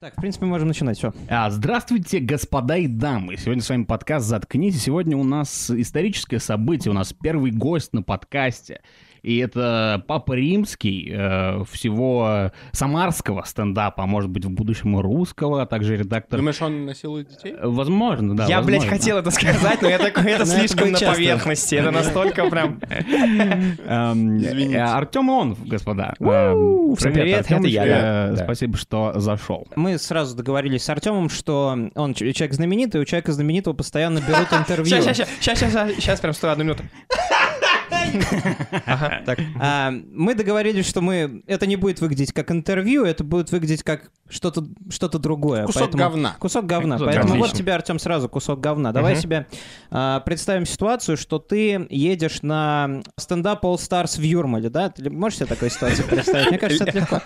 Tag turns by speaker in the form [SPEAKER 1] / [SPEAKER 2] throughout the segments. [SPEAKER 1] Так, в принципе, можем начинать, все.
[SPEAKER 2] А, здравствуйте, господа и дамы. Сегодня с вами подкаст «Заткните». Сегодня у нас историческое событие, у нас первый гость на подкасте. И это Папа Римский, э, всего самарского стендапа, а может быть, в будущем и русского, а также редактор...
[SPEAKER 3] Думаешь, он насилует детей?
[SPEAKER 2] Э, Возможно, да.
[SPEAKER 4] Ну, я,
[SPEAKER 2] возможно.
[SPEAKER 4] блядь, хотел это сказать, но я такой, это
[SPEAKER 1] Ну, это
[SPEAKER 4] слишком на
[SPEAKER 1] часто.
[SPEAKER 4] поверхности. Это настолько прям...
[SPEAKER 2] Эм,
[SPEAKER 3] Извините.
[SPEAKER 2] Артем Лонов, э, господа.
[SPEAKER 4] У,
[SPEAKER 2] Эм,
[SPEAKER 4] всем привет, это я,
[SPEAKER 2] Артёмыч,
[SPEAKER 4] да,
[SPEAKER 2] э,
[SPEAKER 4] да.
[SPEAKER 2] Спасибо, что зашел.
[SPEAKER 1] Мы сразу договорились с Артемом, что он ч- человек знаменитый, у человека знаменитого постоянно берут интервью.
[SPEAKER 4] Сейчас, сейчас, сейчас, сейчас, сейчас, прям стой, одну минуту. Ага, так.
[SPEAKER 1] А, мы договорились, что мы это не будет выглядеть как интервью, это будет выглядеть как что-то что другое.
[SPEAKER 3] Кусок
[SPEAKER 1] Поэтому-
[SPEAKER 3] говна.
[SPEAKER 1] Кусок говна.
[SPEAKER 2] Кусок
[SPEAKER 1] Поэтому
[SPEAKER 2] говна.
[SPEAKER 1] вот тебе, Артем, сразу кусок говна. Давай себе а, представим ситуацию, что ты едешь на стендап All Stars в Юрмале, да? Ты можешь себе такую ситуацию представить? Мне кажется, это легко.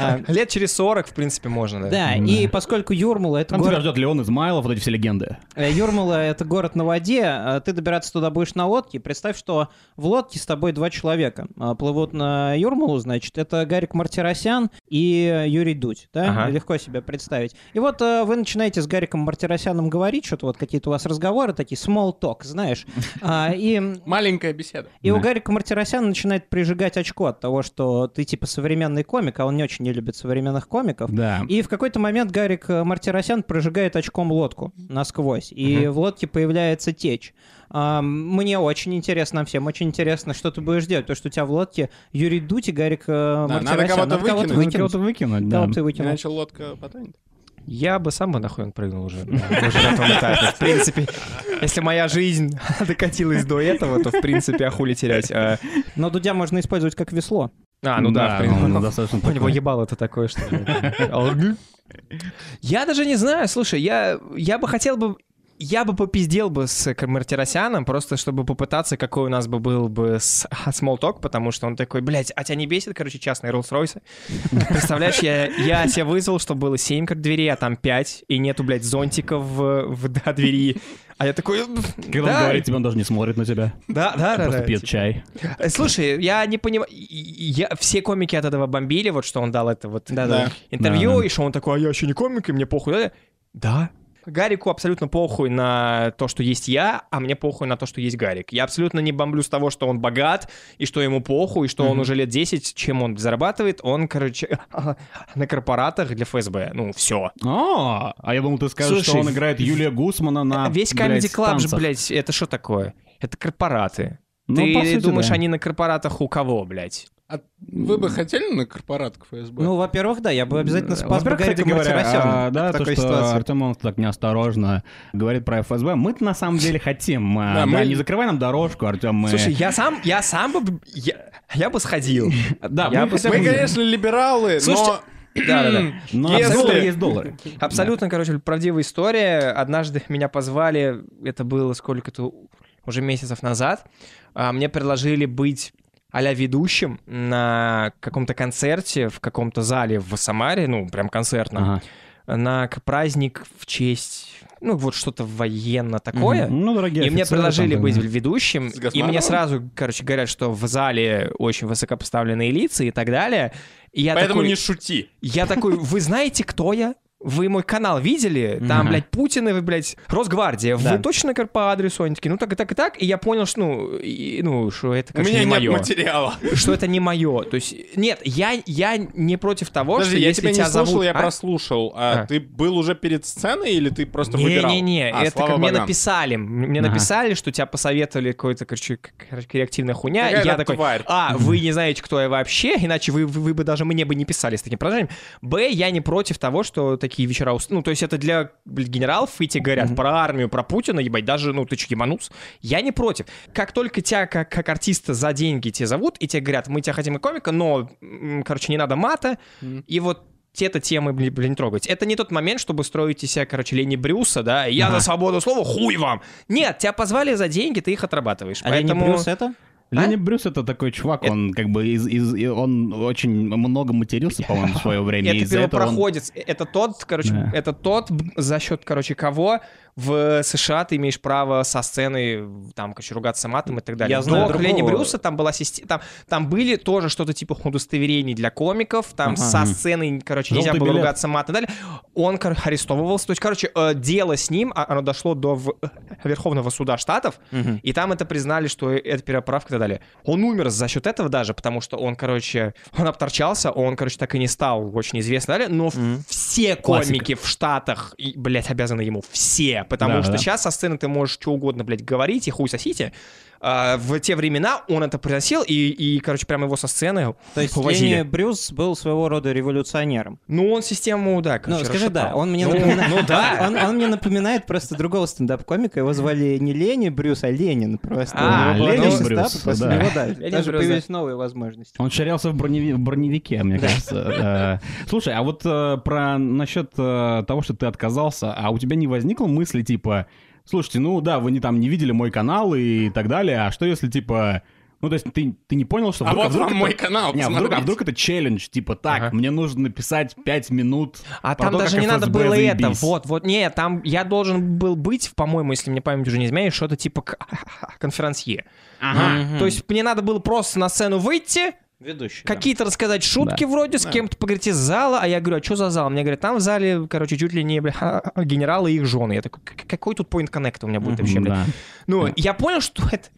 [SPEAKER 1] А,
[SPEAKER 4] Лет через 40, в принципе, можно, да.
[SPEAKER 1] Да, и поскольку Юрмала это
[SPEAKER 2] Там тебя
[SPEAKER 1] город
[SPEAKER 2] ждет Леон Измайлов, вот эти все легенды.
[SPEAKER 1] Э, Юрмала — это город на воде, а ты добираться туда будешь на лодке. Представь, что в лодке с тобой два человека а, плывут на Юрмалу, значит, это Гарик Мартиросян и Юрий Дудь, да?
[SPEAKER 4] Ага.
[SPEAKER 1] Легко себе представить. И вот э, вы начинаете с Гариком Мартиросяном говорить что-то, вот какие-то у вас разговоры такие, small talk, знаешь. А, И
[SPEAKER 3] Маленькая беседа.
[SPEAKER 1] и у
[SPEAKER 2] Да.
[SPEAKER 1] Гарика Мартиросяна начинает прижигать очко от того, что ты типа современный комик, а он не очень не любит современных комиков.
[SPEAKER 2] Да.
[SPEAKER 1] И в какой-то момент Гарик э, Мартиросян прожигает очком лодку насквозь, и в лодке появляется течь. А, Мне очень интересно, нам всем очень интересно, что ты будешь делать, потому что у тебя в лодке Юрий Дудь и Гарик э,
[SPEAKER 3] Да, надо
[SPEAKER 1] Мартиросян.
[SPEAKER 3] кого-то
[SPEAKER 1] кого-то
[SPEAKER 3] выкинуть.
[SPEAKER 1] выкинуть.
[SPEAKER 2] Кого-то выкинуть, да.
[SPEAKER 1] Кого бы ты выкинул?
[SPEAKER 3] Иначе лодка потонет.
[SPEAKER 4] Я бы сам бы нахуй прыгнул уже. да, Уже на том этапе. В принципе, если моя жизнь докатилась до этого, то, в принципе, а хули терять. А,
[SPEAKER 1] Но Дудя можно использовать как весло.
[SPEAKER 4] а, ну да, в принципе.
[SPEAKER 2] он достаточно
[SPEAKER 4] У него
[SPEAKER 2] такой.
[SPEAKER 4] ебало-то такое, что... ли. Алгы. Я даже не знаю, слушай, я, я бы хотел бы... Я бы попиздел бы с Мартиросяном, просто чтобы попытаться, какой у нас бы был бы с- смолток, потому что он такой, блядь, а тебя не бесит, короче, частные Роллс-Ройсы? Представляешь, я, я себя вызвал, что было 7 как дверей, а там 5, и нету, блядь, зонтиков в, в- до двери. А я такой...
[SPEAKER 2] Когда он
[SPEAKER 4] да,
[SPEAKER 2] говорит тебе, он даже не смотрит на тебя.
[SPEAKER 4] Да, да, да.
[SPEAKER 2] Просто
[SPEAKER 4] да,
[SPEAKER 2] пьет
[SPEAKER 4] типа.
[SPEAKER 2] чай.
[SPEAKER 4] Э, Слушай, я не понимаю, я... все комики от этого бомбили, вот что он дал это вот
[SPEAKER 3] Да.
[SPEAKER 4] интервью,
[SPEAKER 2] Да, да.
[SPEAKER 4] и что он такой, а я еще не комик, и мне похуй. Да, да. Гарику абсолютно похуй на то, что есть я, а мне похуй на то, что есть Гарик. Я абсолютно не бомблю с того, что он богат, и что ему похуй, и что он уже лет 10, чем он зарабатывает. Он, короче, на корпоратах для ФСБ. Ну, все.
[SPEAKER 2] О, а я думал, ты скажешь, что
[SPEAKER 4] Слушай,
[SPEAKER 2] он играет Юлия Гусмана на,
[SPEAKER 4] Весь
[SPEAKER 2] А, блядь,
[SPEAKER 4] Comedy Club, же,
[SPEAKER 2] танцах.
[SPEAKER 4] блядь, это что такое? Это корпораты.
[SPEAKER 2] Ну,
[SPEAKER 4] Ты
[SPEAKER 2] по сути,
[SPEAKER 4] думаешь,
[SPEAKER 2] да.
[SPEAKER 4] они на корпоратах у кого, блядь?
[SPEAKER 3] А вы бы хотели на корпорат к ФСБ?
[SPEAKER 1] Ну, во-первых, да, я бы обязательно спас бы
[SPEAKER 2] Во-первых, кстати
[SPEAKER 1] Гарика
[SPEAKER 2] говоря,
[SPEAKER 1] Мартиросяна
[SPEAKER 2] а, да,
[SPEAKER 1] в
[SPEAKER 2] то,
[SPEAKER 1] такой
[SPEAKER 2] что
[SPEAKER 1] ситуации.
[SPEAKER 2] Артем он так неосторожно говорит про ФСБ. мы на самом деле хотим. а,
[SPEAKER 3] Да,
[SPEAKER 2] да,
[SPEAKER 3] мы-
[SPEAKER 2] Не закрывай нам дорожку, Артем. мы-
[SPEAKER 4] Слушай, я сам, я сам бы, я, я бы сходил.
[SPEAKER 2] да,
[SPEAKER 4] я
[SPEAKER 2] мы
[SPEAKER 4] бы-
[SPEAKER 2] хотя бы-
[SPEAKER 3] мы, конечно, либералы,
[SPEAKER 4] Слушайте, Да-да-да.
[SPEAKER 2] Но
[SPEAKER 3] если-
[SPEAKER 2] за доллары есть доллары.
[SPEAKER 4] Абсолютно, короче, правдивая история. Однажды меня позвали, это было сколько-то уже месяцев назад. а, Мне предложили быть а-ля ведущим на каком-то концерте в каком-то зале в Самаре, ну, прям концертном,
[SPEAKER 2] Ага.
[SPEAKER 4] на к- праздник в честь, ну, вот что-то военно такое.
[SPEAKER 2] Мгм. Ну, дорогие
[SPEAKER 4] И мне
[SPEAKER 2] офицеры,
[SPEAKER 4] предложили
[SPEAKER 2] там,
[SPEAKER 4] быть
[SPEAKER 2] да.
[SPEAKER 4] ведущим,
[SPEAKER 3] С
[SPEAKER 4] и
[SPEAKER 3] Газмановым?
[SPEAKER 4] мне сразу, короче, говорят, что в зале очень высокопоставленные лица и так далее. И я
[SPEAKER 3] Поэтому
[SPEAKER 4] такой,
[SPEAKER 3] не шути.
[SPEAKER 4] я такой, вы знаете, кто я? Вы мой канал видели? Там,
[SPEAKER 2] Мгм.
[SPEAKER 4] блядь, Путин и вы, блядь, Росгвардия. Вы точно как по адресу? Они такие, ну так и так и так. И я понял, что, ну, и- ну, что это,
[SPEAKER 3] У
[SPEAKER 4] короче,
[SPEAKER 3] меня
[SPEAKER 4] не
[SPEAKER 3] нет
[SPEAKER 4] мое.
[SPEAKER 3] материала.
[SPEAKER 4] Что это не мое. То есть, нет, я, я не против того,
[SPEAKER 3] Подожди,
[SPEAKER 4] что
[SPEAKER 3] я
[SPEAKER 4] если
[SPEAKER 3] тебя не
[SPEAKER 4] тебя
[SPEAKER 3] слушал,
[SPEAKER 4] зовут...
[SPEAKER 3] я
[SPEAKER 4] А?
[SPEAKER 3] прослушал. А
[SPEAKER 4] А.
[SPEAKER 3] ты был уже перед сценой или ты просто выбирал?
[SPEAKER 4] Не-не-не,
[SPEAKER 3] А,
[SPEAKER 4] это
[SPEAKER 3] слава
[SPEAKER 4] как мне
[SPEAKER 3] богам.
[SPEAKER 4] написали. М- Мне
[SPEAKER 2] Ага.
[SPEAKER 4] написали, что тебя посоветовали какой-то, короче, к- к- коррективная хуйня.
[SPEAKER 3] Какая
[SPEAKER 4] Я
[SPEAKER 3] она
[SPEAKER 4] такой,
[SPEAKER 3] тварь.
[SPEAKER 4] а, вы не знаете, кто я вообще, иначе вы, вы, вы бы даже мне бы не писали с таким продолжением. Б, я не против того, что такие вечера... ус- Ну, то есть это для блядь, генералов, и те говорят про армию, про Путина, ебать, даже, ну, ты че, ебанус? Я не против. Как только тебя как, как артиста за деньги тебя зовут, и тебе говорят, мы тебя хотим и комика, но, м, короче, не надо мата, и вот те-то темы, блин, блин, трогать. Это не тот момент, чтобы строить из себя, короче, Лени Брюса, да, я за свободу слова, хуй вам. Нет, тебя позвали за деньги, ты их отрабатываешь.
[SPEAKER 1] А Лени
[SPEAKER 4] Поэтому...
[SPEAKER 1] Брюс это?
[SPEAKER 2] Лени Брюс это такой чувак, он как бы из, из- и он очень много матерился, по-моему, в свое время. и
[SPEAKER 4] Это
[SPEAKER 2] из-за этого он-
[SPEAKER 4] первопроходец. Это тот, короче,
[SPEAKER 2] Да.
[SPEAKER 4] это тот, б- за счет, короче, кого в США ты имеешь право со сцены там, короче, ругаться матом и так далее.
[SPEAKER 1] Я знаю
[SPEAKER 4] До Лени
[SPEAKER 1] другого.
[SPEAKER 4] Брюса там была система, там, там были тоже что-то типа удостоверений для комиков, там
[SPEAKER 1] Ага.
[SPEAKER 4] со сцены, короче, нельзя
[SPEAKER 2] Желтый
[SPEAKER 4] было
[SPEAKER 2] билет.
[SPEAKER 4] ругаться матом и так далее. Он кор- арестовывался. То есть, короче, э, дело с ним, а- оно дошло до в- Верховного суда штатов,
[SPEAKER 1] Мгм.
[SPEAKER 4] и там это признали, что э, это переправка и так далее. Он умер за счет этого даже, потому что он, короче, он обторчался, он, короче, так и не стал очень известным и так далее, но в-
[SPEAKER 1] Мгм.
[SPEAKER 4] все
[SPEAKER 2] Классика.
[SPEAKER 4] комики в Штатах, и, блядь, обязаны ему все, потому
[SPEAKER 2] Да,
[SPEAKER 4] что
[SPEAKER 2] да.
[SPEAKER 4] сейчас со сцены ты можешь что угодно, блядь, говорить и хуй сосите. А, в те времена он это приносил, и, и короче, прямо его со сцены
[SPEAKER 1] То есть
[SPEAKER 4] увозили.
[SPEAKER 1] Лени Брюс был своего рода революционером.
[SPEAKER 4] Ну, он систему, да,
[SPEAKER 1] Ну,
[SPEAKER 4] короче,
[SPEAKER 1] скажи, да,
[SPEAKER 4] расшатал.
[SPEAKER 1] он мне
[SPEAKER 4] Ну,
[SPEAKER 1] напоминает...
[SPEAKER 4] ну да.
[SPEAKER 1] Он, он мне напоминает просто другого стендап-комика. Его звали не Лени Брюс, а Ленин просто.
[SPEAKER 4] А,
[SPEAKER 1] У него была
[SPEAKER 4] Ленин
[SPEAKER 1] новая
[SPEAKER 2] Брюс,
[SPEAKER 1] стартапа, после
[SPEAKER 2] да.
[SPEAKER 1] него, да,
[SPEAKER 4] Ленин
[SPEAKER 1] даже
[SPEAKER 4] Брюс,
[SPEAKER 1] появились новые возможности.
[SPEAKER 2] Он шарялся в, броневе- в броневике, мне кажется. Э, Слушай, а вот э, про насчет э, того, что ты отказался, а у тебя не возникло мысли типа, слушайте, ну да, вы не там не видели мой канал и так далее, а что если типа, ну то есть ты, ты не понял, что
[SPEAKER 3] А
[SPEAKER 2] вдруг- а
[SPEAKER 3] вот
[SPEAKER 2] вдруг
[SPEAKER 3] вам
[SPEAKER 2] это-
[SPEAKER 3] мой канал,
[SPEAKER 2] Не, а вдруг, а
[SPEAKER 3] посмотрите.
[SPEAKER 2] вдруг это челлендж, типа так,
[SPEAKER 4] Ага.
[SPEAKER 2] мне нужно написать 5 минут.
[SPEAKER 4] А
[SPEAKER 2] про
[SPEAKER 4] там
[SPEAKER 2] то,
[SPEAKER 4] даже
[SPEAKER 2] как
[SPEAKER 4] не надо
[SPEAKER 2] ФСБ
[SPEAKER 4] было это.
[SPEAKER 2] заебись.
[SPEAKER 4] Вот, вот. Не, там я должен был быть, по-моему, если мне память уже не изменяет, что-то типа к- конферансье.
[SPEAKER 2] Ага.
[SPEAKER 4] То есть мне надо было просто на сцену выйти,
[SPEAKER 1] Ведущий.
[SPEAKER 4] какие-то рассказать шутки вроде, с
[SPEAKER 3] Да.
[SPEAKER 4] кем-то поговорить из зала, а я говорю, а что за зал? Мне говорят, там в зале, короче, чуть ли не бля, генералы и их жены. Я такой, «К- какой тут point connect у меня будет вообще, блядь?
[SPEAKER 2] Да.
[SPEAKER 4] Ну, я понял, что это...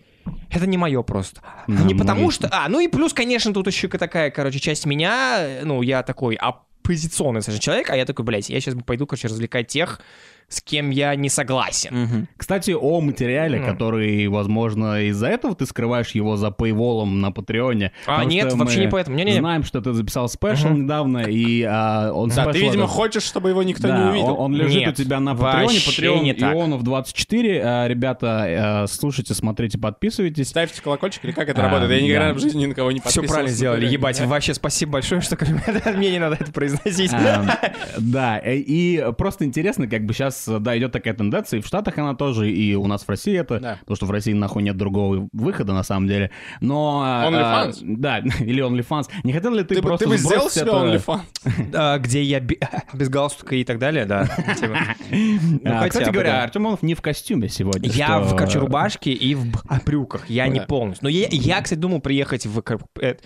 [SPEAKER 4] Это не мое просто.
[SPEAKER 2] Да,
[SPEAKER 4] не потому
[SPEAKER 2] логично.
[SPEAKER 4] что... А, ну и плюс, конечно, тут еще такая, короче, часть меня, э, ну, я такой оппозиционный совершенно человек, а я такой, блядь, я сейчас пойду, короче, развлекать тех, с кем я не согласен.
[SPEAKER 2] Кстати, о материале,
[SPEAKER 4] Ну.
[SPEAKER 2] который, возможно, из-за этого ты скрываешь его за пейволом на Патреоне.
[SPEAKER 4] А
[SPEAKER 2] потому
[SPEAKER 4] нет,
[SPEAKER 2] что
[SPEAKER 4] вообще
[SPEAKER 2] мы
[SPEAKER 4] не поэтому. Не-не-не.
[SPEAKER 2] Знаем, что ты записал спешл
[SPEAKER 4] Мгм.
[SPEAKER 2] недавно, и а, он
[SPEAKER 3] Да, ты,
[SPEAKER 2] спешл
[SPEAKER 3] видимо,
[SPEAKER 2] этот-
[SPEAKER 3] хочешь, чтобы его никто
[SPEAKER 2] Да,
[SPEAKER 3] не увидел.
[SPEAKER 2] Он, он лежит
[SPEAKER 4] Нет,
[SPEAKER 2] у тебя на Патреоне,
[SPEAKER 4] вообще
[SPEAKER 2] Патреон
[SPEAKER 4] не так.
[SPEAKER 2] Ионов 24. А, ребята, э, слушайте, смотрите, подписывайтесь.
[SPEAKER 3] Ставьте колокольчик или как это
[SPEAKER 2] А,
[SPEAKER 3] работает? Я никогда
[SPEAKER 2] да.
[SPEAKER 3] в жизни ни на кого не
[SPEAKER 4] Все
[SPEAKER 3] подписывался.
[SPEAKER 4] правильно сделали,
[SPEAKER 3] Например.
[SPEAKER 4] ебать. Вообще спасибо большое, что мне не надо это произносить.
[SPEAKER 2] А, Да, э, и просто интересно, как бы сейчас, да, идет такая тенденция, и в Штатах она тоже, и у нас в России это,
[SPEAKER 3] Да.
[SPEAKER 2] потому что в России нахуй нет другого выхода, на самом деле, но... э,
[SPEAKER 3] OnlyFans?
[SPEAKER 2] э, Да, или OnlyFans. Не хотел ли ты,
[SPEAKER 3] Ты, бы-
[SPEAKER 2] просто
[SPEAKER 3] ты бы сделал
[SPEAKER 2] сбросить
[SPEAKER 3] себе
[SPEAKER 2] это-
[SPEAKER 3] OnlyFans?
[SPEAKER 4] А, Где я бе- без галстука и так далее, да. Типа.
[SPEAKER 2] А,
[SPEAKER 4] хотя
[SPEAKER 2] Кстати
[SPEAKER 4] бы, да.
[SPEAKER 2] говоря, Артем Иванов не в костюме сегодня.
[SPEAKER 4] Я
[SPEAKER 2] что-
[SPEAKER 4] в, короче, рубашке и в б- А, брюках. Я
[SPEAKER 3] Ну
[SPEAKER 4] не
[SPEAKER 3] да.
[SPEAKER 4] полностью. Но я, я, кстати, думал приехать в... кор- э,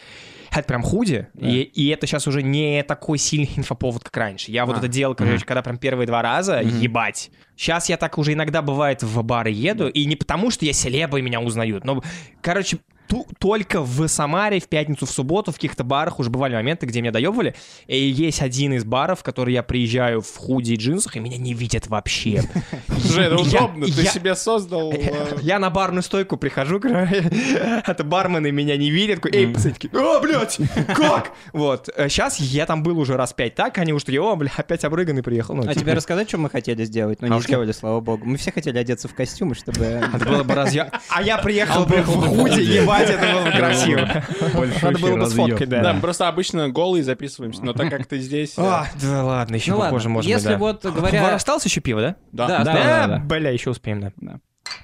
[SPEAKER 4] Это прям худи, и, и это сейчас уже не такой сильный инфоповод, как раньше. Я вот
[SPEAKER 3] А.
[SPEAKER 4] это делал, короче, когда прям первые два раза, ебать. Сейчас я так уже иногда бывает в бары еду, и не потому, что я селеба и меня узнают, но, короче, ту- только в Самаре в пятницу, в субботу в каких-то барах уже бывали моменты, где меня доебывали. И есть один из баров, в который я приезжаю в худи и джинсах, и меня не видят вообще.
[SPEAKER 3] Же, это
[SPEAKER 4] Я-
[SPEAKER 3] удобно. Ты
[SPEAKER 4] я-
[SPEAKER 3] себе создал... э,
[SPEAKER 4] Я на барную стойку прихожу, короче, это бармены меня не видят, такой, эй, пацаны, такие, о, блядь, как? Вот, сейчас я там был уже раз пять так, они уж такие, о, бля, опять обрыганный приехал. Ну,
[SPEAKER 1] А
[SPEAKER 4] типа,
[SPEAKER 1] тебе рассказать, что мы хотели сделать? но
[SPEAKER 4] А
[SPEAKER 1] не
[SPEAKER 4] что?
[SPEAKER 1] сделали, слава богу. Мы все хотели одеться в костюмы, чтобы...
[SPEAKER 4] это было
[SPEAKER 1] Ну
[SPEAKER 4] бы разъё- А я приехал, бы в
[SPEAKER 2] приехал в
[SPEAKER 4] худи,
[SPEAKER 2] худи.
[SPEAKER 4] ебать, это было бы
[SPEAKER 2] э,
[SPEAKER 4] красиво.
[SPEAKER 2] Большущий
[SPEAKER 4] Надо было бы
[SPEAKER 2] разъёб.
[SPEAKER 4] сфоткать, да.
[SPEAKER 3] Да, мы просто обычно голые записываемся, но так как ты здесь... э,
[SPEAKER 4] А, да ладно, еще
[SPEAKER 1] Ну
[SPEAKER 4] попозже,
[SPEAKER 1] ладно,
[SPEAKER 4] может быть,
[SPEAKER 1] если
[SPEAKER 4] да.
[SPEAKER 1] вот
[SPEAKER 4] Говоря...
[SPEAKER 1] говоря...
[SPEAKER 4] Осталось еще пиво, да?
[SPEAKER 1] Да,
[SPEAKER 2] Да,
[SPEAKER 4] Да,
[SPEAKER 2] да, да.
[SPEAKER 4] бля, еще успеем, да.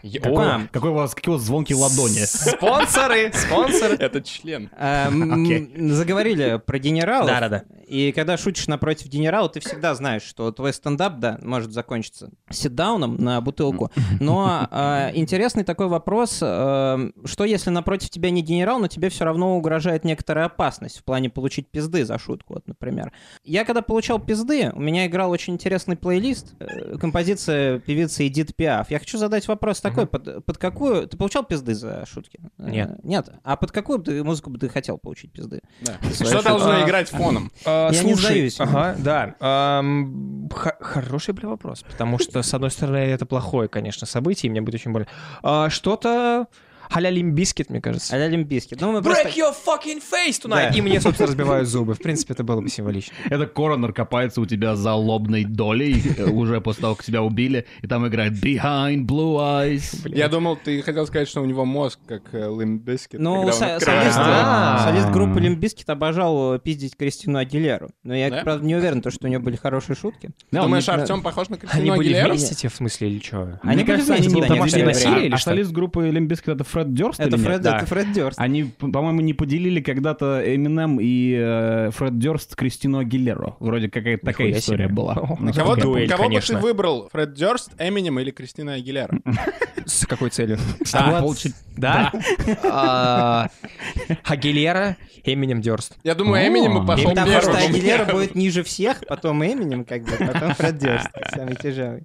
[SPEAKER 4] Е-
[SPEAKER 2] Какой-
[SPEAKER 4] О,
[SPEAKER 2] Какой у вас, какие у вас звонкие ладони.
[SPEAKER 4] Спонсоры, спонсоры.
[SPEAKER 3] Это член.
[SPEAKER 1] А, м, Заговорили про генералов.
[SPEAKER 4] Да-да-да.
[SPEAKER 1] И когда шутишь напротив генерала, ты всегда знаешь, что твой стендап, да, может закончиться ситдауном на бутылку. Но а, интересный такой вопрос, а, что если напротив тебя не генерал, но тебе все равно угрожает некоторая опасность в плане получить пизды за шутку, вот, например. Я когда получал пизды, у меня играл очень интересный плейлист, э, композиция певицы Эдит Пиаф. Я хочу задать вопрос такой, под, под какую... Ты получал пизды за шутки? Э,
[SPEAKER 4] Нет.
[SPEAKER 1] Нет. А под какую бы ты музыку бы ты хотел получить пизды?
[SPEAKER 3] Да.
[SPEAKER 1] Слушай,
[SPEAKER 3] Что должно
[SPEAKER 4] а-
[SPEAKER 3] играть фоном?
[SPEAKER 4] А,
[SPEAKER 1] Я не
[SPEAKER 4] слушай,
[SPEAKER 1] сдаюсь.
[SPEAKER 4] Ага, да. Ам, х- хороший, бля, вопрос. Потому что, с одной стороны, это плохое, конечно, событие, и мне будет очень больно. А, что-то а-ля Лимбискет, мне кажется.
[SPEAKER 1] А-ля Лимбиски. Ну, мы просто...
[SPEAKER 4] Break your fucking face
[SPEAKER 1] Да.
[SPEAKER 4] tonight! И мне, собственно, разбивают зубы. В принципе, это было бы символично.
[SPEAKER 2] Это коронер копается у тебя за лобной долей, э, уже после того, как тебя убили, и там играет Behind Blue Eyes.
[SPEAKER 3] Я думал, ты хотел сказать, что у него мозг, как э, Лимбискет.
[SPEAKER 1] Ну, со- солист,
[SPEAKER 4] А.
[SPEAKER 1] солист группы Лимбискет обожал э, пиздить Кристину Агилеру. Но я,
[SPEAKER 3] Да?
[SPEAKER 1] правда, не уверен, то, что у нее были хорошие шутки.
[SPEAKER 2] Да, он
[SPEAKER 3] Думаешь,
[SPEAKER 2] не-
[SPEAKER 3] Артем похож на
[SPEAKER 4] Они
[SPEAKER 3] Кристину
[SPEAKER 4] были
[SPEAKER 3] Агилеру?
[SPEAKER 4] вместе, те, в смысле, или что?
[SPEAKER 1] Они были
[SPEAKER 2] кажется, они
[SPEAKER 1] вместе
[SPEAKER 2] были
[SPEAKER 1] некоторое
[SPEAKER 4] домашние
[SPEAKER 1] время.
[SPEAKER 4] насилие.
[SPEAKER 2] А
[SPEAKER 4] или что?
[SPEAKER 2] солист группы Лимбискет это Фред Дёрст
[SPEAKER 1] Это
[SPEAKER 2] или
[SPEAKER 1] Фред,
[SPEAKER 2] нет? Да.
[SPEAKER 1] это Фред Дёрст.
[SPEAKER 2] Они, п- по-моему, не поделили когда-то Эминем и э, Фред Дёрст Кристину Агилеру. Вроде какая-то такая
[SPEAKER 4] Нихуя
[SPEAKER 2] история
[SPEAKER 4] себе.
[SPEAKER 2] была.
[SPEAKER 4] О,
[SPEAKER 2] Ну,
[SPEAKER 3] Кого,
[SPEAKER 2] как я помню.
[SPEAKER 4] дуэль,
[SPEAKER 3] ты- кого бы ты
[SPEAKER 4] конечно.
[SPEAKER 3] выбрал? Фред Дёрст, Эминем или Кристина Агилера?
[SPEAKER 4] С какой целью?
[SPEAKER 2] Чтобы
[SPEAKER 4] А,
[SPEAKER 2] получить-
[SPEAKER 4] Да? А, Агилера, Эминем Дёрст.
[SPEAKER 3] Я думаю,
[SPEAKER 2] О.
[SPEAKER 3] Эминем и пошел
[SPEAKER 1] Потому что
[SPEAKER 3] первым.
[SPEAKER 1] Агилера будет ниже всех, потом Эминем, как бы, потом Фред Дёрст, самый тяжелый.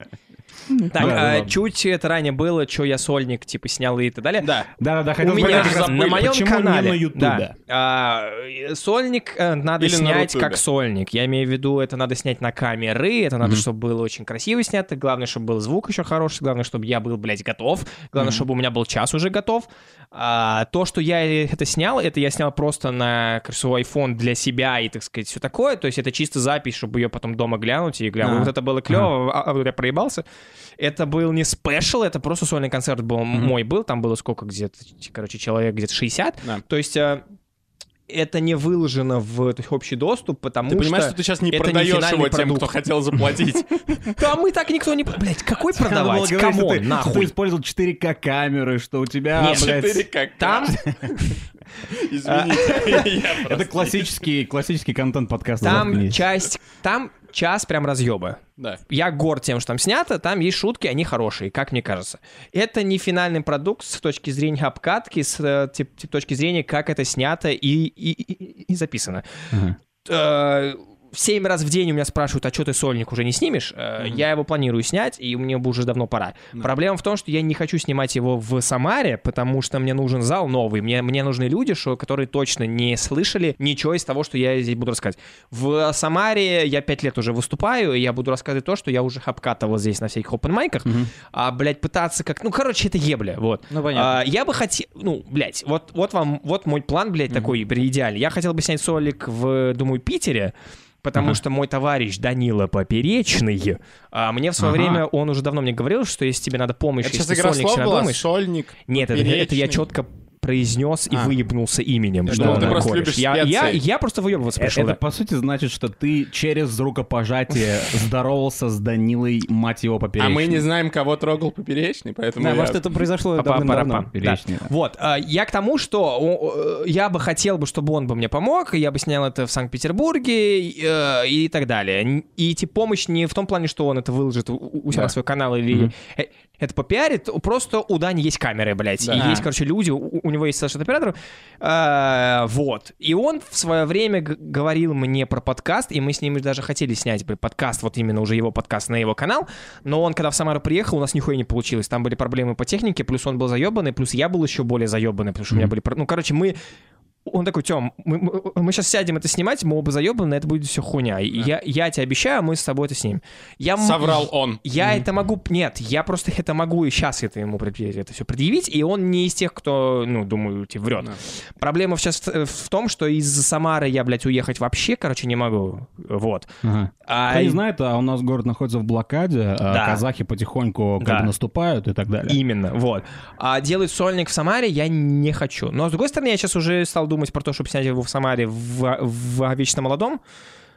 [SPEAKER 4] Так,
[SPEAKER 2] Да,
[SPEAKER 4] а,
[SPEAKER 2] ладно.
[SPEAKER 4] чуть это ранее было, что я сольник, типа, снял и так далее.
[SPEAKER 3] Да.
[SPEAKER 2] Да-да-да,
[SPEAKER 4] У
[SPEAKER 2] хотел
[SPEAKER 4] меня
[SPEAKER 2] сказать, как раз
[SPEAKER 4] на моем
[SPEAKER 2] почему
[SPEAKER 4] канале.
[SPEAKER 2] не на Ютубе?
[SPEAKER 4] да. А, э, сольник э, надо
[SPEAKER 3] Или на
[SPEAKER 4] снять
[SPEAKER 3] Рутубе.
[SPEAKER 4] как сольник. Я имею в виду, это надо снять на камеры, это надо, чтобы было очень красиво снято, главное, чтобы был звук еще хороший, главное, чтобы я был, блядь, готов, главное, чтобы у меня был час уже готов. А, то, что я это снял, это я снял просто на свой iPhone для себя и, так сказать, все такое. То есть это чисто запись, чтобы ее потом дома глянуть и глянуть.
[SPEAKER 2] А.
[SPEAKER 4] Вот это было клево, а, а, вот я проебался. Это был не спешл, это просто сольный концерт был мой был, там было сколько где-то, короче, человек где-то 60.
[SPEAKER 3] Да.
[SPEAKER 4] То есть э, это не выложено в то есть, общий доступ, потому
[SPEAKER 3] Ты понимаешь,
[SPEAKER 4] что...
[SPEAKER 3] что ты сейчас не
[SPEAKER 4] это не
[SPEAKER 3] продаешь
[SPEAKER 4] финальный
[SPEAKER 3] его тем,
[SPEAKER 4] продукт.
[SPEAKER 3] кто хотел заплатить.
[SPEAKER 4] Там и так никто не... Блять, какой
[SPEAKER 2] Надо было
[SPEAKER 4] продавать?
[SPEAKER 2] говорить, что
[SPEAKER 4] Камон,
[SPEAKER 2] ты- что ты
[SPEAKER 4] нахуй.
[SPEAKER 2] использовал 4К камеры, что у тебя,
[SPEAKER 4] Нет,
[SPEAKER 2] А, блядь,
[SPEAKER 3] 4 как
[SPEAKER 4] Там
[SPEAKER 3] Извините. я
[SPEAKER 2] Это
[SPEAKER 3] просто-
[SPEAKER 2] классический, классический контент подкаста.
[SPEAKER 4] Там
[SPEAKER 2] «Заткнись».
[SPEAKER 4] часть, там час прям разъеба.
[SPEAKER 3] Да.
[SPEAKER 4] Я горд тем, что там снято, там есть шутки, они хорошие, как мне кажется. Это не финальный продукт с точки зрения обкатки, с э, тип- тип- точки зрения, как это снято и, и, и- и записано.
[SPEAKER 2] Ага.
[SPEAKER 4] Э, Семь раз в день у меня спрашивают, а что ты сольник уже не снимешь? Э, Я его планирую снять, и мне бы уже давно пора. Проблема в том, что я не хочу снимать его в Самаре, потому что мне нужен зал новый, мне, мне нужны люди, что, которые точно не слышали ничего из того, что я здесь буду рассказывать. В Самаре я пять лет уже выступаю, и я буду рассказывать то, что я уже обкатывал здесь на всяких опенмайках, а, блядь, пытаться как... Ну, короче, это ебля, вот.
[SPEAKER 1] Ну, понятно.
[SPEAKER 4] А, я бы хотел... Ну, блядь, вот, вот вам... Вот мой план, блядь, такой при идеале. Я хотел бы снять солик в, думаю, Питере, Потому что мой товарищ Данила Поперечный, а, мне в свое
[SPEAKER 2] Ага.
[SPEAKER 4] время, он уже давно мне говорил, что если тебе надо помощь,
[SPEAKER 3] Это сейчас
[SPEAKER 4] если
[SPEAKER 3] игра
[SPEAKER 4] сольник
[SPEAKER 3] слов
[SPEAKER 4] себе
[SPEAKER 3] была?
[SPEAKER 4] надумаешь-
[SPEAKER 3] Сольник.
[SPEAKER 4] нет, это, это я
[SPEAKER 3] Поперечный.
[SPEAKER 4] четко произнес и
[SPEAKER 3] А.
[SPEAKER 4] выебнулся именем.
[SPEAKER 3] Я
[SPEAKER 4] что
[SPEAKER 2] думал,
[SPEAKER 4] он
[SPEAKER 2] ты
[SPEAKER 4] такой.
[SPEAKER 3] просто любишь
[SPEAKER 4] я, я,
[SPEAKER 3] специи.
[SPEAKER 4] я просто выебываться
[SPEAKER 2] Э,
[SPEAKER 4] пришел.
[SPEAKER 2] Это,
[SPEAKER 4] да.
[SPEAKER 2] по сути, значит, что ты через рукопожатие здоровался с Данилой, мать его,
[SPEAKER 3] А
[SPEAKER 2] поперечной.
[SPEAKER 3] мы не знаем, кого трогал поперечный, поэтому
[SPEAKER 1] Да,
[SPEAKER 3] я-
[SPEAKER 1] может, это произошло
[SPEAKER 4] Папа,
[SPEAKER 1] давным-давно.
[SPEAKER 4] парапам.
[SPEAKER 2] Поперечный, да.
[SPEAKER 4] Вот, а, я к тому, что о, э, я бы хотел бы, чтобы он бы мне помог, и я бы снял это в Санкт-Петербурге и, э, и так далее. Н- И типа помощь не в том плане, что он это выложит у- у у себя на свой канал или э, это попиарит, просто у Дани есть камеры, блядь,
[SPEAKER 3] Да.
[SPEAKER 4] и есть, короче, люди, у, у него есть Саша оператор, э, вот. И он в свое время г- говорил мне про подкаст, и мы с ним даже хотели снять бы подкаст, вот именно уже его подкаст на его канал, но он, когда в Самару приехал, у нас нихуя не получилось. Там были проблемы по технике, плюс он был заебанный, плюс я был еще более заебанный, потому что у меня были... про- Ну, короче, мы... Он такой, Тем, мы, сейчас сядем это снимать, мы оба заебаны, это будет все хуйня. И Я, я тебе обещаю, мы с тобой это снимем. Я м-
[SPEAKER 3] соврал он.
[SPEAKER 4] Я это могу... Нет, я просто это могу и сейчас это ему предъявить, это все предъявить, и он не из тех, кто, ну, думаю, тебе врет.
[SPEAKER 3] Да.
[SPEAKER 4] Проблема сейчас в, в том, что из Самары я, блядь, уехать вообще, короче, не могу. Вот.
[SPEAKER 2] Ага.
[SPEAKER 4] А,
[SPEAKER 2] Кто не знает, а у нас город находится в блокаде, а
[SPEAKER 4] Да.
[SPEAKER 2] казахи потихоньку как
[SPEAKER 4] Да.
[SPEAKER 2] бы наступают и так далее.
[SPEAKER 4] Именно, вот. А делать сольник в Самаре я не хочу. Но, с другой стороны, я сейчас уже стал думать про то, чтобы снять его в Самаре в, в «Вечно молодом».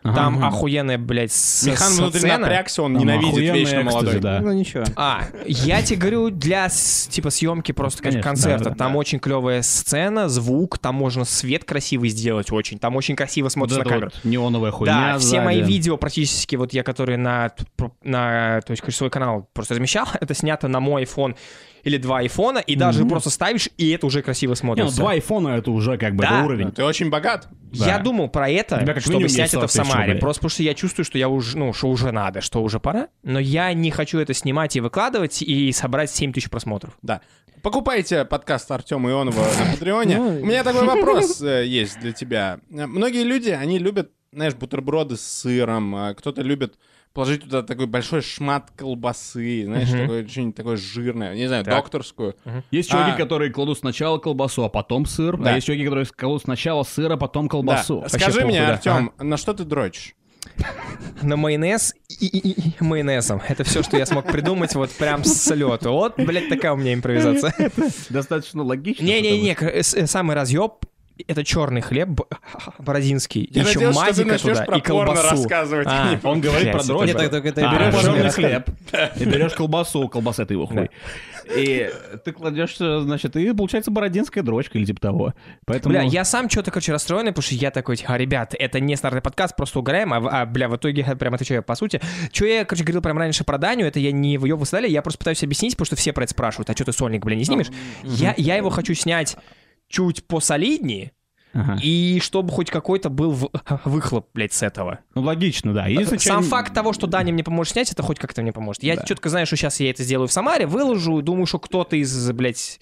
[SPEAKER 2] Ага.
[SPEAKER 4] Там
[SPEAKER 2] Ага.
[SPEAKER 4] охуенная, блядь, с-
[SPEAKER 3] Михан
[SPEAKER 4] со-
[SPEAKER 3] внутри
[SPEAKER 4] сцена.
[SPEAKER 3] напрягся, он
[SPEAKER 2] Там
[SPEAKER 3] ненавидит
[SPEAKER 2] охуенный
[SPEAKER 3] вечно
[SPEAKER 2] экстази,
[SPEAKER 3] молодой.
[SPEAKER 2] да.
[SPEAKER 1] Ну, ничего.
[SPEAKER 4] А, я тебе говорю, для с- типа съемки просто как
[SPEAKER 2] Конечно,
[SPEAKER 4] концерта.
[SPEAKER 2] да, да,
[SPEAKER 4] там очень клевая сцена, звук, там можно свет красивый сделать очень. Там очень красиво
[SPEAKER 2] Вот
[SPEAKER 4] смотрится
[SPEAKER 2] это
[SPEAKER 4] на камеру.
[SPEAKER 2] вот неоновая хуйня
[SPEAKER 4] Да, все мои
[SPEAKER 2] сзади.
[SPEAKER 4] видео практически, вот я, которые на, т- про- на то есть, короче, свой канал просто размещал, это снято на мой iPhone или два айфона, и даже просто ставишь, и это уже красиво
[SPEAKER 2] Не, ну,
[SPEAKER 4] смотрится.
[SPEAKER 2] два айфона это уже как бы
[SPEAKER 4] Да.
[SPEAKER 2] это уровень.
[SPEAKER 3] Ты очень богат.
[SPEAKER 4] Я
[SPEAKER 2] да.
[SPEAKER 4] думал про это,
[SPEAKER 2] тебя как
[SPEAKER 4] чтобы
[SPEAKER 2] минимум
[SPEAKER 4] снять
[SPEAKER 2] есть
[SPEAKER 4] это в
[SPEAKER 2] 40 000
[SPEAKER 4] Самаре,
[SPEAKER 2] рублей.
[SPEAKER 4] просто потому что я чувствую, что я уже, ну, что уже надо, что уже пора, но я не хочу это снимать и выкладывать, и собрать 7 тысяч просмотров.
[SPEAKER 3] Да. Покупайте подкаст Артема Ионова на Патреоне.
[SPEAKER 1] Ну,
[SPEAKER 3] У меня такой вопрос э, есть для тебя. Э, Многие люди, они любят, знаешь, бутерброды с сыром, а кто-то любит положить туда такой большой шмат колбасы, знаешь,
[SPEAKER 4] Мгм.
[SPEAKER 3] такое, что-нибудь такое жирное, не знаю,
[SPEAKER 4] Так.
[SPEAKER 3] докторскую.
[SPEAKER 2] Есть
[SPEAKER 3] А.
[SPEAKER 2] чуваки, которые кладут сначала колбасу, а потом сыр.
[SPEAKER 3] Да.
[SPEAKER 2] А есть чуваки, которые кладут сначала сыр, а потом
[SPEAKER 3] Да.
[SPEAKER 2] колбасу.
[SPEAKER 3] Скажи
[SPEAKER 4] похуй,
[SPEAKER 3] мне,
[SPEAKER 4] да. А?
[SPEAKER 3] Артем, на что ты дрочишь?
[SPEAKER 4] На майонез и, и- и- и майонезом. Это все, что я смог придумать вот прям с слета. Вот, блядь, такая у меня импровизация.
[SPEAKER 2] Достаточно логично.
[SPEAKER 4] Не-не-не, к- э, с- э, самый разъеб это черный хлеб б- бородинский,
[SPEAKER 3] Я
[SPEAKER 4] еще
[SPEAKER 3] надеялся, что ты
[SPEAKER 4] мазика
[SPEAKER 3] начнешь
[SPEAKER 4] туда
[SPEAKER 3] про
[SPEAKER 4] и
[SPEAKER 3] порно
[SPEAKER 4] колбасу.
[SPEAKER 3] рассказывать.
[SPEAKER 4] А,
[SPEAKER 3] Не
[SPEAKER 2] Он говорит
[SPEAKER 4] Блядь,
[SPEAKER 2] про
[SPEAKER 4] это
[SPEAKER 2] дрожжи.
[SPEAKER 1] Нет, так это
[SPEAKER 2] А,
[SPEAKER 1] я беру
[SPEAKER 2] берешь
[SPEAKER 1] черный
[SPEAKER 2] черный
[SPEAKER 1] хлеб.
[SPEAKER 2] хлеб, и берешь колбасу, колбаса ты его хуй. И ты кладешь, значит, и получается бородинская дрочка или типа того. Поэтому...
[SPEAKER 4] Бля, я сам что-то, короче, расстроенный, потому что я такой, типа, ребят, это не стандартный подкаст, просто угораем, а, в- а, бля, в итоге я прям отвечаю по сути. Что я, короче, говорил прям раньше про Даню, это я не в ее выставляли, я просто пытаюсь объяснить, потому что все про это спрашивают, а что ты сольник, бля, не снимешь? Я, я его хочу снять чуть посолиднее,
[SPEAKER 2] Ага.
[SPEAKER 4] и чтобы хоть какой-то был в- выхлоп, блядь, с этого.
[SPEAKER 2] Ну, логично, да. Если
[SPEAKER 4] Э, Сам
[SPEAKER 2] чё-
[SPEAKER 4] факт того, что Даня мне поможет снять, это хоть как-то мне поможет. Я четко знаю, что сейчас я это сделаю в Самаре, выложу, и думаю, что кто-то из, блядь,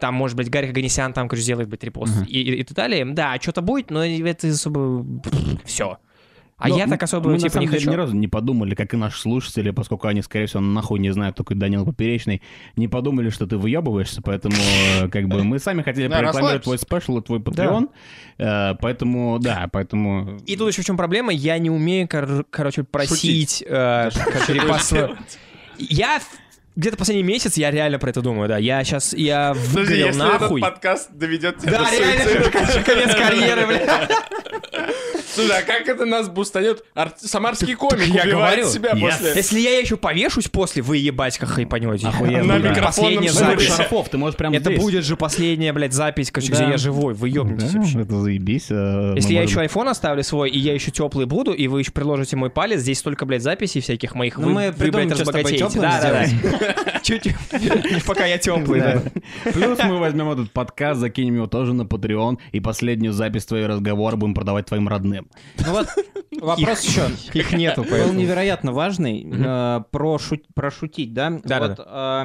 [SPEAKER 4] там, может быть, Гарик Аганесян там, короче, сделает, блядь, репост и, и- и так далее. Да, что-то будет, но это особо... Все. А
[SPEAKER 2] Но
[SPEAKER 4] я
[SPEAKER 2] м-
[SPEAKER 4] так особо,
[SPEAKER 2] ну, мы, на
[SPEAKER 4] типа,
[SPEAKER 2] самом
[SPEAKER 4] не
[SPEAKER 2] деле,
[SPEAKER 4] хочу.
[SPEAKER 2] ни разу не подумали, как и наши слушатели, поскольку они, скорее всего, нахуй не знают, только Данил Поперечный, не подумали, что ты выебываешься, поэтому, э, как бы, мы сами хотели
[SPEAKER 3] Да,
[SPEAKER 2] прорекламировать твой
[SPEAKER 3] расслабься.
[SPEAKER 2] спешл и твой патреон, э, поэтому, да, поэтому...
[SPEAKER 4] И тут еще в чем проблема, я не умею, кор- короче, просить, э, короче, репост. Я в- где-то последний месяц, я реально про это думаю, да. Я сейчас, я
[SPEAKER 3] Подожди,
[SPEAKER 4] выгорел
[SPEAKER 3] если
[SPEAKER 4] нахуй.
[SPEAKER 3] этот подкаст доведет тебя
[SPEAKER 4] Да,
[SPEAKER 3] до
[SPEAKER 4] реально,
[SPEAKER 3] суицида.
[SPEAKER 4] короче, конец карьеры, бля.
[SPEAKER 3] Слушай, а как это нас бустанет? Ар- Самарский комик
[SPEAKER 4] я
[SPEAKER 3] убивает
[SPEAKER 4] говорю.
[SPEAKER 3] себя
[SPEAKER 2] Я
[SPEAKER 3] после...
[SPEAKER 4] Если я еще повешусь после, вы ебать как хайпанете.
[SPEAKER 2] Охуенно,
[SPEAKER 4] Это
[SPEAKER 2] да.
[SPEAKER 4] будет последняя
[SPEAKER 3] Микрофоном
[SPEAKER 2] Ну,
[SPEAKER 3] запись.
[SPEAKER 2] без
[SPEAKER 4] запись.
[SPEAKER 2] шарфов, ты можешь прям
[SPEAKER 4] Это
[SPEAKER 2] здесь.
[SPEAKER 4] будет же последняя, блядь, запись, короче,
[SPEAKER 2] Да.
[SPEAKER 4] где я живой. Вы
[SPEAKER 2] Да,
[SPEAKER 4] ебнетесь вообще.
[SPEAKER 2] это заебись. э,
[SPEAKER 4] Если
[SPEAKER 2] мы
[SPEAKER 4] я
[SPEAKER 2] можем-
[SPEAKER 4] еще iPhone оставлю свой, и я еще теплый буду, и вы еще приложите мой палец, здесь столько, блядь, записей всяких моих,
[SPEAKER 1] Ну,
[SPEAKER 4] вы,
[SPEAKER 1] мы
[SPEAKER 4] вы,
[SPEAKER 1] придумаем,
[SPEAKER 4] блядь,
[SPEAKER 1] что с тобой
[SPEAKER 4] разбогатеете.
[SPEAKER 1] тёплым
[SPEAKER 4] да. Чуть- Пока я теплый, да.
[SPEAKER 2] Плюс мы возьмем этот подкаст, закинем его тоже на Patreon, и последнюю запись твоего разговора будем продавать твоим родным.
[SPEAKER 1] Ну вот, вопрос еще.
[SPEAKER 4] Их нету,
[SPEAKER 1] Был
[SPEAKER 4] поэтому.
[SPEAKER 1] невероятно важный э, про шут- про шутить, да?
[SPEAKER 4] Да,
[SPEAKER 1] Вот, э,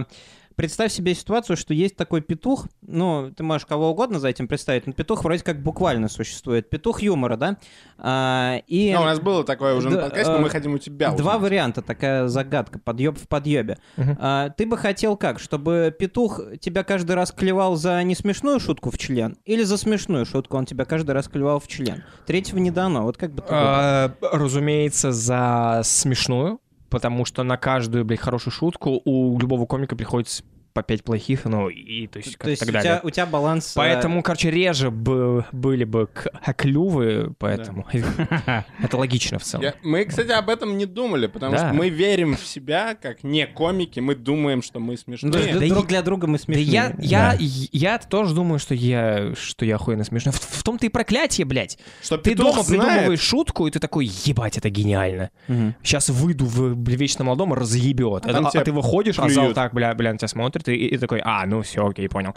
[SPEAKER 1] Представь себе ситуацию, что есть такой петух, ну, ты можешь кого угодно за этим представить, но петух вроде как буквально существует. Петух юмора, да? А, и...
[SPEAKER 3] Ну, у нас было такое уже на
[SPEAKER 1] Да,
[SPEAKER 3] подкасте, но
[SPEAKER 4] а,
[SPEAKER 3] мы
[SPEAKER 1] э,
[SPEAKER 3] хотим у тебя
[SPEAKER 1] Два
[SPEAKER 3] узнать.
[SPEAKER 1] варианта, такая загадка, подъеб в подъебе.
[SPEAKER 4] Мгм.
[SPEAKER 1] А, ты бы хотел как, чтобы петух тебя каждый раз клевал за несмешную шутку в член, или за смешную шутку он тебя каждый раз клевал в член? Третьего не дано, вот как бы ты выбрал?
[SPEAKER 4] А, Разумеется, за смешную, потому что на каждую, блядь, хорошую шутку у любого комика приходится по пять плохих, ну и то есть,
[SPEAKER 1] То
[SPEAKER 4] как,
[SPEAKER 1] есть
[SPEAKER 4] так
[SPEAKER 1] у
[SPEAKER 4] далее.
[SPEAKER 1] тебя, у тебя баланс... э,
[SPEAKER 4] Поэтому, короче, реже бы- были бы к- а клювы, поэтому это логично в целом.
[SPEAKER 3] Я- Мы, кстати, об этом не думали, потому
[SPEAKER 4] Да.
[SPEAKER 3] что мы верим в себя, как не комики, мы думаем, что
[SPEAKER 1] Ну, то
[SPEAKER 3] мы
[SPEAKER 1] есть
[SPEAKER 3] смешные.
[SPEAKER 4] да
[SPEAKER 1] друг
[SPEAKER 4] и-
[SPEAKER 1] для друга мы
[SPEAKER 4] Да
[SPEAKER 1] смешные.
[SPEAKER 4] я, я, я тоже думаю, что я, что я охуенно смешной. В, в том-то и проклятие, блядь.
[SPEAKER 3] Что
[SPEAKER 4] Ты
[SPEAKER 3] петух
[SPEAKER 4] дома
[SPEAKER 3] знает.
[SPEAKER 4] придумываешь шутку, и ты такой, ебать, это гениально.
[SPEAKER 1] Мгм.
[SPEAKER 4] Сейчас выйду в блин, вечно молодом, разъебет.
[SPEAKER 3] А
[SPEAKER 4] А,
[SPEAKER 3] там
[SPEAKER 4] а
[SPEAKER 3] тебя
[SPEAKER 4] ты выходишь, а зал
[SPEAKER 3] плюют.
[SPEAKER 4] так, бля, бля, на тебя смотрит, и, и такой, а, ну все, окей, понял.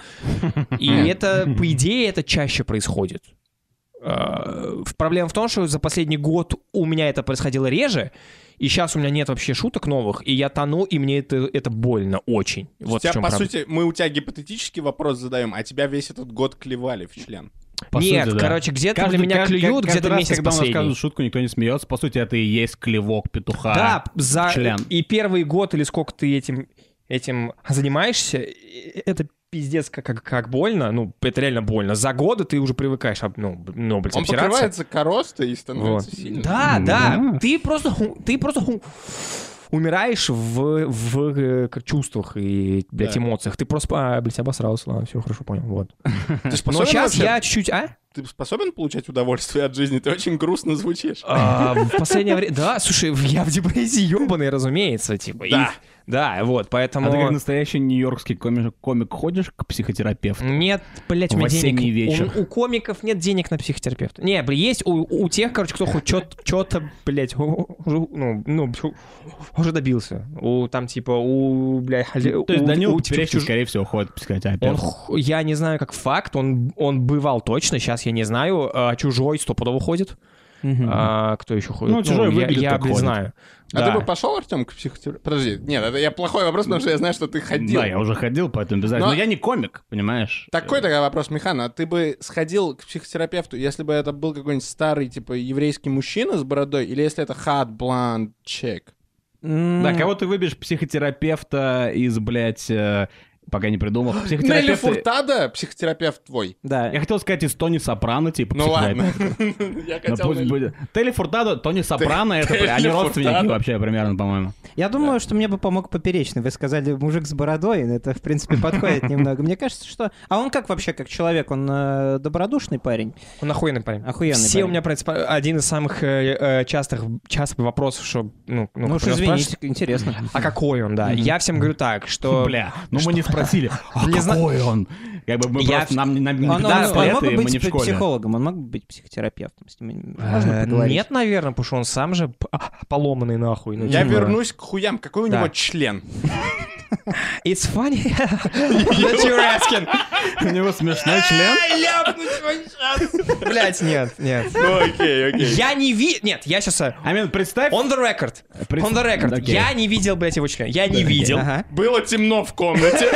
[SPEAKER 4] И
[SPEAKER 2] Хм.
[SPEAKER 4] это, по идее, это чаще происходит. Э, в- Проблема в том, что за последний год у меня это происходило реже, и сейчас у меня нет вообще шуток новых, и я тону, и мне это, это больно очень. Вот в
[SPEAKER 3] тебя,
[SPEAKER 4] чем
[SPEAKER 3] по
[SPEAKER 4] проблема.
[SPEAKER 3] сути, мы у тебя гипотетический вопрос задаем, а тебя весь этот год клевали в член.
[SPEAKER 2] По
[SPEAKER 4] Нет,
[SPEAKER 2] сути, да.
[SPEAKER 4] короче, где-то
[SPEAKER 2] Каждый-
[SPEAKER 4] для меня
[SPEAKER 2] каждый-
[SPEAKER 4] клюют,
[SPEAKER 2] каждый
[SPEAKER 4] где-то
[SPEAKER 2] раз,
[SPEAKER 4] месяц
[SPEAKER 2] когда он
[SPEAKER 4] последний.
[SPEAKER 2] рассказывает шутку, никто не смеется. По сути, это и есть клевок петуха.
[SPEAKER 4] Да, за
[SPEAKER 2] член.
[SPEAKER 4] и первый год или сколько ты этим этим занимаешься, э, это пиздец как, как, как больно, ну это реально больно. За годы ты уже привыкаешь, об- ну, б- ну блядь,
[SPEAKER 3] Он
[SPEAKER 4] обтираться.
[SPEAKER 3] покрывается коростой и становится
[SPEAKER 4] Вот.
[SPEAKER 3] сильным.
[SPEAKER 4] Да,
[SPEAKER 2] Ну
[SPEAKER 4] да,
[SPEAKER 2] да.
[SPEAKER 4] ты просто ху- ты просто ху- умираешь в, в э, к- чувствах и, блядь,
[SPEAKER 3] Да.
[SPEAKER 4] эмоциях. Ты просто, а, блядь, обосрался, ладно, все, хорошо, понял, вот.
[SPEAKER 3] Ты способен
[SPEAKER 4] Но сейчас
[SPEAKER 3] вообще-
[SPEAKER 4] я чуть-чуть, а?
[SPEAKER 3] Ты способен получать удовольствие от жизни? Ты очень грустно звучишь.
[SPEAKER 4] А, В последнее время... Да, слушай, я в депрессии ебаный, разумеется, типа. и-
[SPEAKER 3] Да.
[SPEAKER 4] Да, вот, поэтому...
[SPEAKER 2] А ты как настоящий нью-йоркский комик, комик ходишь к психотерапевту?
[SPEAKER 4] Нет, блять, у
[SPEAKER 2] В
[SPEAKER 4] меня денег.
[SPEAKER 2] осенний вечер.
[SPEAKER 4] У, у комиков нет денег на психотерапевта. Не, блин, есть у, у тех, короче, кто хоть что-то, блять, уже, ну, ну, чё- уже добился. У там типа у, блядь,
[SPEAKER 2] Ну, То есть Данил
[SPEAKER 4] у, типа,
[SPEAKER 2] Поперечный,
[SPEAKER 4] чуж-
[SPEAKER 2] скорее всего, ходит к психотерапевту.
[SPEAKER 4] он, ху- я не знаю, как факт, он, он бывал точно, сейчас я не знаю, а, чужой стопудово ходит.
[SPEAKER 1] Мгм.
[SPEAKER 4] А, кто еще ходит?
[SPEAKER 2] Ну, «Чужой»
[SPEAKER 4] я-
[SPEAKER 2] выглядит
[SPEAKER 4] я,
[SPEAKER 2] как
[SPEAKER 4] блядь,
[SPEAKER 2] ходит.
[SPEAKER 4] знаю.
[SPEAKER 3] А
[SPEAKER 4] Да.
[SPEAKER 3] ты бы пошел, Артем, к психотерапевту? Подожди, нет, это я плохой вопрос, потому что я знаю, что ты ходил.
[SPEAKER 2] Да, я уже ходил, поэтому обязательно.
[SPEAKER 3] Но-
[SPEAKER 2] Но, я не комик, понимаешь?
[SPEAKER 4] Э,
[SPEAKER 3] Такой тогда вопрос, Михан, а ты бы сходил к психотерапевту, если бы это был какой-нибудь старый, типа, еврейский мужчина с бородой, или если это hot blonde чек?
[SPEAKER 1] М,
[SPEAKER 2] Да, кого ты выберешь психотерапевта из, блядь, э, пока не придумал.
[SPEAKER 3] Нелли
[SPEAKER 2] Психотерапевта...
[SPEAKER 3] Фуртада, психотерапевт твой.
[SPEAKER 1] Да.
[SPEAKER 2] Я хотел сказать из Тони Сопрано, типа.
[SPEAKER 3] Ну
[SPEAKER 2] психотерапевт.
[SPEAKER 3] ладно. Я
[SPEAKER 2] Ну,
[SPEAKER 3] хотел...
[SPEAKER 2] пусть
[SPEAKER 3] Нелли.
[SPEAKER 2] будет. Телли Фуртадо, Тони Сопрано, это,
[SPEAKER 3] Телли
[SPEAKER 2] они родственники
[SPEAKER 3] Фуртадо.
[SPEAKER 2] вообще примерно, по-моему.
[SPEAKER 1] Я думаю, что мне бы помог поперечный. Вы сказали, мужик с бородой, это, в принципе, подходит немного. Мне кажется, что... А он как вообще, как человек? Он э, добродушный парень?
[SPEAKER 4] Он охуенный парень.
[SPEAKER 1] Охуенный
[SPEAKER 4] Все у
[SPEAKER 1] парень.
[SPEAKER 4] меня про это спра- один из самых э, э, частых, частых вопросов, что... Ну, ну,
[SPEAKER 1] Ну, уж
[SPEAKER 4] которые
[SPEAKER 1] извините,
[SPEAKER 4] спрашивают,
[SPEAKER 1] интересно.
[SPEAKER 4] А какой он, да?
[SPEAKER 1] Мгм.
[SPEAKER 4] Я всем говорю так, Э, что...
[SPEAKER 2] Бля, ну мы не спросили, а
[SPEAKER 4] Не зна-
[SPEAKER 2] какой он? Как бы мы
[SPEAKER 4] Я
[SPEAKER 2] просто,
[SPEAKER 4] в-
[SPEAKER 2] нам нам не
[SPEAKER 1] Он, он-
[SPEAKER 2] 15
[SPEAKER 1] он
[SPEAKER 2] лет,
[SPEAKER 1] мог бы
[SPEAKER 2] и мы не
[SPEAKER 1] быть
[SPEAKER 2] в школе.
[SPEAKER 1] психологом, он мог бы быть психотерапевтом. С ним
[SPEAKER 4] э,
[SPEAKER 1] можно поговорить?
[SPEAKER 4] нет, наверное, потому что он сам же п- а, поломанный нахуй. ну,
[SPEAKER 3] Я
[SPEAKER 4] типа.
[SPEAKER 3] вернусь к хуям. Какой у
[SPEAKER 4] Да.
[SPEAKER 3] него член?
[SPEAKER 4] It's funny that you're asking.
[SPEAKER 2] У него смешной член.
[SPEAKER 4] Блять, нет, нет.
[SPEAKER 3] Ну окей, окей.
[SPEAKER 4] Я не ви... Нет, я сейчас...
[SPEAKER 2] Амин, представь,
[SPEAKER 4] On the record.
[SPEAKER 2] Пред-
[SPEAKER 4] On the record.
[SPEAKER 2] Окей.
[SPEAKER 4] Я не видел, блядь, его член. Я не видел.
[SPEAKER 1] Ага.
[SPEAKER 3] Было темно в комнате,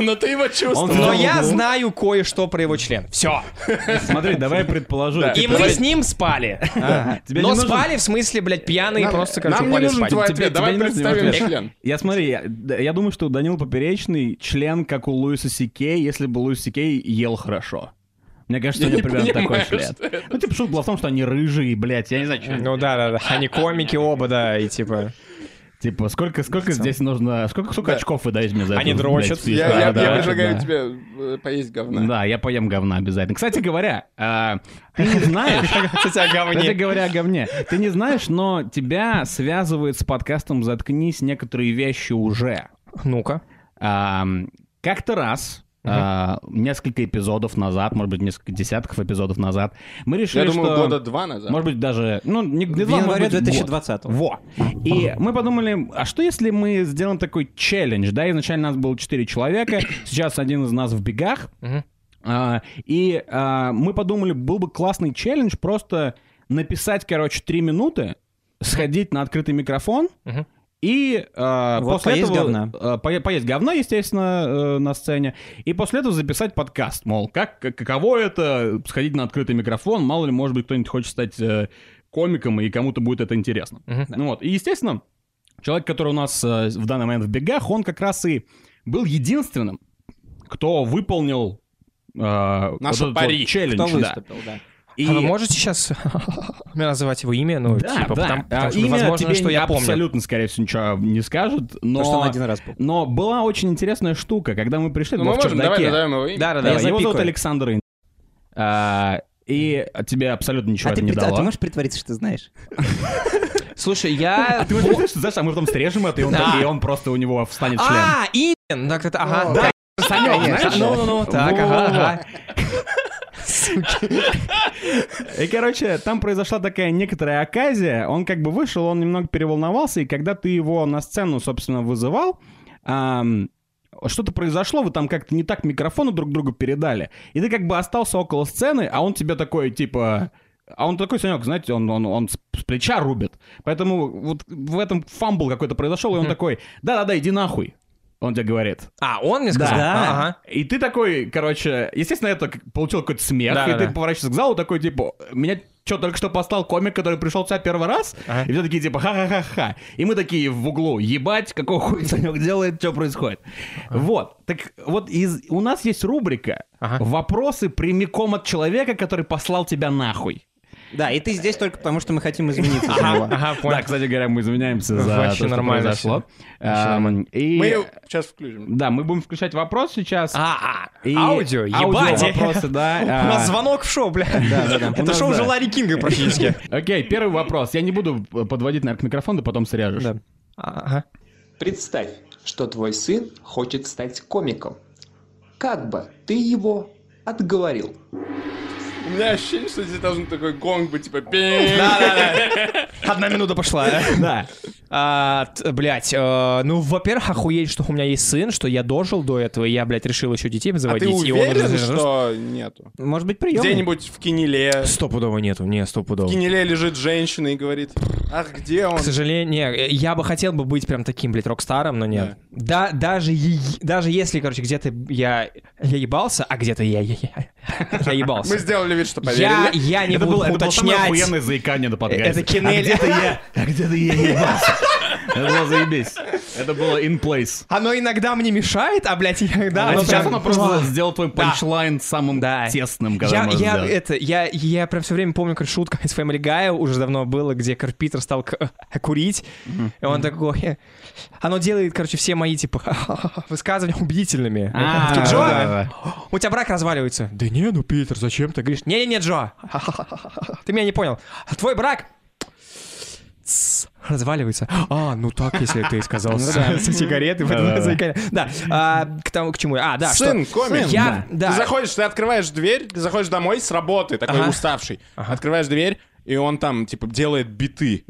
[SPEAKER 3] но ты его
[SPEAKER 4] Но
[SPEAKER 2] Да,
[SPEAKER 3] чувствовал.
[SPEAKER 4] я
[SPEAKER 2] ну.
[SPEAKER 4] знаю кое-что про его член. Все.
[SPEAKER 2] смотри, давай я предположу.
[SPEAKER 3] Да.
[SPEAKER 4] И
[SPEAKER 2] типа,
[SPEAKER 4] мы
[SPEAKER 2] давай-
[SPEAKER 4] с ним спали.
[SPEAKER 2] Ага. Тебе не
[SPEAKER 4] Но
[SPEAKER 2] нужен-
[SPEAKER 4] спали, в смысле, блядь, пьяные,
[SPEAKER 3] Нам-
[SPEAKER 4] просто, короче,
[SPEAKER 3] нам не
[SPEAKER 4] упали
[SPEAKER 3] нужен
[SPEAKER 4] спать.
[SPEAKER 3] твой
[SPEAKER 4] Тебе-
[SPEAKER 3] ответ.
[SPEAKER 4] тебе
[SPEAKER 3] Давай
[SPEAKER 4] не нужен его
[SPEAKER 3] представим
[SPEAKER 4] ответ.
[SPEAKER 3] член.
[SPEAKER 2] Я смотри, я, да, я думаю, что у Данила Поперечный член, как у Луиса Сикей, если бы Луис Сикей ел хорошо. Мне кажется, у
[SPEAKER 3] Я
[SPEAKER 2] него
[SPEAKER 3] не
[SPEAKER 2] примерно такой
[SPEAKER 3] понимаю,
[SPEAKER 2] член.
[SPEAKER 3] что это.
[SPEAKER 2] Ну, типа, шутка была в том, что они рыжие, блядь, я не знаю, что...
[SPEAKER 4] Ну да, да, да. Они комики оба, да, и типа.
[SPEAKER 2] Типа, сколько, сколько здесь нужно... Сколько, сколько
[SPEAKER 3] Да.
[SPEAKER 2] очков вы даете мне за это?
[SPEAKER 4] Они дрочат.
[SPEAKER 3] Я- Я я
[SPEAKER 4] Да, да, Ну,
[SPEAKER 3] предлагаю тебе э, поесть говна.
[SPEAKER 2] Да, я поем говна обязательно. Кстати говоря, а, ты не знаешь...
[SPEAKER 4] Кстати, о
[SPEAKER 2] Кстати
[SPEAKER 4] говне.
[SPEAKER 2] говоря о говне. Ты не знаешь, но тебя связывает с подкастом «Заткнись» некоторые вещи уже.
[SPEAKER 4] Ну-ка.
[SPEAKER 2] Ам, Как-то раз, а, несколько эпизодов назад, может быть, несколько десятков эпизодов назад, мы решили,
[SPEAKER 3] Я думаю,
[SPEAKER 2] что...
[SPEAKER 3] года два назад.
[SPEAKER 2] Может быть, даже... Ну, не, не
[SPEAKER 1] В
[SPEAKER 2] два, может
[SPEAKER 1] январе
[SPEAKER 2] быть, год.
[SPEAKER 1] 2020
[SPEAKER 2] Во. И мы подумали, а что если мы сделаем такой челлендж, да, изначально нас было четыре человека, сейчас один из нас в бегах,
[SPEAKER 4] Мгм.
[SPEAKER 2] А, и а, мы подумали, был бы классный челлендж просто написать, короче, три минуты, сходить на открытый микрофон,
[SPEAKER 4] Мгм.
[SPEAKER 2] и а,
[SPEAKER 1] Вот
[SPEAKER 2] после
[SPEAKER 1] поесть
[SPEAKER 2] этого...
[SPEAKER 1] говна.
[SPEAKER 2] а, пое- поесть говна, естественно, э, на сцене, и после этого записать подкаст, мол, как, как- каково это сходить на открытый микрофон, мало ли, может быть, кто-нибудь хочет стать э, комиком, и кому-то будет это интересно.
[SPEAKER 4] Мгм.
[SPEAKER 2] Ну вот, и, естественно, человек, который у нас э, в данный момент в бегах, он как раз и был единственным, кто выполнил э, вот этот вот
[SPEAKER 3] пари.
[SPEAKER 2] челлендж.
[SPEAKER 1] Кто
[SPEAKER 2] да.
[SPEAKER 1] выступил, да.
[SPEAKER 2] И-
[SPEAKER 4] А вы можете сейчас называть его имя? Ну,
[SPEAKER 2] да,
[SPEAKER 4] типа,
[SPEAKER 2] да.
[SPEAKER 4] потому, потому
[SPEAKER 2] А,
[SPEAKER 4] что,
[SPEAKER 2] имя
[SPEAKER 4] возможно,
[SPEAKER 2] тебе
[SPEAKER 4] что я помню.
[SPEAKER 2] абсолютно, скорее всего, ничего не скажет, но...
[SPEAKER 1] Потому что он один раз был.
[SPEAKER 2] Но была очень интересная штука, когда мы пришли,
[SPEAKER 3] Ну,
[SPEAKER 2] это
[SPEAKER 3] мы
[SPEAKER 2] было в
[SPEAKER 3] можем, давай
[SPEAKER 2] чердаке.
[SPEAKER 3] назовем его имя.
[SPEAKER 4] Да, да,
[SPEAKER 2] Да,
[SPEAKER 4] да.
[SPEAKER 1] я
[SPEAKER 2] его зовут
[SPEAKER 1] запикаю.
[SPEAKER 2] Александр Ин- А, и тебе абсолютно ничего
[SPEAKER 1] А
[SPEAKER 2] это
[SPEAKER 1] ты,
[SPEAKER 2] не
[SPEAKER 1] прит- а
[SPEAKER 2] дало.
[SPEAKER 1] ты можешь притвориться, что ты знаешь?
[SPEAKER 4] Слушай, я...
[SPEAKER 2] А ты можешь представить, что, знаешь, а мы потом срежем это, и он,
[SPEAKER 4] Да.
[SPEAKER 2] так- и он просто у него встанет член.
[SPEAKER 4] А, имя! Ну, так это- Ага, да.
[SPEAKER 2] знаешь?
[SPEAKER 4] Ну, ну, ну, так,
[SPEAKER 2] Во-во-во.
[SPEAKER 4] ага, ага.
[SPEAKER 2] И, короче, там произошла такая некоторая оказия. Он как бы вышел, он немного переволновался, и когда ты его на сцену, собственно, вызывал, ам, что-то произошло, вы там как-то не так микрофоны друг другу передали. И ты как бы остался около сцены, а он тебе такой, типа... А он такой, Санек, знаете, он, он, он с с плеча рубит. Поэтому вот в этом фамбл какой-то произошел, и он такой, да-да-да, иди нахуй. Он тебе говорит.
[SPEAKER 4] А, он мне сказал?
[SPEAKER 1] Да.
[SPEAKER 4] Ага.
[SPEAKER 2] И ты такой, короче, естественно, это к- получил какой-то смех,
[SPEAKER 4] Да,
[SPEAKER 2] и
[SPEAKER 4] да,
[SPEAKER 2] ты
[SPEAKER 4] да.
[SPEAKER 2] поворачиваешься к залу такой, типа, меня что, только что послал комик, который пришел тебя первый раз?
[SPEAKER 4] Ага.
[SPEAKER 2] И все такие, типа, ха-ха-ха-ха. И мы такие в углу, ебать, какого хуя Санек делает, что происходит. Вот. Так вот, из, у нас есть рубрика
[SPEAKER 4] Ага.
[SPEAKER 2] «Вопросы прямиком от человека, который послал тебя нахуй».
[SPEAKER 1] Да, и ты здесь только потому, что мы хотим измениться за него.
[SPEAKER 4] Ага, ага,
[SPEAKER 2] Да,
[SPEAKER 4] понял.
[SPEAKER 2] кстати говоря, мы извиняемся за
[SPEAKER 4] Вообще
[SPEAKER 2] то, что
[SPEAKER 4] нормально
[SPEAKER 2] произошло.
[SPEAKER 4] Вообще
[SPEAKER 2] Эм, и-
[SPEAKER 3] Мы его сейчас включим.
[SPEAKER 2] Да, мы будем включать вопрос сейчас.
[SPEAKER 4] А, а,
[SPEAKER 2] И
[SPEAKER 4] аудио, ебать.
[SPEAKER 2] вопросы, да.
[SPEAKER 4] У нас
[SPEAKER 2] а.
[SPEAKER 4] звонок в шоу, бля.
[SPEAKER 2] У
[SPEAKER 4] Это
[SPEAKER 2] нас,
[SPEAKER 4] шоу
[SPEAKER 2] да.
[SPEAKER 4] уже Ларри Кинга практически.
[SPEAKER 2] Окей, первый вопрос. Я не буду э, подводить, наверное, к микрофону, ты потом срежешь.
[SPEAKER 1] Да.
[SPEAKER 4] Ага.
[SPEAKER 5] Представь, что твой сын хочет стать комиком. Как бы ты его отговорил?
[SPEAKER 3] У меня ощущение, что здесь должен такой гонг быть, типа пи
[SPEAKER 4] Одна минута пошла, да?
[SPEAKER 2] Да.
[SPEAKER 4] А, т- блядь, э, ну, во-первых, охуеть, что у меня есть сын, что я дожил до этого, и я, блядь, решил еще детей
[SPEAKER 3] А
[SPEAKER 4] заводить.
[SPEAKER 3] ты
[SPEAKER 4] и он
[SPEAKER 3] уверен,
[SPEAKER 4] уже-
[SPEAKER 3] что нету?
[SPEAKER 1] Может быть, прием?
[SPEAKER 3] Где-нибудь в Кинеле.
[SPEAKER 4] Стопудово нету, не, стопудово.
[SPEAKER 3] В Кинеле лежит женщина и говорит, ах, где он?
[SPEAKER 4] К сожалению, не, я бы хотел бы быть прям таким, блядь, рок-старом, но нет. Да, даже, е- даже если, короче, где-то я, я ебался, а где-то я, я, я- я
[SPEAKER 3] Мы
[SPEAKER 4] сделался.
[SPEAKER 3] сделали вид, что
[SPEAKER 4] Я,
[SPEAKER 3] поверили.
[SPEAKER 4] я не
[SPEAKER 2] это было
[SPEAKER 4] буду
[SPEAKER 2] самое
[SPEAKER 4] уточнять. А
[SPEAKER 2] охуенное заикание на подкасте.
[SPEAKER 4] Это Кинель.
[SPEAKER 2] А где-то я? А где-то я ебался? Это было заебись. Это было in place.
[SPEAKER 4] Оно иногда мне мешает, а, блядь, иногда...
[SPEAKER 2] А
[SPEAKER 4] оно
[SPEAKER 2] сейчас
[SPEAKER 4] прям-
[SPEAKER 2] она просто сделала твой панчлайн самым
[SPEAKER 4] Да.
[SPEAKER 2] тесным,
[SPEAKER 4] Я,
[SPEAKER 2] который можно
[SPEAKER 4] я,
[SPEAKER 2] сделать.
[SPEAKER 4] это, я, я прям все время помню, как шутка из Family Guy уже давно было, где Карл Питер стал к- э, курить, и он такой... «Э, Оно делает, короче, все мои, типа, высказывания убедительными.
[SPEAKER 2] А,
[SPEAKER 4] Такие, Джо,
[SPEAKER 2] да-да-да.
[SPEAKER 4] у тебя брак разваливается. Да не, ну, Питер, зачем ты говоришь? Не-не-не, Джо, ты меня не понял. А Твой брак Тс, разваливается. А, ну так, если ты сказал с с сигареты, поэтому я заикаюсь. Да, а, к тому, к чему я. А, да, что-
[SPEAKER 3] Сын, комик.
[SPEAKER 4] Я- да.
[SPEAKER 3] Ты заходишь, ты открываешь дверь, ты заходишь домой с работы, такой
[SPEAKER 4] Ага.
[SPEAKER 3] уставший. Открываешь дверь, и он там, типа, делает биты.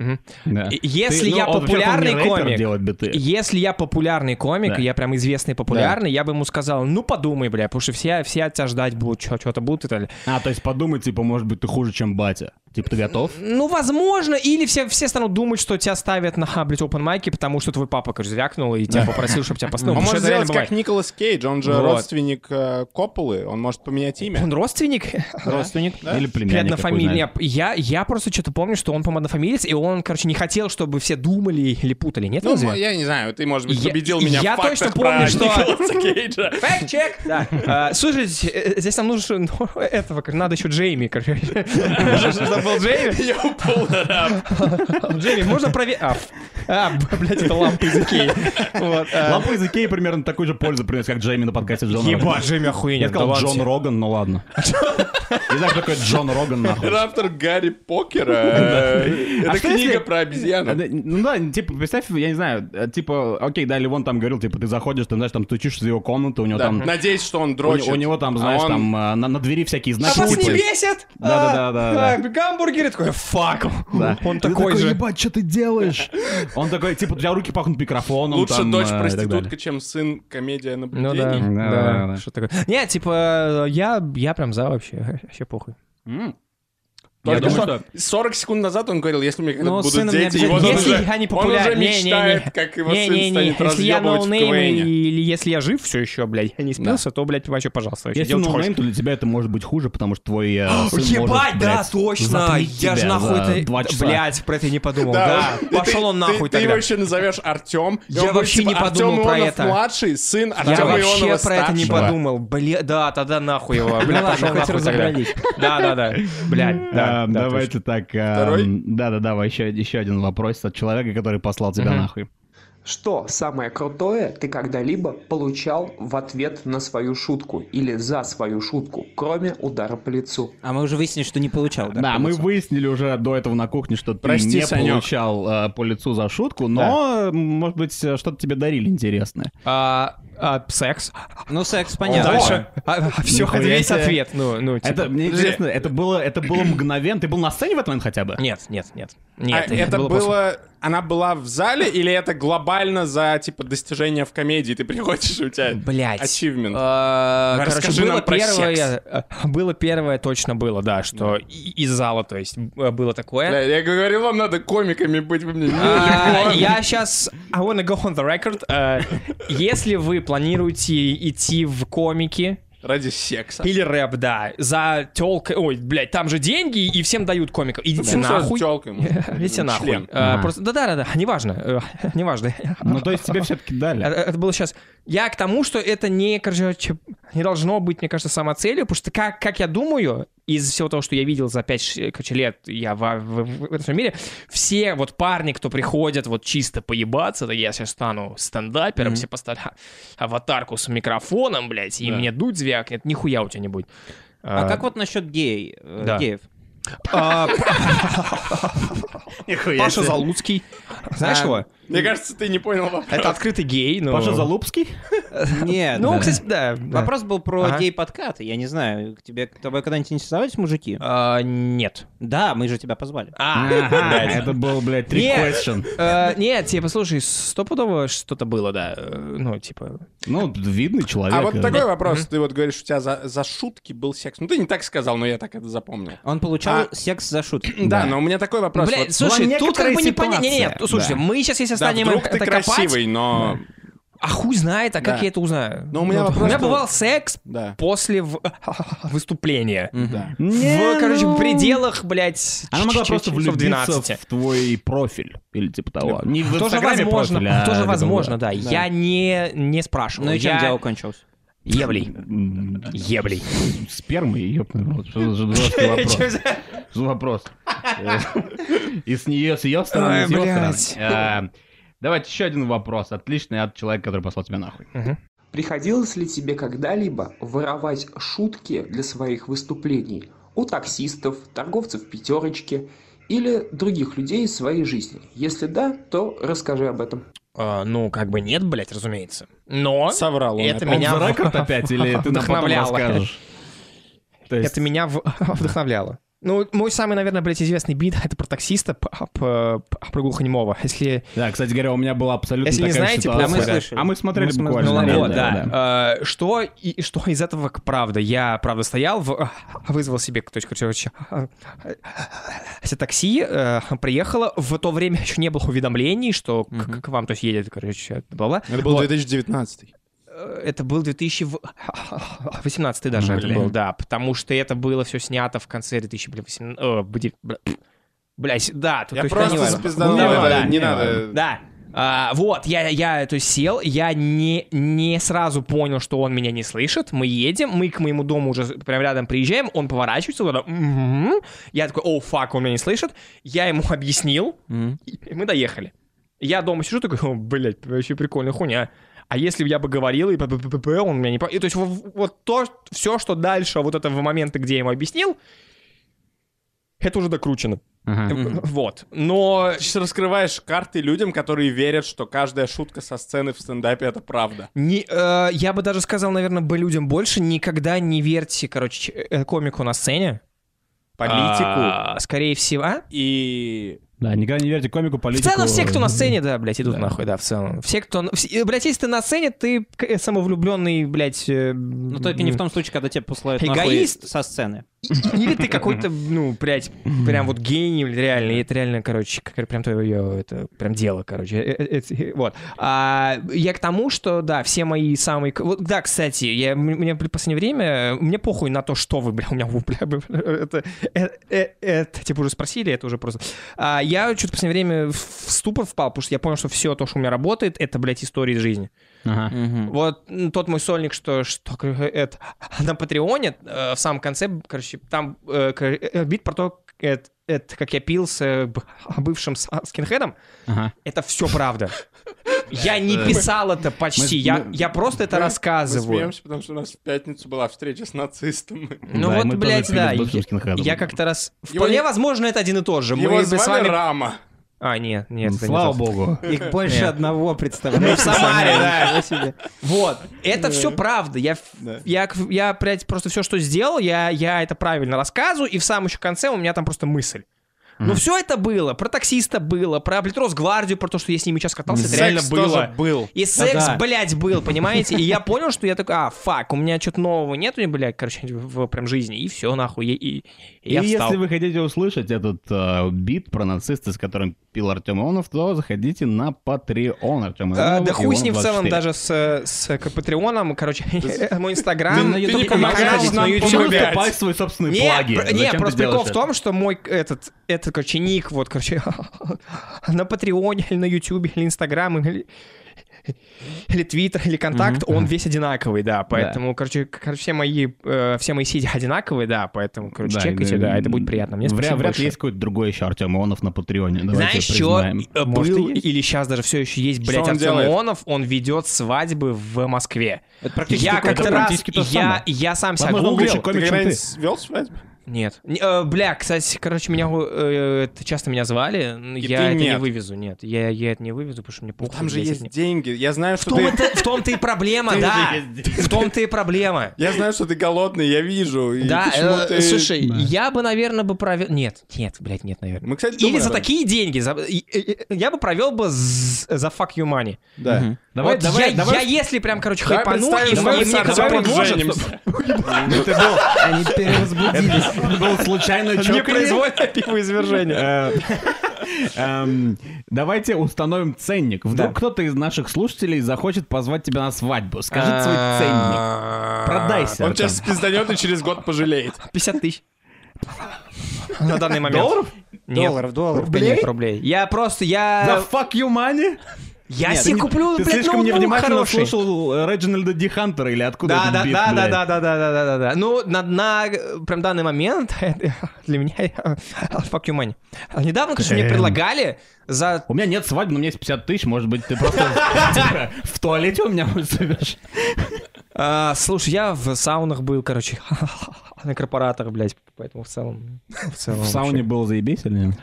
[SPEAKER 2] Да.
[SPEAKER 4] И- если
[SPEAKER 3] ну,
[SPEAKER 4] я
[SPEAKER 2] он, во-первых, он не
[SPEAKER 4] популярный
[SPEAKER 2] рэпер,
[SPEAKER 4] комик.
[SPEAKER 2] делает биты.
[SPEAKER 4] Если я популярный комик,
[SPEAKER 2] Да.
[SPEAKER 4] и я прям известный популярный, я бы ему сказал, ну подумай, бля, потому что все, все от тебя ждать будут, что-то будут и так далее.
[SPEAKER 2] А, то есть подумай, типа, может быть, ты хуже, чем батя. Типа, ты готов?
[SPEAKER 4] Ну, возможно, или все, все станут думать, что тебя ставят на, блядь, open майки, потому что твой папа, короче, звякнул и тебя попросил, чтобы тебя поставил.
[SPEAKER 3] Он
[SPEAKER 4] Потому что
[SPEAKER 3] А может
[SPEAKER 4] это реально
[SPEAKER 3] сделать как
[SPEAKER 4] бывает.
[SPEAKER 3] Николас Кейдж, он же
[SPEAKER 4] Вот.
[SPEAKER 3] родственник э, Копполы, он может поменять имя.
[SPEAKER 4] Он родственник?
[SPEAKER 1] Родственник.
[SPEAKER 2] Или
[SPEAKER 4] Или
[SPEAKER 2] племянник, какой
[SPEAKER 4] однофамилия.
[SPEAKER 2] знает.
[SPEAKER 4] Не, Я, я просто что-то помню, что он, по-моему, однофамилец, и он, короче, не хотел, чтобы все думали или путали. Нет,
[SPEAKER 3] Ну,
[SPEAKER 4] разве?
[SPEAKER 3] м- я не знаю, ты, может быть,
[SPEAKER 4] Я-
[SPEAKER 3] победил меня
[SPEAKER 4] я
[SPEAKER 3] в фактах
[SPEAKER 4] точно
[SPEAKER 3] про
[SPEAKER 4] помню, что-
[SPEAKER 3] Николаса Кейджа.
[SPEAKER 4] Фэкт-чек! Да. А, Слушайте, э, здесь нам нужно ну, этого, как надо еще Джейми, короче. Чтобы был Джейми.
[SPEAKER 3] Я упал на рам.
[SPEAKER 4] Джейми, можно проверить... А, ф- а, б- блядь, это лампа из Икеи. Вот, а.
[SPEAKER 2] Лампа из Икеи примерно такую же пользу принес, как Джейми на подкасте Джона Рогана.
[SPEAKER 4] Ебать, Джейми
[SPEAKER 2] Я
[SPEAKER 4] охуенен.
[SPEAKER 2] сказал
[SPEAKER 4] да
[SPEAKER 2] Джон
[SPEAKER 4] ладно.
[SPEAKER 2] Роган, ну ладно. Не знаю, кто такой Джон Роган, нахуй.
[SPEAKER 3] Раптор Гарри Покера. э,
[SPEAKER 2] А
[SPEAKER 3] Это
[SPEAKER 2] что если-
[SPEAKER 3] книга про
[SPEAKER 2] А,
[SPEAKER 3] обезьяну.
[SPEAKER 2] да, Ну да, типа, представь, я не знаю, э, типа, окей, да, Ливон там говорил, типа, ты заходишь, ты, знаешь, там стучишь в его комнату, у него
[SPEAKER 3] Да,
[SPEAKER 2] там...
[SPEAKER 3] Надеюсь, что он
[SPEAKER 2] У,
[SPEAKER 3] дрочит.
[SPEAKER 2] у него там,
[SPEAKER 3] А
[SPEAKER 2] знаешь,
[SPEAKER 3] он-
[SPEAKER 2] там э, на, на двери всякие
[SPEAKER 4] А
[SPEAKER 2] знаки.
[SPEAKER 4] вас не
[SPEAKER 2] типа.
[SPEAKER 4] бесит?
[SPEAKER 2] Да-да-да-да-да.
[SPEAKER 4] А, так, Гамбургеры такой, фак.
[SPEAKER 2] Да.
[SPEAKER 4] Он
[SPEAKER 2] И ты
[SPEAKER 4] такой же.
[SPEAKER 2] ебать, что ты делаешь? Он такой, типа, у тебя руки пахнут микрофоном.
[SPEAKER 3] Лучше
[SPEAKER 2] там,
[SPEAKER 3] дочь
[SPEAKER 2] э, и так
[SPEAKER 3] проститутка,
[SPEAKER 2] далее.
[SPEAKER 3] чем сын комедия
[SPEAKER 4] Ну да,
[SPEAKER 3] наблюдений.
[SPEAKER 2] Да, да, да.
[SPEAKER 4] да, что такое. Не, типа, я, я прям за вообще, вообще похуй.
[SPEAKER 2] М.
[SPEAKER 3] Только
[SPEAKER 2] Я думаю,
[SPEAKER 3] что 40 секунд назад он говорил, если у меня
[SPEAKER 1] Ну,
[SPEAKER 3] когда-то будут
[SPEAKER 1] сыном не
[SPEAKER 3] дети, его
[SPEAKER 1] обязательно.
[SPEAKER 3] он
[SPEAKER 4] Если
[SPEAKER 3] уже-
[SPEAKER 4] я не
[SPEAKER 3] Он уже
[SPEAKER 4] популярен, не-не-не.
[SPEAKER 3] мечтает, как его сын
[SPEAKER 4] Не-не-не,
[SPEAKER 3] станет
[SPEAKER 4] если я
[SPEAKER 3] разъебывать в
[SPEAKER 4] ноунейм
[SPEAKER 3] Квене.
[SPEAKER 4] или если я жив все еще, блядь, я не спился, то, блядь, вообще, пожалуйста, вообще
[SPEAKER 2] Если
[SPEAKER 4] делай, что
[SPEAKER 2] ноунейм, то для тебя это может быть хуже, потому что твой э, сын
[SPEAKER 4] хочешь.
[SPEAKER 2] может,
[SPEAKER 4] А, Ебать, да,
[SPEAKER 2] блядь,
[SPEAKER 4] точно!
[SPEAKER 2] затмить
[SPEAKER 4] Я же
[SPEAKER 2] тебя
[SPEAKER 4] нахуй
[SPEAKER 2] за
[SPEAKER 4] это...
[SPEAKER 2] два часа.
[SPEAKER 4] Блядь, про это не подумал, да.
[SPEAKER 3] вот. И
[SPEAKER 4] Пошел
[SPEAKER 3] ты-
[SPEAKER 4] он нахуй
[SPEAKER 3] Ты ты его
[SPEAKER 4] тогда.
[SPEAKER 3] еще назовешь Артем.
[SPEAKER 4] Я вообще не подумал про это.
[SPEAKER 3] типа младший, сын
[SPEAKER 4] Я
[SPEAKER 3] Артема Ионова
[SPEAKER 4] вообще про это не
[SPEAKER 3] старшего.
[SPEAKER 4] подумал. Бля, да, тогда нахуй его.
[SPEAKER 1] Ну
[SPEAKER 4] Бля,
[SPEAKER 1] ладно,
[SPEAKER 4] пошел
[SPEAKER 1] хоть
[SPEAKER 4] нахуй тогда.
[SPEAKER 1] разобрались.
[SPEAKER 4] Да, да, да. Блядь, да.
[SPEAKER 2] Э,
[SPEAKER 4] да,
[SPEAKER 2] Давайте так. эм,
[SPEAKER 3] Второй?
[SPEAKER 2] Да, да, давай еще, еще один вопрос от человека, который послал тебя
[SPEAKER 4] Мгм.
[SPEAKER 2] нахуй.
[SPEAKER 5] Что самое крутое ты когда-либо получал в ответ на свою шутку или за свою шутку, кроме удара по лицу?
[SPEAKER 1] А мы уже выяснили, что не получал, да?
[SPEAKER 2] Да, мы
[SPEAKER 1] получал?
[SPEAKER 2] выяснили уже до этого на кухне, что ты
[SPEAKER 3] Прости,
[SPEAKER 2] не
[SPEAKER 3] Санёк.
[SPEAKER 2] получал э, по лицу за шутку, но, э, может быть, э, что-то тебе дарили интересное.
[SPEAKER 4] А, а, секс.
[SPEAKER 1] Ну, секс,
[SPEAKER 4] Понятно.
[SPEAKER 1] понятно.
[SPEAKER 4] Дальше. Все,
[SPEAKER 2] Нихуя
[SPEAKER 4] весь
[SPEAKER 2] себе.
[SPEAKER 4] ответ. Ну, ну, типа.
[SPEAKER 2] Это, мне
[SPEAKER 3] подожди.
[SPEAKER 2] интересно, это было, это было мгновенно. Ты был на сцене в этот момент хотя бы?
[SPEAKER 4] Нет, нет, нет.
[SPEAKER 3] А
[SPEAKER 4] Нет,
[SPEAKER 3] это
[SPEAKER 4] после.
[SPEAKER 3] было... Она была в зале или это глобально за, типа, достижение в комедии? Ты приходишь, и у тебя
[SPEAKER 4] Блять.
[SPEAKER 3] Achievement.
[SPEAKER 4] А,
[SPEAKER 3] Расскажи
[SPEAKER 4] Короче, было
[SPEAKER 3] нам про
[SPEAKER 4] первое,
[SPEAKER 3] секс.
[SPEAKER 4] э, было первое, точно было, да, что и- из зала, то есть, э, было
[SPEAKER 3] Бля,
[SPEAKER 4] такое.
[SPEAKER 3] я говорил, вам надо комиками быть, вы мне не
[SPEAKER 4] А,
[SPEAKER 3] верили.
[SPEAKER 4] Я сейчас... I wanna go on the record. Э, Если вы планируете идти в комики
[SPEAKER 3] Ради секса.
[SPEAKER 4] или рэп, да, за телкой... Ой, блядь, там же деньги, и всем дают комиков. Идите
[SPEAKER 3] Почему сразу
[SPEAKER 4] нахуй.
[SPEAKER 3] тёлкой?
[SPEAKER 4] Идите нахуй.
[SPEAKER 3] Член.
[SPEAKER 4] Э,
[SPEAKER 2] Ага.
[SPEAKER 4] Просто, да-да-да, неважно, э, неважно.
[SPEAKER 2] Ну, то есть тебе все-таки
[SPEAKER 4] Э,
[SPEAKER 2] дали.
[SPEAKER 4] э, Это было сейчас. Я к тому, что это не, короче, не должно быть, мне кажется, самоцелью, потому что, как, как я думаю, из всего того, что я видел за 5 лет, я во- в, в- в этом мире, все вот парни, кто приходят вот чисто поебаться, да я сейчас стану стендапером, все поставят ха, аватарку с микрофоном, блядь, и мне дуть звякнет, нихуя у тебя не будет.
[SPEAKER 1] А как вот насчет гей, э,
[SPEAKER 4] Да.
[SPEAKER 1] геев?
[SPEAKER 4] Паша Залуцкий. Знаешь
[SPEAKER 1] А,
[SPEAKER 4] его?
[SPEAKER 3] Мне кажется, ты не понял вопрос.
[SPEAKER 4] Это открытый гей, но...
[SPEAKER 2] Паша Залупский?
[SPEAKER 1] Нет.
[SPEAKER 4] Ну,
[SPEAKER 1] да.
[SPEAKER 4] кстати, да. да.
[SPEAKER 1] Вопрос был про
[SPEAKER 4] Ага.
[SPEAKER 1] гей-подкаты. Я не знаю, к тебе, к тобой когда-нибудь интересовались мужики?
[SPEAKER 4] А, нет.
[SPEAKER 1] Да, мы же тебя позвали.
[SPEAKER 4] А,
[SPEAKER 2] Ага,
[SPEAKER 4] блядь.
[SPEAKER 2] это был, блядь, три
[SPEAKER 4] Нет.
[SPEAKER 2] question.
[SPEAKER 4] Э, Нет, типа, слушай, стопудово что-то было, да. Э, Ну, типа...
[SPEAKER 2] Ну, видный человек.
[SPEAKER 3] А вот
[SPEAKER 2] э,
[SPEAKER 3] такой вопрос. Ты вот говоришь, у тебя за, за шутки был секс. Ну, ты не так сказал, но я так это запомнил.
[SPEAKER 1] Он получал
[SPEAKER 3] А-
[SPEAKER 1] секс за шутки.
[SPEAKER 3] Да, но у меня такой вопрос.
[SPEAKER 4] Бля,
[SPEAKER 3] Вот
[SPEAKER 4] Ну, слушай,
[SPEAKER 2] была
[SPEAKER 4] тут как бы
[SPEAKER 2] некоторая
[SPEAKER 4] непонятно.
[SPEAKER 2] ситуация.
[SPEAKER 4] Нет, слушайте,
[SPEAKER 2] Да.
[SPEAKER 4] мы сейчас, если
[SPEAKER 3] Да,
[SPEAKER 4] станем
[SPEAKER 3] вдруг ты
[SPEAKER 4] это копать...
[SPEAKER 3] красивый, но...
[SPEAKER 4] А хуй знает, а как
[SPEAKER 3] Да.
[SPEAKER 4] я это узнаю?
[SPEAKER 3] Но у меня
[SPEAKER 4] Ну,
[SPEAKER 3] вопрос,
[SPEAKER 4] у меня
[SPEAKER 3] что-
[SPEAKER 4] бывал секс
[SPEAKER 3] Да.
[SPEAKER 4] после в- выступления.
[SPEAKER 3] Да.
[SPEAKER 2] Не,
[SPEAKER 4] в, короче,
[SPEAKER 2] ну,
[SPEAKER 4] в пределах, блядь,
[SPEAKER 2] А Она могла
[SPEAKER 4] ч- ч-
[SPEAKER 2] просто
[SPEAKER 4] часов
[SPEAKER 2] влюбиться
[SPEAKER 4] 12.
[SPEAKER 2] в твой профиль или типа того. Не в
[SPEAKER 4] Тоже
[SPEAKER 2] Инстаграме
[SPEAKER 4] возможно,
[SPEAKER 2] профиль, а
[SPEAKER 4] тоже
[SPEAKER 2] в другом,
[SPEAKER 4] возможно, да.
[SPEAKER 3] Да.
[SPEAKER 4] Я не, не спрашивал.
[SPEAKER 1] Ну и чем
[SPEAKER 4] я...
[SPEAKER 1] дело кончилось?
[SPEAKER 4] Еблей.
[SPEAKER 2] М,
[SPEAKER 4] Еблей.
[SPEAKER 2] Спермой, ёпта, вот, что за дурацкий вопрос.
[SPEAKER 4] Чё за-
[SPEAKER 2] Что за вопрос? Э, И с нее, с ее стороны,
[SPEAKER 4] Ой,
[SPEAKER 2] и с его
[SPEAKER 4] блядь.
[SPEAKER 2] стороны. Э, Давайте еще один вопрос, отличный от человека, который послал тебя нахуй.
[SPEAKER 5] Приходилось ли тебе когда-либо воровать шутки для своих выступлений у таксистов, торговцев пятерочки или других людей из своей жизни? Если да, то расскажи об этом.
[SPEAKER 4] А, Ну, как бы нет, блядь, разумеется. Но
[SPEAKER 3] Соврал он.
[SPEAKER 4] Это
[SPEAKER 3] опять.
[SPEAKER 4] меня
[SPEAKER 2] Он за
[SPEAKER 4] в-
[SPEAKER 2] рекорд опять или ты нам потом
[SPEAKER 4] вдохновляло.
[SPEAKER 2] расскажешь? То есть-
[SPEAKER 4] это меня в- вдохновляло. Ну, мой самый, наверное, блядь, известный бит — это про таксиста, п- п- п- про глухонемого. Если...
[SPEAKER 2] Да, кстати говоря, у меня была абсолютно
[SPEAKER 4] Если не
[SPEAKER 2] такая же
[SPEAKER 4] знаете,
[SPEAKER 2] ситуация.
[SPEAKER 1] а мы слышали.
[SPEAKER 2] А мы смотрели
[SPEAKER 1] Мы смотрели.
[SPEAKER 2] буквально.
[SPEAKER 1] Ну ладно,
[SPEAKER 2] недавно,
[SPEAKER 4] Вот, да. Э, Что, и, и что из этого к- правда? Я, правда, стоял, в- а, вызвал себе, то есть, короче, все такси э, приехало. В то время еще не было уведомлений, что к- к, к вам, то есть, едет, короче, бла-бла.
[SPEAKER 3] Это был
[SPEAKER 4] Вот.
[SPEAKER 3] 2019.
[SPEAKER 4] Э, Это был 2018 даже это
[SPEAKER 2] Блин.
[SPEAKER 4] был, да, потому что это было все снято в конце 2018... э, бди- бля- Блядь, да. то-
[SPEAKER 3] Я
[SPEAKER 4] то есть,
[SPEAKER 3] просто
[SPEAKER 4] понимаю.
[SPEAKER 3] запизданул,
[SPEAKER 4] Ну,
[SPEAKER 3] это
[SPEAKER 4] да,
[SPEAKER 3] не
[SPEAKER 2] да.
[SPEAKER 3] надо.
[SPEAKER 4] Да. А, вот, я, я, то есть, сел, я не, не сразу понял, что он меня не слышит, мы едем, мы к моему дому уже прям рядом приезжаем, он поворачивается, вот это, «Мгм». я такой, о, фак, он меня не слышит, я ему объяснил,
[SPEAKER 1] Мгм.
[SPEAKER 4] и и мы доехали. Я дома сижу такой, «О, блядь, вообще прикольная хуйня. А если бы я бы говорил, и п-п-п-п, он меня не... по- и То есть вот, вот то, все, что дальше, вот этого момента, где я ему объяснил, это уже докручено.
[SPEAKER 2] Ага.
[SPEAKER 4] Вот. Но
[SPEAKER 3] Ты сейчас раскрываешь карты людям, которые верят, что каждая шутка со сцены в стендапе — это правда.
[SPEAKER 4] Не, э, я бы даже сказал, наверное, бы людям больше никогда не верьте, короче, ч- э, комику на сцене.
[SPEAKER 3] Политику
[SPEAKER 4] А, скорее всего. а?
[SPEAKER 3] и...
[SPEAKER 2] Да, никогда не верьте комику,
[SPEAKER 4] В
[SPEAKER 2] политику.
[SPEAKER 4] целом все, кто на сцене, да, блядь, идут
[SPEAKER 2] Да.
[SPEAKER 4] нахуй, да, в целом. Все, кто... все- э, Блядь, если ты на сцене, ты к- э, самовлюбленный, блядь... э,
[SPEAKER 1] Ну только не в том случае, когда тебя посылают
[SPEAKER 4] Эгоист.
[SPEAKER 1] нахуй со сцены.
[SPEAKER 4] Или ты какой-то, ну, блядь, прям вот гений, блядь, реально, и это реально, короче, как- прям твое, это, прям дело, короче, Э, э, э, вот. А, я к тому, что, да, все мои самые, к- вот, да, кстати, я, м- мне в последнее время, мне похуй на то, что вы, бля, у меня, вы, бля, бля, бля, это, э, э, это, типа, уже спросили, это уже просто. А, я что-то в последнее время в в ступор впал, потому что я понял, что все то, что у меня работает, это, блядь, истории из жизни.
[SPEAKER 2] Ага.
[SPEAKER 1] Мгм.
[SPEAKER 4] Вот м, тот мой сольник, что, что к- это, на Патреоне, э, в самом конце, короче, там э, к- э, бит про то, к- это, это как я пил с э, б- бывшим с- скинхедом,
[SPEAKER 2] Ага.
[SPEAKER 4] это все правда. Я не писал это почти,
[SPEAKER 2] мы-
[SPEAKER 4] я,
[SPEAKER 2] мы-
[SPEAKER 4] я просто это
[SPEAKER 3] мы- мы Мы
[SPEAKER 4] рассказываю.
[SPEAKER 3] смеемся, потому что у нас в пятницу была встреча с нацистом.
[SPEAKER 4] Ну
[SPEAKER 2] Да, и мы
[SPEAKER 4] вот,
[SPEAKER 2] тоже
[SPEAKER 4] блядь,
[SPEAKER 2] пили
[SPEAKER 4] да,
[SPEAKER 2] с бывшим
[SPEAKER 4] я-
[SPEAKER 2] скинхедом.
[SPEAKER 4] я как-то раз...
[SPEAKER 3] Его
[SPEAKER 4] Вполне
[SPEAKER 3] не-
[SPEAKER 4] возможно, это один и тот же.
[SPEAKER 3] Его
[SPEAKER 4] Мы бы с
[SPEAKER 3] звали
[SPEAKER 4] вами...
[SPEAKER 3] Рама.
[SPEAKER 4] А, нет, нет. это не
[SPEAKER 2] Ну, Слава
[SPEAKER 4] тот.
[SPEAKER 2] богу.
[SPEAKER 1] Их больше
[SPEAKER 4] Нет.
[SPEAKER 1] одного представляют.
[SPEAKER 4] в Самаре, да.
[SPEAKER 1] Ничего себе.
[SPEAKER 4] Вот, это все правда. Я, ф-
[SPEAKER 3] Да.
[SPEAKER 4] я, к- я, блядь, просто все, что сделал, я, я это правильно рассказываю, и в самом еще конце у меня там просто мысль. Ну, все это было. Про таксиста было, про Гвардию, про то, что я с ними сейчас катался, это реально
[SPEAKER 3] Секс
[SPEAKER 4] было.
[SPEAKER 3] тоже был.
[SPEAKER 4] И секс,
[SPEAKER 1] Да-да.
[SPEAKER 4] блядь, был, понимаете? И я понял, что я такой, а, фак, у меня что-то нового нету, и, блядь, короче, в прям жизни. И все, нахуй, и, и- и я
[SPEAKER 2] и
[SPEAKER 4] встал.
[SPEAKER 2] если вы хотите услышать этот э, бит про нациста, с которым пил Артем Ионов, то заходите на Patreon Артема
[SPEAKER 4] А,
[SPEAKER 2] Ионова,
[SPEAKER 4] да хуй с ним в
[SPEAKER 2] Ионов
[SPEAKER 4] целом
[SPEAKER 2] 24.
[SPEAKER 4] даже с, э, с к- Патреоном, короче, мой инстаграм.
[SPEAKER 3] на
[SPEAKER 4] Ты
[SPEAKER 3] YouTube
[SPEAKER 4] не помогаешь
[SPEAKER 3] помогаешь
[SPEAKER 4] на
[SPEAKER 3] нам
[SPEAKER 4] ютубе.
[SPEAKER 3] помогать.
[SPEAKER 2] в свои собственные
[SPEAKER 4] Не,
[SPEAKER 2] плаги.
[SPEAKER 4] про- не,
[SPEAKER 2] Зачем ты
[SPEAKER 4] просто прикол
[SPEAKER 2] делаешь
[SPEAKER 4] в
[SPEAKER 2] это?
[SPEAKER 4] том, что мой этот, этот, короче, ник, вот, короче, на Патреоне, или на Ютубе, или Инстаграм, или или Твиттер, или Контакт, он весь одинаковый, да, поэтому, короче, к- короче, все мои, э, все мои сети одинаковые, да, поэтому, короче,
[SPEAKER 2] Да,
[SPEAKER 4] чекайте,
[SPEAKER 2] и-
[SPEAKER 4] да, это будет приятно. Мне
[SPEAKER 2] Вряд-
[SPEAKER 4] спасибо
[SPEAKER 2] Вряд ли
[SPEAKER 4] большое.
[SPEAKER 2] есть какой-то другой еще Артем Ионов на Патреоне. давайте
[SPEAKER 4] Знаешь, что
[SPEAKER 2] признаем.
[SPEAKER 4] э,
[SPEAKER 2] Может, и
[SPEAKER 4] был
[SPEAKER 2] есть.
[SPEAKER 4] или сейчас даже все еще есть, блядь,
[SPEAKER 3] он
[SPEAKER 4] Артем
[SPEAKER 3] делает?
[SPEAKER 4] Ионов, он ведет свадьбы в Москве.
[SPEAKER 1] Это практически
[SPEAKER 4] Я
[SPEAKER 1] такое
[SPEAKER 4] как-то
[SPEAKER 1] же.
[SPEAKER 4] раз,
[SPEAKER 2] практически то же
[SPEAKER 4] я,
[SPEAKER 2] самое.
[SPEAKER 4] я сам себя
[SPEAKER 2] Возможно, он
[SPEAKER 4] гуглил,
[SPEAKER 2] лучше
[SPEAKER 3] Ты
[SPEAKER 2] комик, чем ты.
[SPEAKER 3] когда-нибудь свел свадьбу?
[SPEAKER 4] Нет. Не, э, бля, кстати, короче, меня э, это часто меня звали, но
[SPEAKER 3] И
[SPEAKER 4] я
[SPEAKER 3] ты
[SPEAKER 4] это не
[SPEAKER 3] нет.
[SPEAKER 4] вывезу, нет. Я, я это не вывезу, потому что мне похуй.
[SPEAKER 3] Там же
[SPEAKER 4] блядь,
[SPEAKER 3] есть
[SPEAKER 4] это не-
[SPEAKER 3] деньги. Я знаю,
[SPEAKER 4] В
[SPEAKER 3] что ты...
[SPEAKER 4] том-то, в том-то и проблема,
[SPEAKER 2] Ты
[SPEAKER 4] да.
[SPEAKER 2] же есть
[SPEAKER 4] В том-то и проблема.
[SPEAKER 3] Я знаю, что ты голодный, я вижу. и
[SPEAKER 4] Да,
[SPEAKER 3] почему
[SPEAKER 4] э,
[SPEAKER 3] ты-
[SPEAKER 4] слушай,
[SPEAKER 2] Да.
[SPEAKER 4] я бы, наверное, бы провел... Нет, нет, блядь, нет, наверное.
[SPEAKER 3] Мы, кстати,
[SPEAKER 4] Или
[SPEAKER 3] думали
[SPEAKER 4] за
[SPEAKER 3] об этом.
[SPEAKER 4] такие деньги. за- и- и- и- Я бы провел бы з- за fuck you money.
[SPEAKER 3] Да.
[SPEAKER 1] Мгм.
[SPEAKER 2] Давай,
[SPEAKER 4] Вот
[SPEAKER 2] давай,
[SPEAKER 4] я,
[SPEAKER 2] давай.
[SPEAKER 4] я если прям, короче,
[SPEAKER 3] Давай
[SPEAKER 4] хайпану, и,
[SPEAKER 3] представим, что
[SPEAKER 4] мне-
[SPEAKER 3] мы
[SPEAKER 4] и
[SPEAKER 3] с
[SPEAKER 4] мне кто-то
[SPEAKER 3] Артемом
[SPEAKER 4] предложит,
[SPEAKER 3] женимся.
[SPEAKER 2] Это был-
[SPEAKER 1] Они перевозбудились.
[SPEAKER 2] это было случайное
[SPEAKER 4] мне
[SPEAKER 2] чоканье.
[SPEAKER 4] производят пивоизвержение.
[SPEAKER 2] Э, Эм, Давайте установим ценник. Вдруг кто-то из наших слушателей захочет позвать тебя на свадьбу. Скажи свой ценник.
[SPEAKER 4] А.
[SPEAKER 2] Продайся.
[SPEAKER 3] Он
[SPEAKER 2] Артем.
[SPEAKER 3] сейчас спизданет и через год пожалеет.
[SPEAKER 4] 50 тысяч. На данный момент. Долларов? Нет,
[SPEAKER 1] Долларов, долларов.
[SPEAKER 4] рублей? рублей. Я просто, я...
[SPEAKER 2] The fuck you money?
[SPEAKER 4] Я
[SPEAKER 2] Нет,
[SPEAKER 4] А. себе
[SPEAKER 2] ты не-
[SPEAKER 4] куплю,
[SPEAKER 2] Ты
[SPEAKER 4] блядь,
[SPEAKER 2] слишком
[SPEAKER 4] ноутбук
[SPEAKER 2] невнимательно
[SPEAKER 4] хороший.
[SPEAKER 2] слушал э, Реджинальда Ди Хантера или откуда
[SPEAKER 4] Да,
[SPEAKER 2] этот
[SPEAKER 4] да,
[SPEAKER 2] бит,
[SPEAKER 4] да, да,
[SPEAKER 2] блядь?
[SPEAKER 4] да, да, да, да, да, да, да. Ну, на, на э, прям данный момент для меня э, fuck you money. А Недавно, короче, мне
[SPEAKER 2] Эм.
[SPEAKER 4] предлагали за...
[SPEAKER 2] У меня нет свадьбы, но у меня есть 50 тысяч, может быть, ты просто типа, в туалете у меня вызовешь.
[SPEAKER 4] а, слушай, я в саунах был, короче, на корпоратах, блядь, поэтому в целом... В, целом
[SPEAKER 2] В
[SPEAKER 4] вообще.
[SPEAKER 2] сауне было заебись или нет?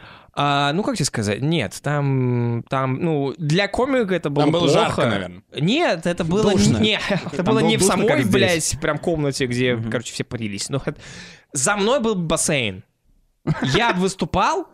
[SPEAKER 4] А, ну, как тебе сказать? Нет, там, там, ну, для комика это было
[SPEAKER 3] Там было
[SPEAKER 4] плохо.
[SPEAKER 3] жарко, наверное.
[SPEAKER 4] Нет, это было
[SPEAKER 2] Душно.
[SPEAKER 4] не, не, это
[SPEAKER 2] Там
[SPEAKER 4] было
[SPEAKER 2] было
[SPEAKER 4] не в
[SPEAKER 2] душно, как
[SPEAKER 4] самой,
[SPEAKER 2] здесь.
[SPEAKER 4] блядь, прям комнате, где, короче, все парились. Но это- за мной был бассейн. Я выступал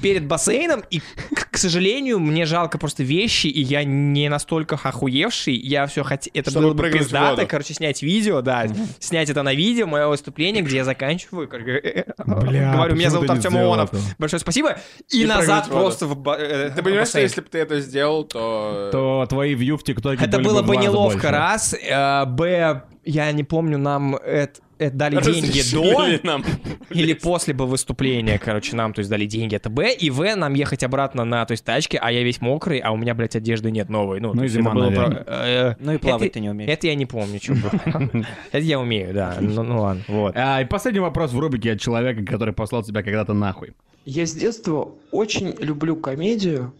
[SPEAKER 4] перед бассейном, и, к, к сожалению, мне жалко просто вещи, и я не настолько охуевший, я все хотел... Это
[SPEAKER 3] Чтобы
[SPEAKER 4] было бы
[SPEAKER 3] прыгнуть в
[SPEAKER 4] пиздато,
[SPEAKER 3] воду.
[SPEAKER 4] короче, снять видео, да, снять это на видео, мое выступление, где я заканчиваю, как- э, э,
[SPEAKER 2] Бля,
[SPEAKER 4] говорю,
[SPEAKER 2] почему
[SPEAKER 4] меня зовут
[SPEAKER 2] ты не
[SPEAKER 4] Артем
[SPEAKER 2] сделал
[SPEAKER 4] Ионов,
[SPEAKER 2] этого?
[SPEAKER 4] большое спасибо, и,
[SPEAKER 3] И прыгнуть
[SPEAKER 4] назад
[SPEAKER 3] в воду.
[SPEAKER 4] просто в ба- э,
[SPEAKER 3] Ты понимаешь, что
[SPEAKER 4] бассейн.
[SPEAKER 3] если бы ты это сделал, то...
[SPEAKER 2] То твои вью в ТикТоке
[SPEAKER 4] Это
[SPEAKER 2] были
[SPEAKER 4] было
[SPEAKER 2] в
[SPEAKER 4] бы
[SPEAKER 2] два раза
[SPEAKER 4] неловко,
[SPEAKER 2] больше.
[SPEAKER 4] раз. Э, Б, я не помню, нам это, это дали деньги
[SPEAKER 3] разрешили
[SPEAKER 4] до
[SPEAKER 3] нам.
[SPEAKER 4] или после бы выступления, короче, нам, то есть, дали деньги, это Б, и В, нам ехать обратно на, то есть, тачке, а я весь мокрый, а у меня, блядь, одежды нет новой. Ну,
[SPEAKER 2] Ну и
[SPEAKER 4] то есть,
[SPEAKER 2] зима,
[SPEAKER 4] это было
[SPEAKER 2] наверное.
[SPEAKER 4] про- э,
[SPEAKER 1] Ну и
[SPEAKER 4] это-
[SPEAKER 1] плавать ты не умеешь.
[SPEAKER 4] Это я не помню, что было. Это я умею, да. Ну ну ладно, вот.
[SPEAKER 2] А, и последний вопрос в рубрике от человека, который послал тебя когда-то нахуй.
[SPEAKER 5] Я с детства очень люблю комедию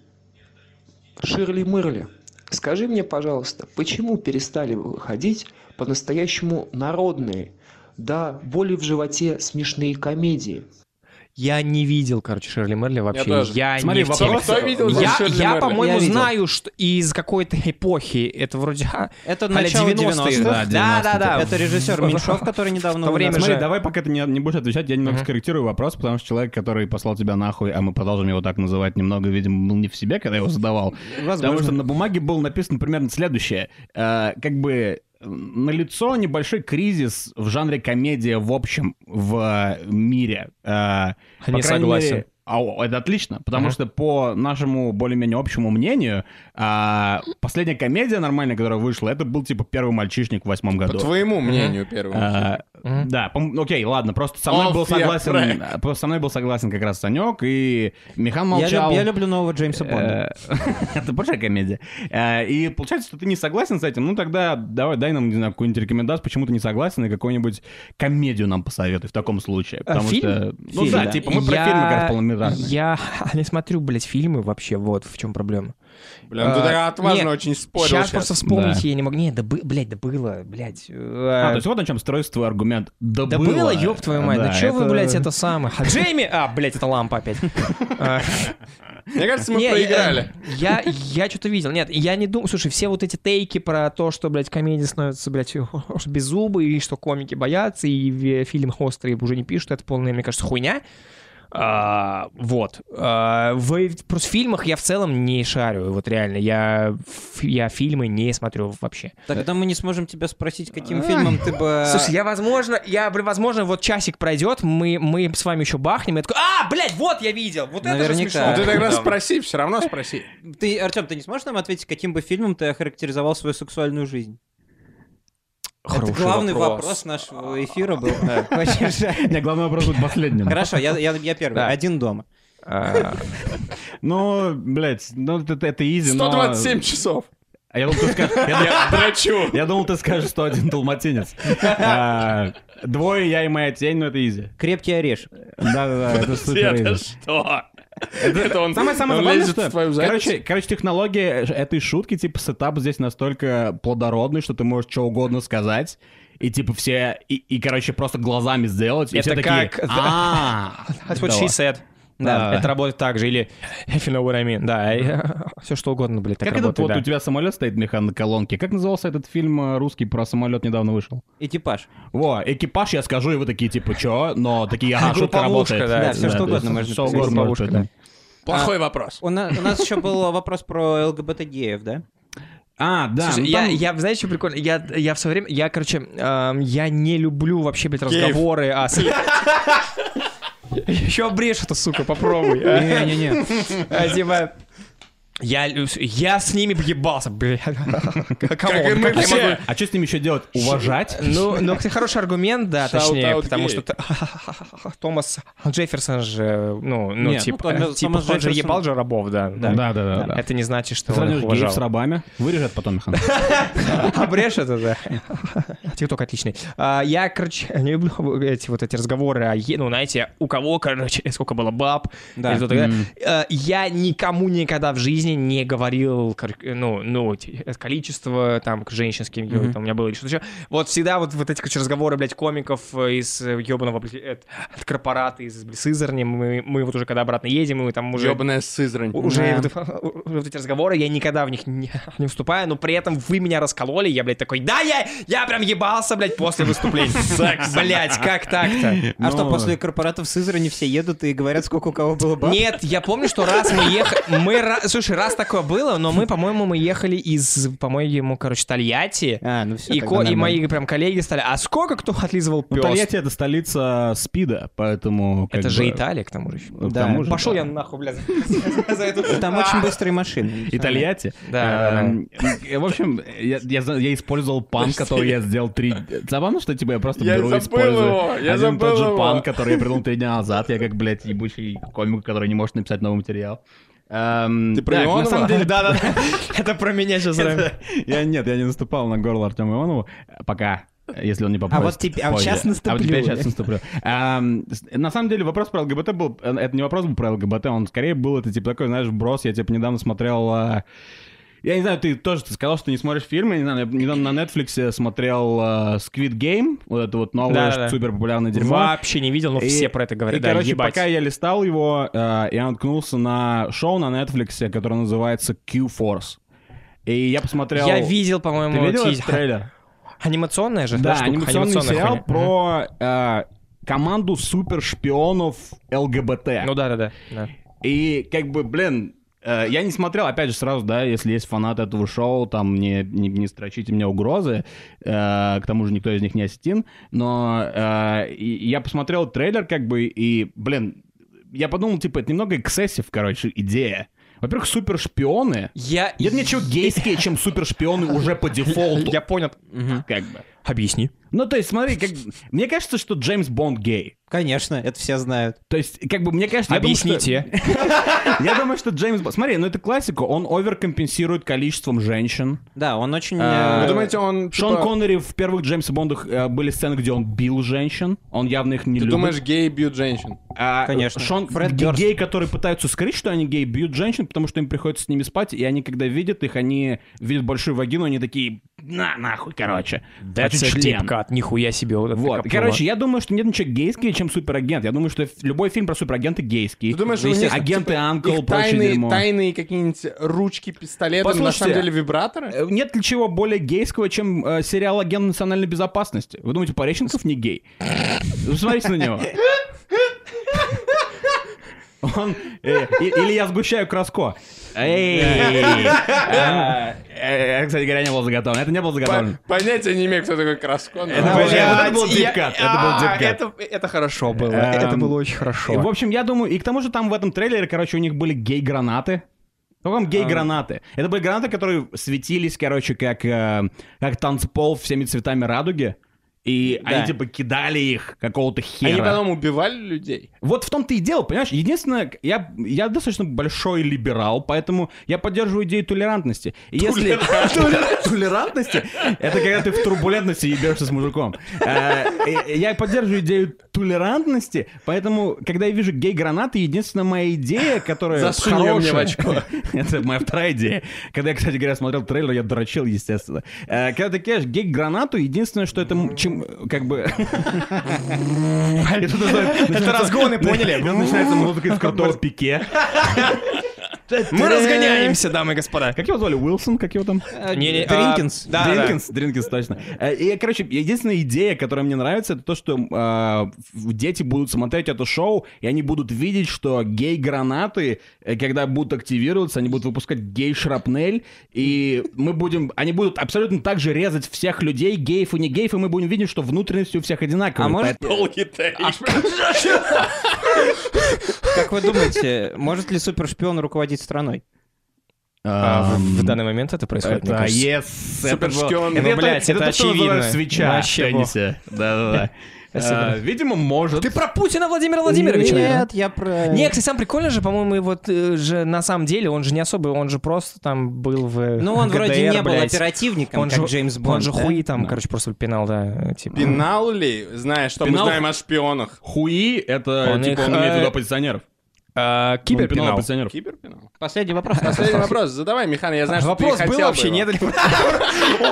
[SPEAKER 5] Ширли Мырли. Скажи мне, пожалуйста, почему перестали выходить по-настоящему народные, да боли в животе смешные комедии?
[SPEAKER 4] Я не видел, короче, Ширли Мерли вообще.
[SPEAKER 3] тоже.
[SPEAKER 4] Я
[SPEAKER 2] Смотри,
[SPEAKER 4] не в
[SPEAKER 2] вопрос-
[SPEAKER 4] теме.
[SPEAKER 3] Кто видел
[SPEAKER 4] Я,
[SPEAKER 3] Ширли
[SPEAKER 4] я,
[SPEAKER 3] Мерли?
[SPEAKER 4] по-моему,
[SPEAKER 1] Я видел.
[SPEAKER 4] знаю, что из какой-то эпохи это вроде... а,
[SPEAKER 1] Это
[SPEAKER 4] а-ля
[SPEAKER 1] начало 90-х.
[SPEAKER 4] 90-х.
[SPEAKER 2] Да,
[SPEAKER 4] Да, да, да.
[SPEAKER 1] Это режиссер Меньшов, который недавно
[SPEAKER 4] то время
[SPEAKER 1] умер.
[SPEAKER 2] А Смотри,
[SPEAKER 4] же-
[SPEAKER 2] давай, пока ты не, не будешь отвечать, я немного
[SPEAKER 4] Мгм.
[SPEAKER 2] скорректирую вопрос, потому что человек, который послал тебя нахуй, а мы продолжим его так называть, немного, видимо, был не в себе, когда его задавал. Потому что
[SPEAKER 1] Возможно.
[SPEAKER 2] на бумаге было написано примерно следующее. Э, как бы на лицо небольшой кризис в жанре комедия в общем в э, мире. Э, по
[SPEAKER 4] Не
[SPEAKER 2] крайней
[SPEAKER 4] согласен.
[SPEAKER 2] мере, а, о, это отлично, потому
[SPEAKER 4] Мгм.
[SPEAKER 2] что по нашему более-менее общему мнению, а, последняя комедия нормальная, которая вышла, это был типа первый мальчишник в восьмом
[SPEAKER 3] По
[SPEAKER 2] году.
[SPEAKER 3] твоему мнению первому.
[SPEAKER 2] А,
[SPEAKER 4] Мгм.
[SPEAKER 2] Да, пом- окей, ладно, просто со мной
[SPEAKER 3] Off
[SPEAKER 2] был
[SPEAKER 3] your
[SPEAKER 2] согласен,
[SPEAKER 3] track.
[SPEAKER 2] а, просто со мной был согласен как раз Санек и
[SPEAKER 1] Я
[SPEAKER 2] Михан молчал.
[SPEAKER 1] люб- Я люблю нового Джеймса Бонда.
[SPEAKER 2] Э, Это большая комедия. Э, И получается, что ты не согласен с этим. Ну тогда давай дай нам, не знаю, какую-нибудь рекомендацию, почему ты не согласен, и какую-нибудь комедию нам посоветуй в таком случае.
[SPEAKER 4] А,
[SPEAKER 2] Потому
[SPEAKER 4] фильм?
[SPEAKER 2] что. Ну
[SPEAKER 1] Фильм,
[SPEAKER 2] да,
[SPEAKER 1] да.
[SPEAKER 2] типа мы про фильмы как раз полнометражные.
[SPEAKER 4] Я не смотрю, блядь, фильмы вообще, вот в чем проблема.
[SPEAKER 3] Блин, ты так
[SPEAKER 4] а,
[SPEAKER 3] отважно
[SPEAKER 4] нет,
[SPEAKER 3] ну, очень спорил
[SPEAKER 4] Сейчас
[SPEAKER 3] сейчас.
[SPEAKER 4] просто вспомнить
[SPEAKER 2] Да.
[SPEAKER 4] я не могу. Не, да, бы- блядь, да было, блядь. э,
[SPEAKER 2] А, то есть вот на чем строится твой аргумент. Да,
[SPEAKER 4] Да было, ёб твою мать, да
[SPEAKER 2] Да,
[SPEAKER 4] чё вы,
[SPEAKER 2] это-
[SPEAKER 4] блядь, это самое? А Джейми! А, блядь, это лампа опять. А,
[SPEAKER 3] Мне кажется, мы
[SPEAKER 4] не, я-
[SPEAKER 3] проиграли.
[SPEAKER 4] Я, я что-то видел. Нет, я не думаю... Слушай, все вот эти тейки про то, что, блядь, комедии становятся, блядь, беззубы, и что комики боятся, и ве- фильм острые уже не пишут, это полная, мне кажется, хуйня. А, вот. А, в, просто в фильмах я в целом не шарю, вот реально. Я, ф- я фильмы не смотрю вообще.
[SPEAKER 1] Тогда мы не сможем тебя спросить, каким фильмом ты бы...
[SPEAKER 4] Слушай, я, возможно, я, блин, возможно, вот часик пройдет, мы, мы с вами еще бахнем, и я такой, а, блядь, вот я видел, вот это же
[SPEAKER 1] Наверняка.
[SPEAKER 4] смешно.
[SPEAKER 3] Ну ты тогда
[SPEAKER 1] Да.
[SPEAKER 3] спроси, все равно спроси.
[SPEAKER 1] Ты, Артем, ты не сможешь нам ответить, каким бы фильмом ты охарактеризовал свою сексуальную жизнь?
[SPEAKER 4] Хороший
[SPEAKER 1] Это главный вопрос, нашего эфира был. Очень жаль.
[SPEAKER 2] Не, главный вопрос будет последним.
[SPEAKER 1] Хорошо, я, я, я первый.
[SPEAKER 4] Да.
[SPEAKER 1] Один дома.
[SPEAKER 4] А,
[SPEAKER 2] Ну, блядь, ну это, это изи, но...
[SPEAKER 3] 127 часов.
[SPEAKER 2] А Я думал, ты скажешь, я думал-
[SPEAKER 3] Я дрочу.
[SPEAKER 2] я думал, ты скажешь, что один долматинец. А, Двое, я и моя тень, но это изи.
[SPEAKER 1] Крепкий орешек.
[SPEAKER 2] Да-да-да, это супер
[SPEAKER 3] Это
[SPEAKER 2] изи.
[SPEAKER 3] что? Это он
[SPEAKER 2] Самое самое
[SPEAKER 3] он
[SPEAKER 2] забавное,
[SPEAKER 3] лезет
[SPEAKER 2] что,
[SPEAKER 3] в твою задницу.
[SPEAKER 2] короче, короче, технология ж- этой шутки, типа, сетап здесь настолько плодородный, что ты можешь что угодно сказать, и типа все, и, и, короче, просто глазами сделать, и
[SPEAKER 4] Это
[SPEAKER 2] все такие,
[SPEAKER 4] как-
[SPEAKER 2] а
[SPEAKER 4] That's what she said. Да,
[SPEAKER 2] Да.
[SPEAKER 4] это работает так же. Или if you know what I mean. Да, все что угодно, блядь, так
[SPEAKER 2] Как этот,
[SPEAKER 4] работает,
[SPEAKER 2] вот
[SPEAKER 4] да.
[SPEAKER 2] у тебя самолет стоит, Михан, на колонке. Как назывался этот фильм э, русский про самолет недавно вышел?
[SPEAKER 1] Экипаж.
[SPEAKER 2] Во, экипаж, я скажу, и вы такие, типа, чё? Но такие, ага, шутка
[SPEAKER 4] Групповушка,
[SPEAKER 2] работает.
[SPEAKER 4] да,
[SPEAKER 1] Да, всё, что
[SPEAKER 2] то
[SPEAKER 1] угодно
[SPEAKER 2] есть
[SPEAKER 1] можно
[SPEAKER 2] всё
[SPEAKER 1] писать.
[SPEAKER 2] угодно может
[SPEAKER 4] Групповушка,
[SPEAKER 2] быть, да.
[SPEAKER 3] Плохой вопрос.
[SPEAKER 1] У нас, у нас еще был вопрос про ЛГБТ-геев, да?
[SPEAKER 2] А, да. ну
[SPEAKER 4] Слушай, я,
[SPEAKER 2] там-
[SPEAKER 4] я, знаешь, что прикольно? Я, я в свое время, я, короче, эм, я не люблю вообще, блядь,
[SPEAKER 3] Геев.
[SPEAKER 4] разговоры о... с- сегодня. Еще обрежь эту, сука, попробуй. а.
[SPEAKER 1] Не-не-не.
[SPEAKER 4] А, типа, я, я с ними бы ебался, бля. Как
[SPEAKER 3] и мы все.
[SPEAKER 2] А что с ним еще делать? Уважать?
[SPEAKER 4] Ну, ну, кстати, хороший аргумент, да,
[SPEAKER 3] Shout
[SPEAKER 4] точнее,
[SPEAKER 3] out
[SPEAKER 4] потому
[SPEAKER 3] gay.
[SPEAKER 4] что т- Томас Джефферсон же, ну, ну,
[SPEAKER 1] Нет,
[SPEAKER 4] типа,
[SPEAKER 1] ну, Томас-
[SPEAKER 4] типа,
[SPEAKER 1] Томас
[SPEAKER 4] он же
[SPEAKER 1] Джефферсон-
[SPEAKER 4] ебал же рабов, да.
[SPEAKER 2] Да, да, да. да.
[SPEAKER 4] Это не значит, что
[SPEAKER 2] Ты
[SPEAKER 4] он
[SPEAKER 2] сравниваешь
[SPEAKER 4] их
[SPEAKER 2] геев с
[SPEAKER 4] уважал.
[SPEAKER 2] рабами? Вырежет потом, Михан.
[SPEAKER 4] Обрежь это, да. Тикток отличный. А, Я, короче, не люблю эти вот эти разговоры о, е- ну, знаете, у кого, короче, сколько было баб.
[SPEAKER 1] Да.
[SPEAKER 4] или кто-то так далее.
[SPEAKER 2] Мгм.
[SPEAKER 4] Э, Я никому никогда в жизни не говорил, кор- ну, ну, те- количество там к женщин, с кем я-
[SPEAKER 1] Мгм.
[SPEAKER 4] там у меня было или что-то еще. Вот всегда вот, вот эти, короче, разговоры, блядь, комиков э, из э, ёбаного, блядь, э, от корпората, из блядь, Сызрани. Мы, мы вот уже когда обратно едем, и мы там уже...
[SPEAKER 3] Ёбаная Сызрань.
[SPEAKER 4] У- Уже
[SPEAKER 1] Да.
[SPEAKER 4] вот, э, вот эти разговоры, я никогда в них не, не вступаю, но при этом вы меня раскололи, я, блядь, такой, да, я, я прям ебался, блядь, после выступления. Секс, блядь, как так-то?
[SPEAKER 1] А что,
[SPEAKER 2] Ну.
[SPEAKER 1] после корпоратов Сызрани все едут и говорят, сколько у кого было баб?
[SPEAKER 4] Нет, я помню, что раз мы ехали... Мы, ра- слушай, раз такое было, но мы, по-моему, мы ехали из, по-моему, короче, Тольятти.
[SPEAKER 1] А, ну все,
[SPEAKER 4] И, ко- и мои прям коллеги стали, а сколько кто отлизывал
[SPEAKER 2] Ну,
[SPEAKER 4] пёс?
[SPEAKER 2] Тольятти — это столица СПИДа, поэтому... как
[SPEAKER 4] Это же
[SPEAKER 2] бы, Ну,
[SPEAKER 4] Италия, к тому же. ещё.
[SPEAKER 2] к
[SPEAKER 1] Да.
[SPEAKER 2] тому же,
[SPEAKER 4] Пошел
[SPEAKER 2] да.
[SPEAKER 4] я нахуй, бля, за за эту... А.
[SPEAKER 1] Там очень быстрые машины.
[SPEAKER 2] И Тольятти.
[SPEAKER 4] Да,
[SPEAKER 2] Эм, э, В общем, я, я за- я использовал пан, который я сделал три... Забавно, что типа я просто
[SPEAKER 3] Я
[SPEAKER 2] беру и
[SPEAKER 3] забыл
[SPEAKER 2] использую
[SPEAKER 3] его, я
[SPEAKER 2] один и тот
[SPEAKER 3] забыл
[SPEAKER 2] же
[SPEAKER 3] его.
[SPEAKER 2] пан, который я придумал три дня назад. Я как, блядь, ебучий комик, который не может написать новый материал. Эм,
[SPEAKER 3] Ты про
[SPEAKER 2] так,
[SPEAKER 3] Леонова?
[SPEAKER 2] На самом деле, да, да,
[SPEAKER 4] Это про меня сейчас.
[SPEAKER 2] да. Я нет, я не наступал на горло Артему Ионову. Пока. Если он не попросит.
[SPEAKER 1] вот теперь- а вот
[SPEAKER 2] позже.
[SPEAKER 1] щас наступлю.
[SPEAKER 2] А вот теперь сейчас наступлю. Эм, с- на самом деле вопрос про ЛГБТ был... э, Это не вопрос был про ЛГБТ, он скорее был это типа такой, знаешь, брос. Я типа недавно смотрел... э, Я не знаю, ты тоже ты сказал, что ты не смотришь фильмы. Не знаю, я недавно на Netflix смотрел э, Squid Game, вот это вот новое
[SPEAKER 4] Да-да-да.
[SPEAKER 2] супер популярное дерьмо.
[SPEAKER 4] Вообще не видел, но
[SPEAKER 2] И-
[SPEAKER 4] все про это говорят.
[SPEAKER 2] И,
[SPEAKER 4] да,
[SPEAKER 2] короче,
[SPEAKER 4] ебать.
[SPEAKER 2] пока я листал его, э, я наткнулся на шоу на Netflix, которое называется Q-Force. И я посмотрел...
[SPEAKER 4] Я видел,
[SPEAKER 2] Ты
[SPEAKER 4] по-моему,
[SPEAKER 2] видел
[SPEAKER 4] тиз-
[SPEAKER 2] этот трейлер?
[SPEAKER 4] анимационная же,
[SPEAKER 2] Да,
[SPEAKER 4] штука,
[SPEAKER 2] анимационный
[SPEAKER 4] анимационная
[SPEAKER 2] сериал
[SPEAKER 4] хуйня.
[SPEAKER 2] про э, команду супершпионов ЛГБТ.
[SPEAKER 4] Ну да, да, да, да.
[SPEAKER 2] И как бы, блин, э, я не смотрел, опять же, сразу, да, если есть фанаты этого шоу, там не, не, не строчите мне угрозы, э, к тому же никто из них не осетин, но э, и- я посмотрел трейлер, как бы, и, блин, я подумал, типа, это немного эксцессив, короче, идея. Во-первых, супершпионы.
[SPEAKER 4] Я...
[SPEAKER 2] Нет ничего гейские, чем супершпионы уже по дефолту.
[SPEAKER 4] Я понял.
[SPEAKER 2] Как бы.
[SPEAKER 4] Объясни.
[SPEAKER 2] Ну, то есть, смотри, как... мне кажется, что Джеймс Бонд гей.
[SPEAKER 1] Конечно, это все знают.
[SPEAKER 2] То есть, как бы, мне кажется... я думаю, что-
[SPEAKER 4] Объясните.
[SPEAKER 2] Я думаю, что Джеймс Бонд... Смотри, ну это классика, он оверкомпенсирует количеством женщин.
[SPEAKER 1] Да, он очень...
[SPEAKER 2] А,
[SPEAKER 1] э,
[SPEAKER 3] Вы думаете, он...
[SPEAKER 2] Шон
[SPEAKER 3] типа,
[SPEAKER 2] Коннери в первых Джеймса Бондах э, были сцены, где он бил женщин. Он явно их не
[SPEAKER 3] Ты
[SPEAKER 2] любит.
[SPEAKER 3] думаешь, геи бьют женщин?
[SPEAKER 2] А,
[SPEAKER 1] Конечно.
[SPEAKER 2] Шон
[SPEAKER 1] Фред
[SPEAKER 2] г-
[SPEAKER 1] Дёрст.
[SPEAKER 2] геи, которые пытаются скрыть, что они геи, бьют женщин, потому что им приходится с ними спать, и они, когда видят их, они видят большую вагину, они такие, на, нахуй, короче. Хочу член.
[SPEAKER 4] нихуя себе. Вот, это
[SPEAKER 2] Вот.
[SPEAKER 4] копнуло.
[SPEAKER 2] Короче, я думаю, что нет ничего гейские, чем суперагент. Я думаю, что ф- любой фильм про суперагента гейский.
[SPEAKER 3] Ты думаешь, у них,
[SPEAKER 2] агенты
[SPEAKER 3] типа,
[SPEAKER 2] Анкл,
[SPEAKER 3] их
[SPEAKER 2] прочее
[SPEAKER 3] тайные,
[SPEAKER 2] дерьмо.
[SPEAKER 3] тайные какие-нибудь ручки, пистолеты, но на самом
[SPEAKER 2] Послушайте,
[SPEAKER 3] деле вибраторы?
[SPEAKER 2] Э, Нет ничего более гейского, чем э, сериал «Агент национальной безопасности». Вы думаете, Пореченков не гей? Вы Посмотрите на него. Он, э, и- или я сгущаю краско. Эй! А, э, э, Кстати говоря, не было заготовлено. Это не было заготовлено.
[SPEAKER 3] По- Понятия не имею, кто такой Краско. но-
[SPEAKER 2] Это
[SPEAKER 4] Блядь,
[SPEAKER 2] был- это был
[SPEAKER 4] я-
[SPEAKER 2] дипкат. Это был
[SPEAKER 4] А,
[SPEAKER 2] дипкат.
[SPEAKER 4] это- Это хорошо было.
[SPEAKER 2] Эм,
[SPEAKER 4] Это было очень
[SPEAKER 2] И, В
[SPEAKER 4] хорошо.
[SPEAKER 2] общем, я думаю, и к тому же там в этом трейлере, короче, у них были гей-гранаты. Ну, там гей-гранаты. Это были гранаты, которые светились, короче, как, э, как танцпол всеми цветами радуги. И
[SPEAKER 1] Да.
[SPEAKER 2] они, типа, кидали их какого-то хера.
[SPEAKER 3] Они потом убивали людей.
[SPEAKER 2] Вот в том-то и дело, понимаешь? Единственное, к- я, я достаточно большой либерал, поэтому я поддерживаю идею толерантности. И если... Толер- Толерантности? Это когда ты в турбулентности ебешься с мужиком. Э, и- и Я поддерживаю идею толерантности, поэтому, когда я вижу гей-гранаты, единственная моя идея, которая
[SPEAKER 3] Засунь её мне в очко.
[SPEAKER 2] Это моя вторая идея. Когда я, кстати говоря, смотрел трейлер, я дрочил, естественно. Э, Когда ты кидаешь гей-гранату, единственное, что это м- чем... Как бы... Это разгоны, поняли? Начинается музыка из крутого пике.
[SPEAKER 4] Мы разгоняемся, дамы и господа.
[SPEAKER 2] Как его звали? Уилсон, как его там?
[SPEAKER 4] Не-не, а,
[SPEAKER 1] Дринкинс.
[SPEAKER 4] Да, да.
[SPEAKER 2] Дринкинс, Дринкинс, точно. Э, И, короче, единственная идея, которая мне нравится, это то, что э, в- дети будут смотреть это шоу, и они будут видеть, что гей-гранаты, э, когда будут активироваться, они будут выпускать гей-шрапнель, и мы будем... Они будут абсолютно так же резать всех людей, геев и не геев, и мы будем видеть, что внутренности у всех одинаковые.
[SPEAKER 1] А может,
[SPEAKER 3] А
[SPEAKER 1] как вы думаете, может ли супершпион руководить страной?
[SPEAKER 4] А,
[SPEAKER 2] Эм,
[SPEAKER 4] В в данный момент это происходит, мне
[SPEAKER 2] Это
[SPEAKER 4] кажется.
[SPEAKER 2] yes, это было-
[SPEAKER 3] Супершпион.
[SPEAKER 2] это,
[SPEAKER 4] Ну, блядь,
[SPEAKER 2] это,
[SPEAKER 4] это
[SPEAKER 2] то, что называют
[SPEAKER 4] очевидно.
[SPEAKER 2] свеча
[SPEAKER 4] Вообще
[SPEAKER 2] в теннисе. Да-да-да.
[SPEAKER 4] Спасибо.
[SPEAKER 2] Э, Видимо, может.
[SPEAKER 4] Ты про Путина Владимира Владимировича, наверное?
[SPEAKER 1] Нет, я про...
[SPEAKER 4] Не, кстати, сам прикольно же, по-моему, и вот э, же на самом деле он же не особо, он же просто там был в.
[SPEAKER 1] Ну, он вроде
[SPEAKER 4] ГДР,
[SPEAKER 1] не был
[SPEAKER 4] блядь.
[SPEAKER 1] оперативником,
[SPEAKER 4] Он
[SPEAKER 1] как
[SPEAKER 4] же-
[SPEAKER 1] Джеймс Бонд.
[SPEAKER 4] Он же
[SPEAKER 1] да?
[SPEAKER 4] хуи там, короче, просто пинал, да, типа.
[SPEAKER 3] Пинал ли, зная, что
[SPEAKER 2] Пинал?
[SPEAKER 3] мы знаем о шпионах?
[SPEAKER 2] Хуи — это,
[SPEAKER 4] Он
[SPEAKER 2] типа,
[SPEAKER 4] их,
[SPEAKER 2] он имеет
[SPEAKER 4] э,
[SPEAKER 2] туда оппозиционеров.
[SPEAKER 3] Ну,
[SPEAKER 4] А,
[SPEAKER 2] Он пинал
[SPEAKER 4] Киберпинал.
[SPEAKER 2] оппозиционеров.
[SPEAKER 3] Киберпинал?
[SPEAKER 1] Последний вопрос.
[SPEAKER 3] Последний вопрос, задавай, Михан, я знаю, что ты хотел бы его.
[SPEAKER 4] нет ли?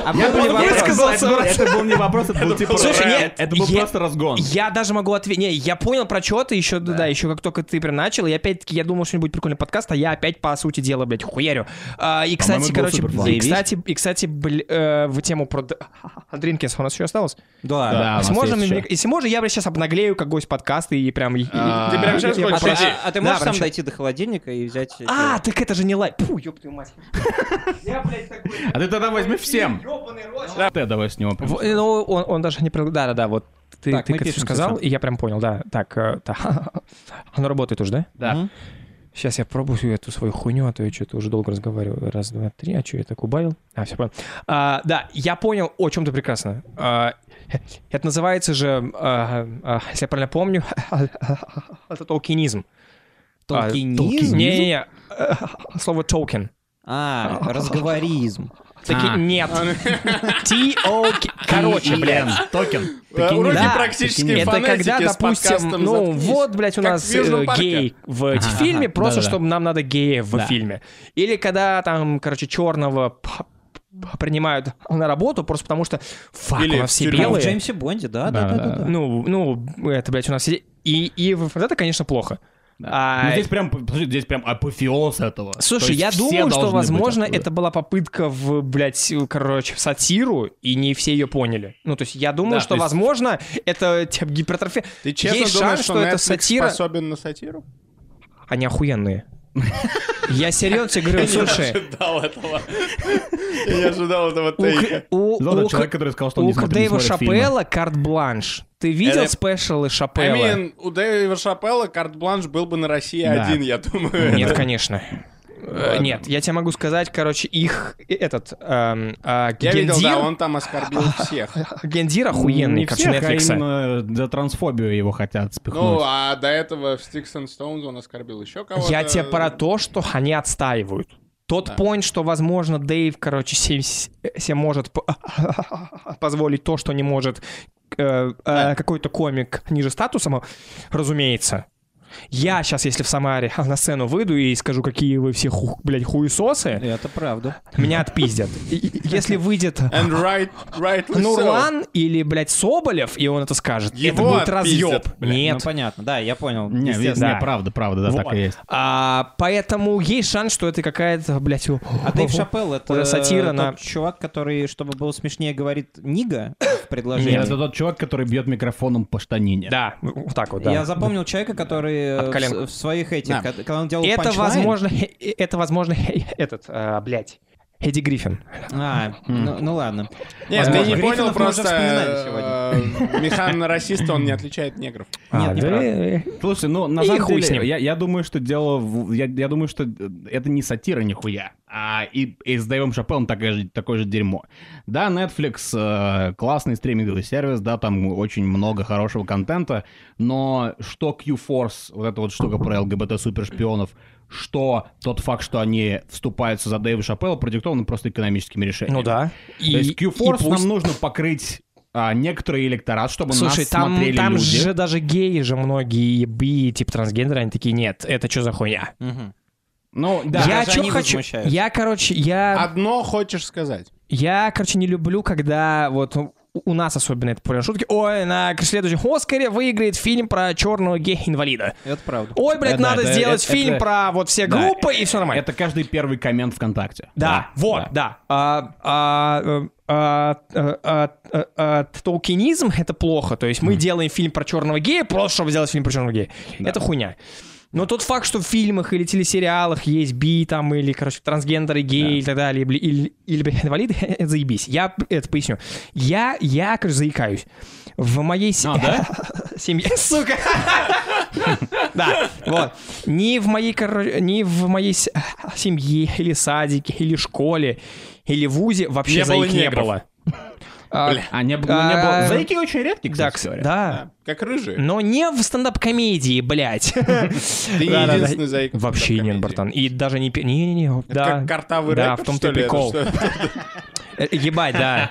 [SPEAKER 1] А были
[SPEAKER 4] он
[SPEAKER 1] вопросы?
[SPEAKER 4] высказал.
[SPEAKER 2] Это был- Это был не вопрос, это был типа...
[SPEAKER 4] Ну, Слушай, нет,
[SPEAKER 2] Это был
[SPEAKER 4] я-
[SPEAKER 2] просто разгон.
[SPEAKER 4] Я даже могу ответить. Не, я понял про что ты еще, да. еще как только ты прям начал, и опять-таки я думал, что нибудь прикольный подкаст, а я опять по сути дела, блядь, хуярю. А,
[SPEAKER 2] По-моему,
[SPEAKER 4] и, кстати,
[SPEAKER 2] был
[SPEAKER 4] короче,
[SPEAKER 2] суперплан.
[SPEAKER 4] и, кстати, и, кстати, бл- э, в тему про... Д- Дринкинс у нас еще осталось?
[SPEAKER 1] Да.
[SPEAKER 2] Да, А, у нас
[SPEAKER 4] Если можно,
[SPEAKER 2] есть
[SPEAKER 4] мне-
[SPEAKER 2] еще.
[SPEAKER 4] если можно, я, блядь, сейчас обнаглею как гость подкаста и прям... и- и-
[SPEAKER 3] А, Ты прям сейчас
[SPEAKER 4] я
[SPEAKER 3] хочешь
[SPEAKER 1] А ты-
[SPEAKER 4] потом-
[SPEAKER 3] Подожди.
[SPEAKER 1] А а ты
[SPEAKER 4] Да,
[SPEAKER 1] можешь сам
[SPEAKER 4] причем-
[SPEAKER 1] дойти до холодильника и взять... эти-
[SPEAKER 4] А, так это же не лайк. Пу, ёб твою мать. Я, блядь, такой...
[SPEAKER 2] А ты тогда возьми всем.
[SPEAKER 4] ёбаный рот.
[SPEAKER 2] Да. Ты давай с него. прям.
[SPEAKER 4] В- э, Ну, он, он даже не... Да, да, да, вот. Ты,
[SPEAKER 1] Так,
[SPEAKER 4] ты
[SPEAKER 1] мы
[SPEAKER 4] как
[SPEAKER 1] пишем
[SPEAKER 4] сказал,
[SPEAKER 1] сейчас.
[SPEAKER 4] и я прям понял, да. Так, э, да. оно работает уже, да?
[SPEAKER 2] Да.
[SPEAKER 1] Мгм.
[SPEAKER 4] Сейчас я пробую эту свою хуйню, а то я что-то уже долго разговариваю. Раз, два, три. А что я так убавил? А, все понял. А, да, я понял, о чем ты прекрасно. А, это называется же, а, а, если я правильно помню, это толкинизм. А,
[SPEAKER 1] Толкинизм?
[SPEAKER 4] Не-не-не. э, Слово токен.
[SPEAKER 1] А, разговоризм.
[SPEAKER 4] Таки
[SPEAKER 2] А.
[SPEAKER 4] нет. Ти Короче, блядь.
[SPEAKER 2] Токен.
[SPEAKER 3] Э, Уроки
[SPEAKER 4] Да,
[SPEAKER 3] практической
[SPEAKER 4] Это
[SPEAKER 3] фонетики
[SPEAKER 4] когда,
[SPEAKER 3] с подкастом
[SPEAKER 4] допустим, ну
[SPEAKER 3] «Заткнись».
[SPEAKER 4] вот, блядь, у
[SPEAKER 3] Как
[SPEAKER 4] нас
[SPEAKER 3] в Южном
[SPEAKER 4] э,
[SPEAKER 3] парке.
[SPEAKER 4] гей в эти
[SPEAKER 2] Ага,
[SPEAKER 4] фильме,
[SPEAKER 2] ага,
[SPEAKER 4] просто
[SPEAKER 2] да-да-да.
[SPEAKER 4] чтобы нам надо геев в
[SPEAKER 2] Да.
[SPEAKER 4] фильме. Или когда там, короче, черного принимают на работу просто потому что фак,
[SPEAKER 3] Или
[SPEAKER 4] у нас
[SPEAKER 3] в
[SPEAKER 4] все
[SPEAKER 3] тюрьму.
[SPEAKER 1] Как в
[SPEAKER 4] белые.
[SPEAKER 1] Джеймсе Бонде, да, да, да, да. да.
[SPEAKER 4] Ну, ну, это, блядь, у нас все... И, и вот это, конечно, плохо. А,
[SPEAKER 2] Ну, здесь прям, подожди, здесь прям апофеоз этого. То
[SPEAKER 4] Слушай,
[SPEAKER 2] есть
[SPEAKER 4] я
[SPEAKER 2] все
[SPEAKER 4] думаю, что,
[SPEAKER 2] должны быть
[SPEAKER 4] возможно,
[SPEAKER 2] оттуда.
[SPEAKER 4] это была попытка в, блядь, короче, в сатиру, и не все ее поняли. Ну, то есть я думаю,
[SPEAKER 2] Да, то
[SPEAKER 4] что,
[SPEAKER 2] есть-
[SPEAKER 4] возможно, это типа, гипертрофия.
[SPEAKER 3] Ты честно
[SPEAKER 4] Есть
[SPEAKER 3] думаешь,
[SPEAKER 4] шанс,
[SPEAKER 3] что
[SPEAKER 4] что это
[SPEAKER 3] Netflix
[SPEAKER 4] сатира?
[SPEAKER 3] способен на сатиру?
[SPEAKER 4] Они охуенные. Я серьезно тебе говорю, слушай,
[SPEAKER 3] ожидал этого. Я не ожидал этого
[SPEAKER 4] у К-
[SPEAKER 3] тейка.
[SPEAKER 4] у-
[SPEAKER 2] Золото,
[SPEAKER 4] у
[SPEAKER 2] Ну человек,
[SPEAKER 4] К-
[SPEAKER 2] который сказал, что он
[SPEAKER 4] у
[SPEAKER 2] не смотрит, не
[SPEAKER 4] Дэйва
[SPEAKER 2] смотрит фильмы.
[SPEAKER 4] Шапелла карт-бланш. Ты видел
[SPEAKER 3] Это-
[SPEAKER 4] спешалы
[SPEAKER 3] Э, I
[SPEAKER 4] Шапелла?
[SPEAKER 3] mean, у Дэйва Шапелла карт-бланш был бы на России
[SPEAKER 2] Да.
[SPEAKER 3] один, я думаю.
[SPEAKER 4] Нет, конечно. Э, Нет, я тебе могу сказать, короче, их э, этот эм, э,
[SPEAKER 3] Я видел, да,
[SPEAKER 4] Гендир,
[SPEAKER 3] он там оскорбил всех.
[SPEAKER 4] Гендир охуенный,
[SPEAKER 2] Не
[SPEAKER 4] короче,
[SPEAKER 2] всех, а
[SPEAKER 4] Netflix.
[SPEAKER 2] именно за трансфобию его хотят спихнуть.
[SPEAKER 3] Ну, а до этого в Sticks and Stones он оскорбил еще кого-то.
[SPEAKER 4] Я тебе про то, что они отстаивают. Тот
[SPEAKER 3] э, Да.
[SPEAKER 4] point, что, возможно, Дэйв, короче, себе может п- позволить то, что не может э, э, какой-то комик ниже статусом, разумеется. Я сейчас, если в Самаре на сцену выйду и скажу, какие вы все, ху, блядь, хуесосы,
[SPEAKER 1] Это правда.
[SPEAKER 4] меня отпиздят. И- и- Если выйдет
[SPEAKER 3] And right, rightly
[SPEAKER 4] Ну,
[SPEAKER 3] so.
[SPEAKER 4] Нурлан или, блядь, Соболев, и он это скажет, это
[SPEAKER 3] Ну Его
[SPEAKER 4] будет разъеб.
[SPEAKER 3] отпиздят,
[SPEAKER 1] Ну,
[SPEAKER 4] Нет.
[SPEAKER 1] понятно, да, я понял.
[SPEAKER 2] Не,
[SPEAKER 1] естественно.
[SPEAKER 2] видно, не, правда, правда, да,
[SPEAKER 4] Вот.
[SPEAKER 2] так и есть.
[SPEAKER 4] А, поэтому есть шанс, что это какая-то, блядь, у-
[SPEAKER 1] А Дэйв Шапелл — это
[SPEAKER 4] Уже Э, сатира
[SPEAKER 1] тот
[SPEAKER 4] на-
[SPEAKER 1] чувак, который, чтобы было смешнее, говорит «нига» в предложении.
[SPEAKER 2] Нет, это тот чувак, который бьет микрофоном по штанине.
[SPEAKER 4] Да, вот так вот, да.
[SPEAKER 1] Я запомнил человека, который э,
[SPEAKER 4] От
[SPEAKER 1] в,
[SPEAKER 4] коленка.
[SPEAKER 1] с- в своих этих,
[SPEAKER 3] Да.
[SPEAKER 1] кад- когда он делал
[SPEAKER 4] Это,
[SPEAKER 1] панчлайн-
[SPEAKER 4] возможно, э, это, возможно, этот, а, блядь, Эдди Гриффин.
[SPEAKER 1] А,
[SPEAKER 4] Хм.
[SPEAKER 1] ну, ну ладно.
[SPEAKER 3] Нет, ты
[SPEAKER 1] Возможно.
[SPEAKER 3] не понял
[SPEAKER 1] Гриффинов мы уже
[SPEAKER 3] просто...
[SPEAKER 1] вспоминали
[SPEAKER 3] э, Михан на расиста, он не отличает негров.
[SPEAKER 4] А,
[SPEAKER 1] Нет, не
[SPEAKER 4] да,
[SPEAKER 1] правда.
[SPEAKER 4] э,
[SPEAKER 2] Слушай, ну на
[SPEAKER 4] И
[SPEAKER 2] самом
[SPEAKER 4] хуй
[SPEAKER 2] деле,
[SPEAKER 4] с ним.
[SPEAKER 2] Я, я думаю, что дело. в- я, я думаю, что это не сатира нихуя. А и, и с Дэйвом Шапеллом такое же, такое же дерьмо. Да, Netflix э, классный стриминговый сервис, да, там очень много хорошего контента, но что Q-Force, вот эта вот штука про ЛГБТ-супершпионов, что тот факт, что они вступаются за Дэйва Шапелла, продиктовано просто экономическими решениями.
[SPEAKER 4] Ну да. И,
[SPEAKER 2] То есть Q-Force
[SPEAKER 4] и пусть-
[SPEAKER 2] нам нужно покрыть а, некоторый электорат, чтобы
[SPEAKER 4] Слушай,
[SPEAKER 2] нас
[SPEAKER 4] там,
[SPEAKER 2] смотрели
[SPEAKER 4] там
[SPEAKER 2] люди.
[SPEAKER 4] же даже геи же многие, и би, типа трансгендеры, они такие, нет, это что за хуйня?
[SPEAKER 1] Мгм.
[SPEAKER 2] Ну, да.
[SPEAKER 4] я
[SPEAKER 1] даже
[SPEAKER 4] чё
[SPEAKER 1] они
[SPEAKER 4] хочу,
[SPEAKER 1] возмущаются.
[SPEAKER 2] А
[SPEAKER 4] я, короче, я,
[SPEAKER 3] Одно хочешь сказать.
[SPEAKER 4] я, короче, не люблю, когда вот у- у нас особенно это популярные шутки. Ой, на следующем Оскаре выиграет фильм про черного гея-инвалида.
[SPEAKER 1] Это правда.
[SPEAKER 4] Ой, блядь,
[SPEAKER 2] Э, Да,
[SPEAKER 4] надо
[SPEAKER 2] это-
[SPEAKER 4] сделать
[SPEAKER 2] это-
[SPEAKER 4] фильм
[SPEAKER 2] это-
[SPEAKER 4] про вот все
[SPEAKER 2] Да,
[SPEAKER 4] группы, и все нормально.
[SPEAKER 2] Это каждый первый коммент ВКонтакте.
[SPEAKER 4] Да, вот, да. А, а, э, а, э, а, э, а, толкинизм — это плохо. То есть мы делаем фильм про черного гея просто, чтобы сделать фильм про черного гея. Это хуйня. Но тот факт, что в фильмах или телесериалах есть би там, или, короче, трансгендеры, геи и так далее, или, или, или, блядь, инвалиды, это заебись. Я это поясню. Я, я, короче, заикаюсь. В моей се- семье... Сука! Да, вот. Ни в моей, коро- ни в моей с- семье, или садике, или школе, или вузе вообще
[SPEAKER 3] Не было
[SPEAKER 4] заик не
[SPEAKER 3] негров.
[SPEAKER 4] было. А,
[SPEAKER 3] Бля.
[SPEAKER 2] А не, б- ну, не было-
[SPEAKER 4] А,
[SPEAKER 2] Заики очень редкие,
[SPEAKER 4] Да,
[SPEAKER 2] кстати говоря.
[SPEAKER 4] да.
[SPEAKER 3] Как рыжие.
[SPEAKER 4] Но не в стендап-комедии, блядь.
[SPEAKER 3] Ты не
[SPEAKER 4] Да-да-да.
[SPEAKER 3] единственный заик.
[SPEAKER 4] Вообще нет, братан. И даже не... пи- Не-не-не,
[SPEAKER 3] Это
[SPEAKER 4] да.
[SPEAKER 3] как картавый
[SPEAKER 4] Да,
[SPEAKER 3] рэпер,
[SPEAKER 4] в
[SPEAKER 3] что
[SPEAKER 4] том-то и
[SPEAKER 3] ли? Это
[SPEAKER 4] прикол.
[SPEAKER 3] что?
[SPEAKER 4] Э, Ебать, да.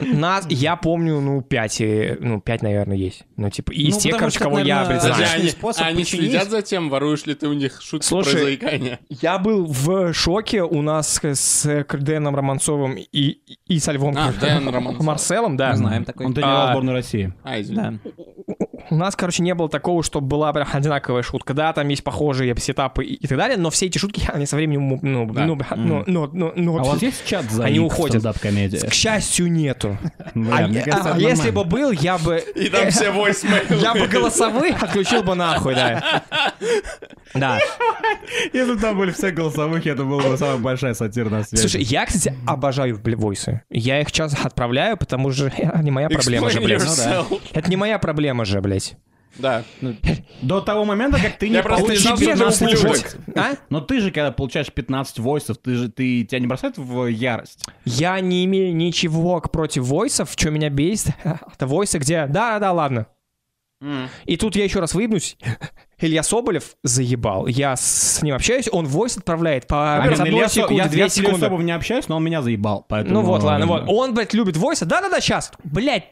[SPEAKER 4] Нас, я помню, ну, пять, э, ну, пять, наверное, есть. Ну, типа, и из
[SPEAKER 1] Ну,
[SPEAKER 4] тех,
[SPEAKER 1] потому
[SPEAKER 4] короче,
[SPEAKER 1] что,
[SPEAKER 4] кого я,
[SPEAKER 1] наверное,
[SPEAKER 4] блядь,
[SPEAKER 3] Подожди,
[SPEAKER 1] Знаешь,
[SPEAKER 4] знаю.
[SPEAKER 3] а
[SPEAKER 1] не
[SPEAKER 3] они,
[SPEAKER 1] способ
[SPEAKER 3] а они
[SPEAKER 1] починить.
[SPEAKER 3] следят за тем, воруешь ли ты у них шутки про
[SPEAKER 4] Слушай,
[SPEAKER 3] заикание?
[SPEAKER 4] Я был в шоке у нас с э, к- Дэном Романцовым и, и со Львом
[SPEAKER 3] А,
[SPEAKER 4] Кир-
[SPEAKER 3] Дэн Романцов.
[SPEAKER 4] Марселом, да.
[SPEAKER 1] Мы знаем такой.
[SPEAKER 2] Он тренировал
[SPEAKER 4] А,
[SPEAKER 2] сборную России.
[SPEAKER 3] А, извини.
[SPEAKER 1] Да.
[SPEAKER 4] У нас, короче, не было такого, чтобы была прям одинаковая шутка. Да, там есть похожие сетапы и, и так далее, но все эти шутки, они со временем, ну,
[SPEAKER 3] Да.
[SPEAKER 4] ну, ну, ну, ну, ну,
[SPEAKER 2] А у вас есть чат за
[SPEAKER 4] Они уходят.
[SPEAKER 2] стендап-комедия?
[SPEAKER 4] к счастью, нету.
[SPEAKER 2] Бля,
[SPEAKER 4] А-
[SPEAKER 2] мне кажется,
[SPEAKER 4] а
[SPEAKER 2] это
[SPEAKER 4] если бы
[SPEAKER 2] нормально.
[SPEAKER 4] был, я бы...
[SPEAKER 3] И там все
[SPEAKER 4] Я бы
[SPEAKER 3] voicemail.
[SPEAKER 4] голосовые отключил бы нахуй, да. Да.
[SPEAKER 2] Если бы там были все голосовых, это была бы самая большая сатира на свете.
[SPEAKER 4] Слушай, я, кстати, обожаю бля, войсы. Я их часто отправляю, потому что это не моя проблема же, ну блядь.
[SPEAKER 3] Explain yourself.
[SPEAKER 4] Это не моя проблема же, блядь.
[SPEAKER 3] Да.
[SPEAKER 2] До того момента, как ты не
[SPEAKER 3] Я просто
[SPEAKER 2] получишь
[SPEAKER 3] не знал, что
[SPEAKER 2] 15
[SPEAKER 3] нужно
[SPEAKER 2] войсов.
[SPEAKER 3] слушать.
[SPEAKER 4] А?
[SPEAKER 2] Но ты же, когда получаешь 15 войсов, ты же ты тебя не бросает в ярость.
[SPEAKER 4] Я не имею ничего к- против войсов, что меня бесит. Это войсы, где... Да, да, ладно. И тут я еще раз выебнусь. Илья Соболев заебал. Я с ним общаюсь, он войс отправляет по
[SPEAKER 2] Блин,
[SPEAKER 4] одной
[SPEAKER 2] я с-
[SPEAKER 4] секунде,
[SPEAKER 2] я,
[SPEAKER 4] две
[SPEAKER 2] я с Ильей
[SPEAKER 4] секунды.
[SPEAKER 2] особо не общаюсь, но он меня заебал. Поэтому...
[SPEAKER 4] Ну вот, ладно, вот. Он, блядь, любит войса. Да-да-да, сейчас. Блядь,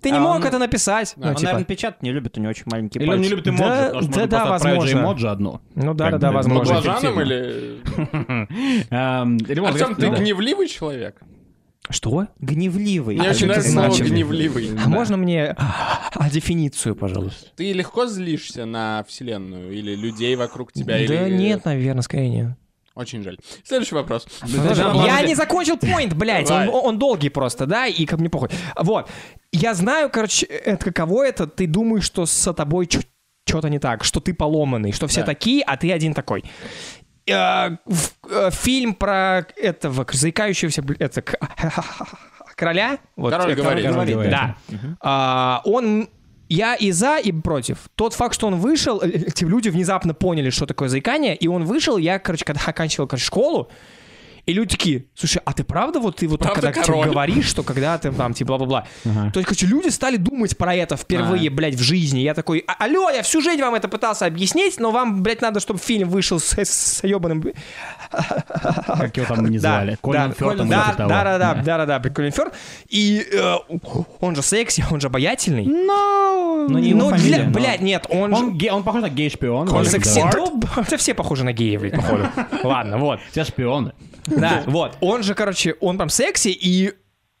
[SPEAKER 4] ты не
[SPEAKER 1] А
[SPEAKER 4] мог
[SPEAKER 1] он-
[SPEAKER 4] это написать. Ну,
[SPEAKER 1] Он,
[SPEAKER 4] типа,
[SPEAKER 1] наверное, печатать не любит, у него очень маленькие
[SPEAKER 2] Или он не
[SPEAKER 1] пальцы.
[SPEAKER 2] любит эмоджи,
[SPEAKER 4] Да,
[SPEAKER 2] потому что
[SPEAKER 4] да,
[SPEAKER 2] можно
[SPEAKER 4] да,
[SPEAKER 2] просто отправить же
[SPEAKER 4] возможно.
[SPEAKER 2] эмоджи одну.
[SPEAKER 4] Ну да, да,
[SPEAKER 2] Как
[SPEAKER 4] да,
[SPEAKER 2] бы,
[SPEAKER 3] Ну,
[SPEAKER 4] возможно.
[SPEAKER 3] Блажаном
[SPEAKER 2] эффективно.
[SPEAKER 3] или...
[SPEAKER 4] Ну,
[SPEAKER 2] Эм, или вот,
[SPEAKER 3] Артем,
[SPEAKER 2] если-
[SPEAKER 3] ты
[SPEAKER 2] ну,
[SPEAKER 3] гневливый
[SPEAKER 4] А,
[SPEAKER 3] человек?
[SPEAKER 4] Что?
[SPEAKER 1] Гневливый.
[SPEAKER 3] Мне
[SPEAKER 1] А
[SPEAKER 3] очень
[SPEAKER 1] это
[SPEAKER 3] нравится
[SPEAKER 1] значит?
[SPEAKER 3] слово
[SPEAKER 4] значит?
[SPEAKER 3] «гневливый».
[SPEAKER 4] А можно мне а, дефиницию, пожалуйста?
[SPEAKER 3] Ты легко злишься на вселенную или людей вокруг тебя?
[SPEAKER 4] Да
[SPEAKER 3] или...
[SPEAKER 4] нет, наверное, скорее нет.
[SPEAKER 3] Очень жаль. Следующий вопрос.
[SPEAKER 4] ну, Я не закончил point, блядь. Он,
[SPEAKER 3] Давай.
[SPEAKER 4] он долгий просто, да, и ко мне похуй. Вот. Я знаю, короче, это каково это. Ты думаешь, что с тобой что-то не так, что ты поломанный, что все
[SPEAKER 3] Да.
[SPEAKER 4] такие, а ты один такой. Э, в- э, Фильм про этого к- заикающегося, бл- это к- короля. Вот,
[SPEAKER 3] Король
[SPEAKER 4] э,
[SPEAKER 3] говорит.
[SPEAKER 2] Король говорит.
[SPEAKER 4] Да. А, Он я и за, и против. Тот факт, что он вышел, э, эти люди внезапно поняли, что такое заикание, и он вышел, я, короче, когда оканчивал короче, школу, и люди такие, слушай, а ты правда вот ты вот так,
[SPEAKER 3] Правда
[SPEAKER 4] когда типа,
[SPEAKER 3] король?
[SPEAKER 4] говоришь, что когда ты там, типа, бла-бла-бла. То есть, короче, люди стали думать про это впервые, блядь, в жизни. Я такой, «А- алло, я всю жизнь вам это пытался объяснить, но вам, блядь, надо, чтобы фильм вышел с, с ебаным...
[SPEAKER 2] Как его там не звали? Колин
[SPEAKER 4] да,
[SPEAKER 2] Фёрд, там
[SPEAKER 4] да,
[SPEAKER 2] вроде
[SPEAKER 4] да,
[SPEAKER 2] того.
[SPEAKER 4] да, да, да, да, да, Колин Фёрд. И э, он же секси, он же обаятельный.
[SPEAKER 2] Ну,
[SPEAKER 1] Но не его
[SPEAKER 4] Ну,
[SPEAKER 1] фамилия,
[SPEAKER 4] для-
[SPEAKER 1] но-
[SPEAKER 4] блядь, нет, он, же...
[SPEAKER 2] Он, ге- он похож на гей-шпиона.
[SPEAKER 4] Он
[SPEAKER 2] Да.
[SPEAKER 4] секси...
[SPEAKER 2] Да.
[SPEAKER 4] Да, это все похожи на геев, блядь, походу. Ладно, вот.
[SPEAKER 2] Все шпионы.
[SPEAKER 4] Да, вот. Он же, короче, он прям секси, и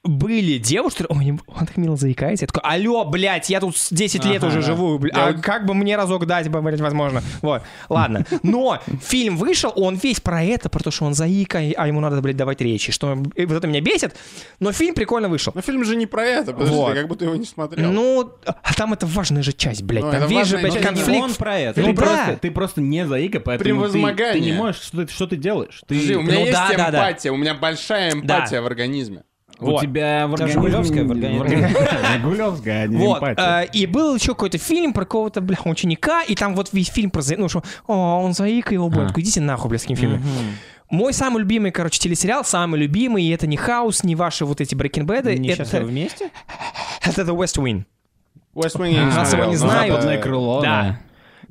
[SPEAKER 4] были девушки, которые, ой, он так мило заикается. Я такой, алло, блядь, я тут с 10 лет уже живу, бля- а как бы мне разок дать, бы, блядь, возможно. Вот, ладно. Но фильм вышел, он весь про это, про то, что он заика, и- а ему надо, блядь, давать речи, что и вот это меня бесит, но фильм прикольно вышел.
[SPEAKER 3] Но фильм же не про это, подожди,
[SPEAKER 4] Вот.
[SPEAKER 3] ты как будто его не смотрел.
[SPEAKER 4] Ну, а там это важная же часть, блядь,
[SPEAKER 3] Ну,
[SPEAKER 4] там
[SPEAKER 3] это
[SPEAKER 4] весь же,
[SPEAKER 3] важная
[SPEAKER 4] блядь,
[SPEAKER 3] часть.
[SPEAKER 1] Не,
[SPEAKER 4] конфликт.
[SPEAKER 1] Он про это.
[SPEAKER 2] Ты,
[SPEAKER 4] Ну,
[SPEAKER 2] просто,
[SPEAKER 4] да.
[SPEAKER 2] ты просто не заика, поэтому ты,
[SPEAKER 3] Превозмогание.
[SPEAKER 2] ты не можешь, что ты, что ты делаешь? Ты,
[SPEAKER 3] Подожди, у меня
[SPEAKER 4] ну
[SPEAKER 3] есть
[SPEAKER 4] да, да, да.
[SPEAKER 3] эмпатия, у меня большая эмпатия в организме.
[SPEAKER 2] у
[SPEAKER 4] Вот.
[SPEAKER 2] тебя в
[SPEAKER 1] Даже
[SPEAKER 2] организме...
[SPEAKER 1] Гулевская в организме.
[SPEAKER 2] организме. Гулевская, а не
[SPEAKER 4] Вот,
[SPEAKER 2] эмпатия.
[SPEAKER 4] э, и был еще какой-то фильм про какого-то, бля, ученика, и там вот весь фильм про... за- Ну, что, о, он заика, его будет, идите нахуй, бля, с таким фильмом. Мой самый любимый, короче, телесериал, самый любимый, и это не Хаус, не ваши вот эти Брекенбеды,
[SPEAKER 1] Они
[SPEAKER 4] это,
[SPEAKER 1] сейчас
[SPEAKER 4] это,
[SPEAKER 1] вместе?
[SPEAKER 4] The West Wing.
[SPEAKER 3] Уэстмен я не
[SPEAKER 4] Нас
[SPEAKER 3] смотрел,
[SPEAKER 4] его не
[SPEAKER 3] но
[SPEAKER 4] знаю.
[SPEAKER 3] надо-
[SPEAKER 2] Западное крыло, да.